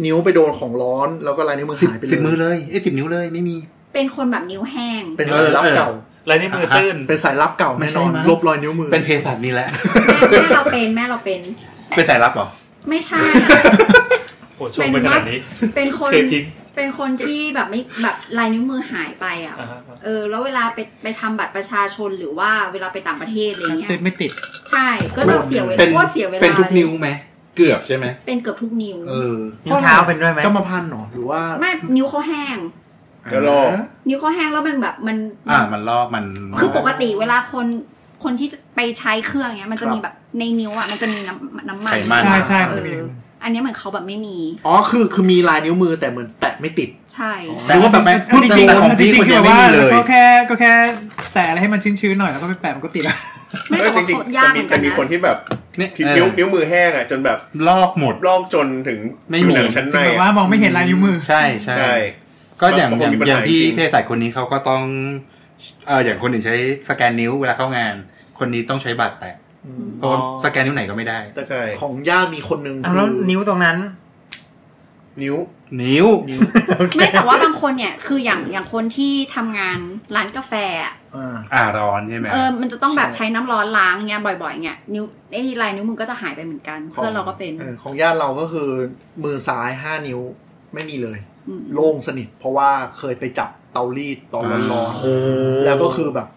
Speaker 7: นิ้วไปโดนของร้อนแล้วก็ลายนิ้วมือ
Speaker 8: สิบ
Speaker 7: หายไป
Speaker 8: สิบมือ
Speaker 7: เลย
Speaker 8: เลยไอ้ยสิบนิ้วเลยไม่มี
Speaker 4: เป็นคนแบบนิ้วแห้ง
Speaker 7: เป็นสายลับเก่า
Speaker 3: [laughs] ลายนิ้วมือตื้น
Speaker 7: เป็นสายลับเก่า
Speaker 8: ไม่
Speaker 7: แน่
Speaker 8: ใช่
Speaker 7: นอน
Speaker 8: มั้ง
Speaker 7: ลบรอยนิ้วมือ
Speaker 8: เป็นเพศสัตว์นี่แหละ
Speaker 4: แม่แม่เราเป็นแม่เราเป็น
Speaker 8: เป็นสายลับเหรอ
Speaker 4: ไม่ใช่
Speaker 3: โอ้ชมไปขนาดนี้
Speaker 4: เป็นคน
Speaker 3: เททิ้ง
Speaker 4: เป็นคนที่แบบไม่แบบลายนิ้วมือหายไปอ่ะ
Speaker 3: อ่าฮะ
Speaker 4: เออ แล้วเวลาไปไปทำบัตรประชาชนหรือว่าเวลาไปต่างประเทศอะไรเงี้ย
Speaker 6: ติดไม่ติด
Speaker 4: ใช่ก็ต้องเสียเวลา
Speaker 8: เป็น
Speaker 4: โคตรเสียเวลา
Speaker 8: เป็นทุกนิ้ว
Speaker 4: เลย
Speaker 8: ไหม เกือบใช่ไหม
Speaker 4: เป็นเกือบทุกนิ้ว
Speaker 8: เออ
Speaker 12: นิ้วเท้าเป็นด้วยไหม
Speaker 7: กรรมพันธุ์เหรอหรือว่า
Speaker 4: ไม่นิ้วเขาแห้ง
Speaker 2: เดี๋ยวรอ
Speaker 4: นิ้วเขาแห้งแล้วมันแบบมัน
Speaker 8: อ่ามันลอกมัน
Speaker 4: คือปกติเวลาคนคนที่จะไปใช้เครื่องเนี้ย มันจะมีแบบในนิ้วอ่ะมันจะมีน้ำน้ำมัน
Speaker 8: ไขมัน
Speaker 6: ใช่ใช่
Speaker 4: เอออันเนี้ยเหมือนเขาแบบไม่มี
Speaker 7: อ๋อคือคือมีลายนิ้วมือแต่เหมือนแปะไม่ติด
Speaker 4: ใช่
Speaker 8: แต่ว่าแบบพูด
Speaker 6: จริ
Speaker 8: จ
Speaker 6: ง
Speaker 8: ริ
Speaker 6: ๆ
Speaker 8: งแต่ของ
Speaker 6: จ
Speaker 8: พี่
Speaker 6: ริง
Speaker 8: คน
Speaker 6: ๆคื
Speaker 8: เดีย
Speaker 6: อ
Speaker 8: วไม่
Speaker 6: ว่า
Speaker 8: มีเลย
Speaker 6: ก็แค่ก็แค่แตะอะไรให้มันชื้นๆหน่อยแล้วก็ไปแปะมันก็ติดอะ
Speaker 4: ไม่
Speaker 2: เออ
Speaker 4: แต่
Speaker 2: จ
Speaker 4: ว่า
Speaker 2: ริง
Speaker 4: เขา
Speaker 2: ๆ
Speaker 4: ยาก
Speaker 2: แต่
Speaker 4: เห
Speaker 2: มี
Speaker 4: มือ
Speaker 2: แต่มี
Speaker 4: นกันนะ
Speaker 2: คนที่แบบ
Speaker 8: เนี่ย
Speaker 2: ผิว
Speaker 8: เออ
Speaker 2: นิ้วนิ้วมือแห้งอ่ะจนแบบ
Speaker 8: ลอกหมด
Speaker 2: ลอกจนถึง
Speaker 8: ไม่
Speaker 2: ผิว
Speaker 8: มี
Speaker 2: หนังชั้นใน
Speaker 6: ถึงแบบว่า
Speaker 2: อะ
Speaker 6: มองไม่เห็นลายนิ้วมือ
Speaker 8: ใช่ใช่
Speaker 2: ใช่
Speaker 8: ก็อย่าง
Speaker 2: มัน
Speaker 8: อ
Speaker 2: ก็มี
Speaker 8: ย่าง
Speaker 2: ปัญหา
Speaker 8: อย่างที่
Speaker 2: จริง
Speaker 8: เพศสัตว์คนนี้เขาก็ต้องเอออย่างคนอื่นใช้สแกนนิ้วเวลาเข้างาน คนนี้ต้องใช้บัตรแตะเพราะว่าสแกนนิ้วไหนก็ไม่ได้
Speaker 7: แต่
Speaker 2: ใช่
Speaker 7: ของย่ามีคนนึง
Speaker 12: เอาแล้วนิ้วตรงนั้น
Speaker 2: นิ้ว
Speaker 8: นิ้ว
Speaker 7: นิ้ว
Speaker 4: ไม่แต่ว่าบางคนเนี่ยคืออย่างอย่างคนที่ทำงานร้านกาแฟอะ
Speaker 7: อ่า
Speaker 8: อ่าร้อนใช่ไหม
Speaker 4: เออมันจะต้องแบบ
Speaker 7: ใช่
Speaker 4: ใช้น้ำร้อนล้างเงี้ยบ่อยๆเงี้ยนิ้วไอ้ลายนิ้วมือก็จะหายไปเหมือนกันเพื่อนเราก็เป็น
Speaker 7: เออของย่าเราก็คือมือซ้ายห้านิ้วไม่มีเลย
Speaker 4: ม
Speaker 7: โล่งสนิทเพราะว่าเคยไปจับเตารีดตอนร้อนๆแล้วก็คือแบบ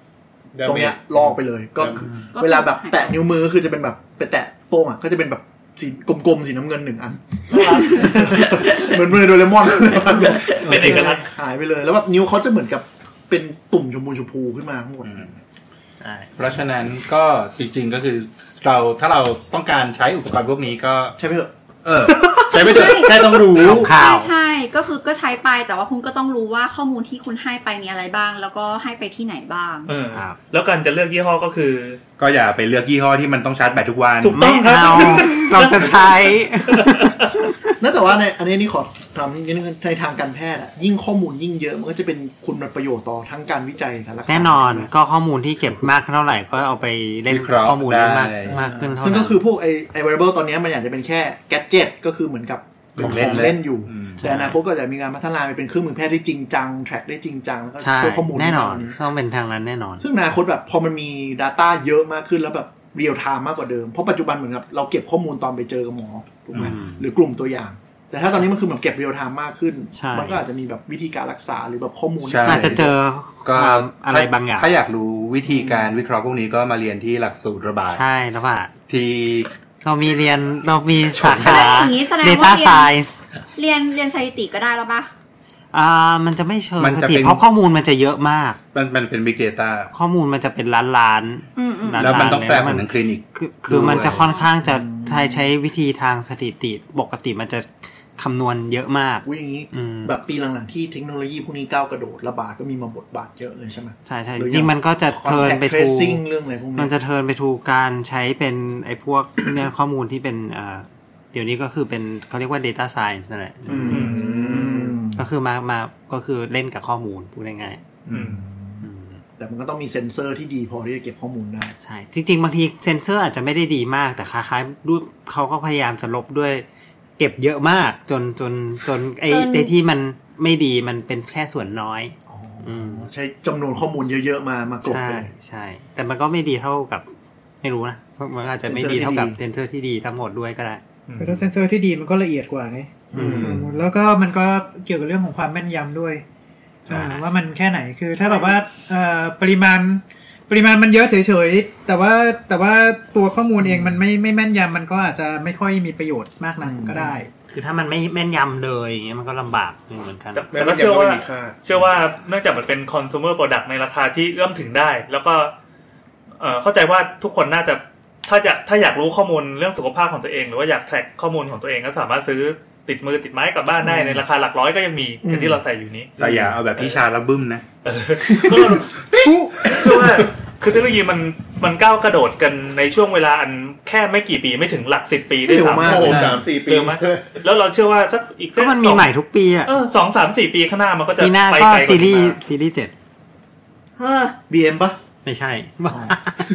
Speaker 2: damage
Speaker 7: ตรงเนี้ยลอกไปเลยก็
Speaker 2: ครับ
Speaker 7: คือ
Speaker 4: ก็
Speaker 7: เวลาแบบ
Speaker 4: หยไป
Speaker 7: แตะนิ้วมือก็คือจะเป็นแบบไปแตะโป้งอ่ะก็จะเป็นแบบสีกลมๆสีน้ำเงินหนึ่งอัน เหมือนมือโดเรมอน
Speaker 3: เป็นเอกลักษณ์
Speaker 7: หายไปเลย แล้วแบบนิ้วเขาจะเหมือนกับเป็นตุ่มชมพูชมพูขึ้นมาทั้งหมด
Speaker 8: อืมเพราะฉะนั้นก็จริงๆก็คือเราถ้าเราต้องการใช้อุปกรณ์พวกนี้ก็
Speaker 7: ใช่ไหมเถอะ
Speaker 8: เออ ใช้ไม่ได้แค่ต้องรู้
Speaker 4: ใช่ใช่ก็คือก็ใช้ไปแต่ว่าคุณก็ต้องรู้ว่าข้อมูลที่คุณให้ไปมีอะไรบ้าง แล้วก็ให้ไปที่ไหนบ้าง
Speaker 3: เออ
Speaker 8: ครับ
Speaker 3: แล้วการจะเลือกยี่ห้อก็คือ
Speaker 8: ก็อย่าไปเลือกยี่ห้อที่มันต้องชาร์จแบตทุกวัน
Speaker 3: ถูกต้องครับ
Speaker 1: เราจะใช้
Speaker 7: นั่นแต่ว่าในอันนี้นี่ขอถามนิดนึงในทางการแพทย์อะยิ่งข้อมูลยิ่งเยอะมันก็จะเป็นคุณประโยชน์ต่อทั้งการวิจัยและรักษา
Speaker 1: แน่นอนก็ข้อมูลที่เก็บมากเท่าไหร่ก็เอาไปเล่น
Speaker 8: วิเคราะห์
Speaker 1: ข้อมูลได้มาก
Speaker 8: ได้
Speaker 1: มากขึ้นเท่า
Speaker 7: ซึ่ง
Speaker 1: นั้
Speaker 7: ก็
Speaker 1: น
Speaker 7: คือพวกไอไอ variable ตอนเนี้ยมันอยากจะเป็นแค่แกดเจิตก็คือเหมือนกับเป็น
Speaker 8: ของ
Speaker 7: ข
Speaker 8: เล่น
Speaker 7: องเล่นอยู่
Speaker 8: อืม
Speaker 7: แต่อนาคตก็จะมีการพัฒนาไปเป็นเครื่องมือแพทย์ที่จริงจัง แทร็กได้จริงจังแล้วก็
Speaker 1: ใช่
Speaker 7: ช่วยข้อมูล
Speaker 1: แน่นอน
Speaker 7: ใตนี้
Speaker 1: ต้องเป็นทางนั้นแน่นอน
Speaker 7: ซึ่งอนาคตแบบพอมันมี Data เยอะมากขึ้นแล้วแบบเรียลไทม์มากกว่าเดิม เพราะปัจจุบันเหมือนกับเราเก็บข้อมูลตอนไปเจอกับหมอถูกไหม
Speaker 1: อืม
Speaker 7: หรือกลุ่มตัวอย่าง แต่ถ้าตอนนี้มันคือแบบเก็บเรียลไทม์มากขึ้น
Speaker 1: ใช่
Speaker 7: มัก็อาจจะมีแบบวิธีการรักษาหรือแบบข้อมูล
Speaker 8: ใช่
Speaker 1: อาจจะเจอค
Speaker 8: ก็
Speaker 1: วามอะไรบางอย่าง
Speaker 8: ถ้าอยากรู้วิธีการวิเคราะห์พวกนี้ก็มาเรียนที่หลักสูตรระบาย
Speaker 1: ใช่แล้วว่า
Speaker 8: ที่
Speaker 1: เรามีเรียนเรามีสาขา
Speaker 4: อย่างนี้แสดงว่า
Speaker 1: Data
Speaker 4: เรียน
Speaker 1: Science
Speaker 4: เรียนเรียนสถิติก็ได้แล้วปะ
Speaker 1: อ่ามันจะไม่เชิง
Speaker 8: มัน
Speaker 1: ส
Speaker 8: จะ
Speaker 1: ถิ
Speaker 8: เป็
Speaker 1: ติ
Speaker 8: น
Speaker 1: เพราะข้อมูลมันจะเยอะมาก
Speaker 8: มันมันเป็น Big Data
Speaker 1: ข้อมูลมันจะเป็นล้านล้าน
Speaker 4: อืมอืม
Speaker 1: ๆล้านๆ
Speaker 8: แล้วมันต้องแปล
Speaker 1: เย
Speaker 8: เหมือนทางคลินิก
Speaker 1: คือคือมันจะค่อนข้างจะใช้ใช้วิธีทางสถิติปกติมันจะคำนวณเยอะมาก
Speaker 7: วิ่างนี้
Speaker 1: อืม
Speaker 7: แบบปีหลังๆที่เทคโนโลยีพวกนี้ก้าวกระโดดระบาดก็มีมาบทบาทเยอะเลยใช่ไหม
Speaker 1: ใช่ใช่
Speaker 7: หรื
Speaker 1: จ
Speaker 7: อ
Speaker 1: ริงๆมันก็จะเทิน
Speaker 7: contact
Speaker 1: ไปทู
Speaker 7: tracing เรื่องอะไรพวกนี้
Speaker 1: มันจะเทินไปทูการใช้เป็นไอ้พวก เนี่ยข้อมูลที่เป็นอ่าเดี๋ยวนี้ก็คือเป็นเขาเรียกว่า Data Science นั่นแหละ
Speaker 7: อืม
Speaker 1: ก็คือมามาก็คือเล่นกับข้อมูลพูดง่าย
Speaker 3: อืม
Speaker 1: ๆอืม
Speaker 7: แต่มันก็ต้องมีเซ็นเซอร์ที่ดีพอที่จะเก็บข้อมูลได้
Speaker 1: ใช่ จริง ๆ บางทีเซนเซอร์อาจจะไม่ได้ดีมาก แต่คล้ายๆด้วยเขาก็พยายามจะลบด้วย เก็บเยอะมากจนจนจนไอ้
Speaker 4: จน
Speaker 1: ไอ้ที่มันไม่ดีมันเป็นแค่ส่วนน้อย
Speaker 7: อ๋ออ
Speaker 1: ม
Speaker 7: ใช้จำนวนข้อมูลเยอะๆมามากลบ
Speaker 1: ใช่
Speaker 7: ไปเลย
Speaker 1: ใช่ แต่มันก็ไม่ดีเท่ากับ ไม่รู้นะมันอาจจะไม่ดีเท่ากับเซนเซอร์ที่ดีทั้งหมดด้วยก็ได้
Speaker 6: แต่ถ้าเซนเซอร์ที่ดีมันก็ละเอียดกว่าไง
Speaker 1: อืม
Speaker 6: แล้วก็มันก็เกี่ยวกับเรื่องของความแม่นยำด้วย
Speaker 1: ใช่
Speaker 6: อ่าว่ามันแค่ไหนคือถ้าแบบว่าเอ่อปริมาณปริมาณมันเยอะเฉยๆ แต่ว่าแต่ว่าตัวข้อมูลเองมันไม่ไม่แม่นยำมันก็อาจจะไม่ค่อยมีประโยชน์มากนักก็ได้
Speaker 1: คือถ้ามันไม่แม่นยำเลยอย่างเงี้ยมันก็ลำบากเหมือนกัน
Speaker 3: แต่
Speaker 2: แต่
Speaker 3: แต่
Speaker 2: ก็
Speaker 3: ก็
Speaker 2: เชื่
Speaker 3: เชื่อ
Speaker 2: อว่า
Speaker 3: ว่า
Speaker 2: ไม่มีค่า
Speaker 3: เชื่อว่าเนื่องจากมันเป็นคอน sumer product ในราคาที่เอื้อมถึงได้ แล้วก็เอ่อเข้าใจว่าทุกคนน่าจะถ้าจะถ้าอยากรู้ข้อมูลเรื่องสุขภาพของตัวเอง หรือว่าอยากแทร็กข้อมูลของตัวเองก็สามารถซื้อติดมือติดไม้กลับบ้านได้ในราคาหลักร้อยก็ยังมีอย่างที่เราใส่อยู่นี้
Speaker 8: แต่อย่าเอาแบบที่ชาแล้วบึ้มนะ
Speaker 3: เออก็เชื่อว่าคือเทคโนโลยีมันมันก้าวกระโดดกันในช่วงเวลาอันแค่ไม่กี่ปีไม่ถึงหลักสิบปีด้วย
Speaker 7: เร็ว
Speaker 3: ซ้ำ
Speaker 7: มาก
Speaker 2: โอ้โห
Speaker 3: โอ้โห
Speaker 2: สามสี่ปี
Speaker 3: เร็วมากแล้วเราเชื่อว่าสักอีก
Speaker 1: ก็มันมีใหม่ทุกปีอ่ะ
Speaker 3: เออสองสามสี่ปีข้างหน้ามันก็จะ
Speaker 1: ปีหน้า
Speaker 3: ไป
Speaker 1: ก็
Speaker 3: ไกลกว่า
Speaker 1: ซีรี
Speaker 3: นี้
Speaker 1: ส์
Speaker 3: มาก
Speaker 1: ซีรีส์เจ็ด
Speaker 4: เฮ้อ
Speaker 7: BM ปะ
Speaker 1: ไม่ใช่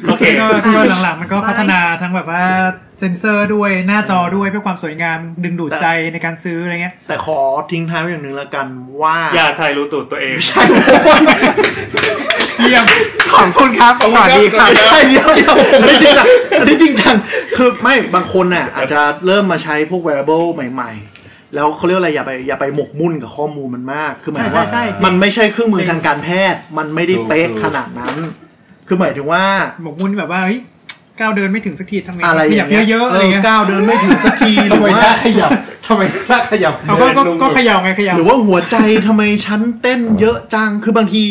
Speaker 3: โอเค
Speaker 6: ก็ก็หลังๆมันก็พัฒนาทั้งแบบว่าเซ็นเซอร์ด้วยหน้าจอด้วยเพื่อความสวยงามดึงดูดใจในการซื้ออะไรเงี้ย
Speaker 7: แต่ขอทิ้งท้ายไว้อย่างหนึ่งแล้วกันว่า
Speaker 3: อย่าถ่ายรู้ตูดตัวเอง
Speaker 6: เยี่ยม
Speaker 1: ขอบคุณครับ สวัสดีครับ
Speaker 7: ไม่ใช่เดียวเดียวอันนี้จริงจังอันนี้จริงจังคือไม่บางคนน่ะอาจจะเริ่มมาใช้พวก wearable ใหม่ ๆ แล้วเขาเรียกอะไรอย่าไปอย่าไปหมกมุ่นกับข้อมูลมันมาก คือหมายความว่า
Speaker 1: ใช่ใช่ใช่
Speaker 7: มันไม่ใช่เครื่องมือทางการแพทย์ มันไม่ได้เป๊ะขนาดนั้น คือหมายถึงว่า
Speaker 6: หมกมุ่นแบบว่าเฮ้ย ก้าวเดินไม่ถึงสักทีทำไง
Speaker 7: อะไร
Speaker 6: ข
Speaker 7: อ
Speaker 6: ยั
Speaker 7: ย่า
Speaker 6: บ
Speaker 7: งเงี้ย
Speaker 6: เยอะๆ
Speaker 7: เอ
Speaker 6: อะไร
Speaker 7: อ
Speaker 6: เงี้ย
Speaker 7: ก้าวเดินไม่ถึงสัก
Speaker 6: [laughs]
Speaker 7: ทีหรื
Speaker 8: ทำ
Speaker 7: อ
Speaker 8: ไม
Speaker 7: ว่า
Speaker 8: หน้าขยับทำไมหน้าขยับ
Speaker 6: เอาก็ก็
Speaker 8: ดินนุ่มๆ
Speaker 6: ก็เขย่าไงเขย่า
Speaker 7: หรือว่าหัวใจทำไมฉันเต้นเยอะจังคือบางที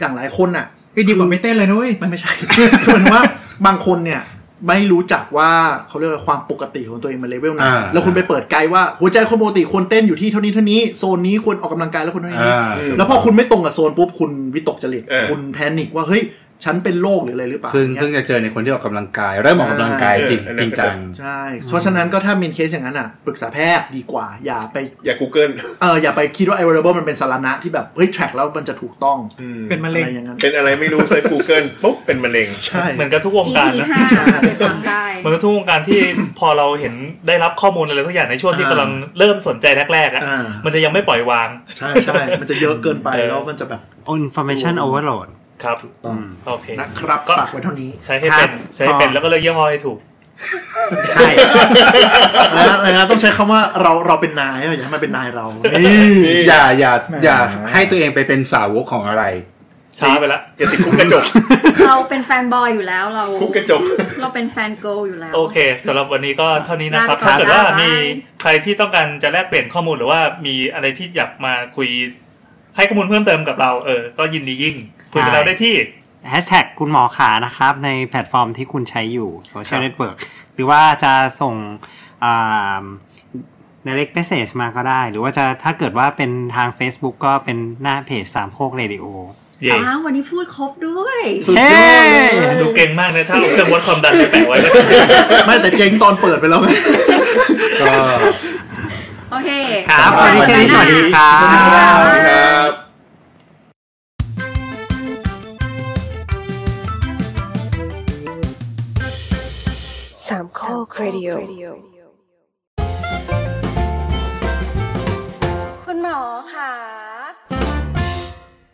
Speaker 7: อย่างหลายคนอ่ะ
Speaker 6: ไอ้ยดีกว่าไม่เต้นเลยนุ้ย
Speaker 7: ไม่ไม่ใช่ [laughs] คือหมายถึงว่าบางคนเนี่ยไม่รู้จักว่าเขาเรียกว่าความปกติของตัวเองมันเลเวลไหน
Speaker 8: อ่า
Speaker 7: แล้วคุณไปเปิดไกด์ว่าหัวใจคนปกติควรเต้นอยู่ที่เท่านี้เท่านี้โซนนี้ควรออกกำลังกายแล้วคนเท่านี้
Speaker 8: อ่า
Speaker 7: แล้วพอคุณไม่ตรงกับโซนปุ๊บคุณวิตกจริต
Speaker 2: เออ
Speaker 7: คุณแพนิคว่าเฮ้ยฉันเป็นโรคหรืออะไรหรือเปล่า
Speaker 8: ซึ่ง
Speaker 7: เนี่ย
Speaker 8: ซึ่งจะเจอในคนที่ออกกำลังกายเริ่มออกกำลังกายจริง
Speaker 2: เออ
Speaker 8: จริงจัง
Speaker 7: ใช่เพราะฉะนั้นก็ถ้ามีเคสอย่างนั้นอ่ะปรึกษาแพทย์ดีกว่า อย่าไป
Speaker 2: อย่า Google
Speaker 7: เอออย่าไปคิดว่าไอ a r i a b l e มันเป็นสารณะที่แบบเฮ้ย track แล้วมันจะถูกต้อง
Speaker 6: เป็นมะ
Speaker 7: อะไร
Speaker 6: เร็ง
Speaker 7: อย่างนั้น
Speaker 2: เป็นอะไรไม่รู้เซิร์ช Google ปุ๊บเป็นมะเร็ง
Speaker 7: ใช่
Speaker 3: เหมือนกับทุกวง
Speaker 4: EP
Speaker 3: การนะ
Speaker 4: ห้าไปฟังได้
Speaker 3: เหมือนกับทุกวงการที่ พอเราเห็นได้รับข้อมูลอะไรสักอย่างในช่วงที่กำลังเริ่มสนใจแรกๆอ่ะ
Speaker 7: อ่า
Speaker 3: มันจะยังไม่ปล่อยวาง
Speaker 7: ใช่ใช่มันจะเยอะเกินไปแล้วมันจะแบบ
Speaker 5: information overload
Speaker 3: ครับ
Speaker 7: อืม
Speaker 3: โอเค
Speaker 7: นะครับ
Speaker 3: ก็
Speaker 7: ฝากไว้เท่านี้
Speaker 3: ใช้ให้เป็น
Speaker 5: ครับ
Speaker 3: ใช้ให้เป็น
Speaker 5: ก็
Speaker 3: แล้วก็เลือกยี่ห้อให้ถูก
Speaker 5: ใช่
Speaker 7: แล้วอะไรนะต้องใช้คำว่าเราเราเป็นนายอะอย่าให้มันเป็นนายเรานี่
Speaker 8: อย่าอย่า
Speaker 7: แหม
Speaker 8: อย่าให้ตัวเองไปเป็นสาวกของอะไร
Speaker 3: ช้าไปละ
Speaker 2: อย่าติดคุกกระจก
Speaker 4: เราเป็นแฟนบอยอยู่แล้วเรา
Speaker 2: คุกกระจก
Speaker 4: เราเป็นแฟนเกิลอยู่แล้ว
Speaker 3: โอเคสำหรับวันนี้ก็เท่านี้นะครับ
Speaker 4: ลา
Speaker 3: ถ้า
Speaker 4: ไปก่อน
Speaker 3: เกิดว่า
Speaker 4: จ้ามี
Speaker 3: มีใครที่ต้องการจะแลกเปลี่ยนข้อมูลหรือว่ามีอะไรที่อยากมาคุย ให้ข้อมูลเพิ่มเติมกับเราเออ ก็ยินดียิ่งคุยกับเราได้ที่
Speaker 5: แฮชแท็กคุณหมอขานะครับ ในแพลตฟอร์มที่คุณใช้อยู่โซเชีย
Speaker 3: ครับ
Speaker 5: ลเน็ตเวิร์กหรือว่าจะส่งอ่า direct message มาก็ได้ หรือว่าจะถ้าเกิดว่าเป็นทาง Facebook ก็เป็นหน้าเพจสามโคกเรดิโอ
Speaker 3: เย่
Speaker 4: อ้าววันนี้พูดครบด้วย
Speaker 5: เฮ้
Speaker 3: ดูเก่งมากนะถ้าเอาเครื่องวัดความดันไปแปะไว้ก็
Speaker 7: ไม่แต่เจ๊งตอนเปิดไปแล้วไง
Speaker 8: ก็
Speaker 4: โอเค
Speaker 5: ครับสวัสดีแค่นี้สวัสดีครับ
Speaker 2: สวัสดีครับ
Speaker 9: สามข้อครดิโอคุณหมอค่ะ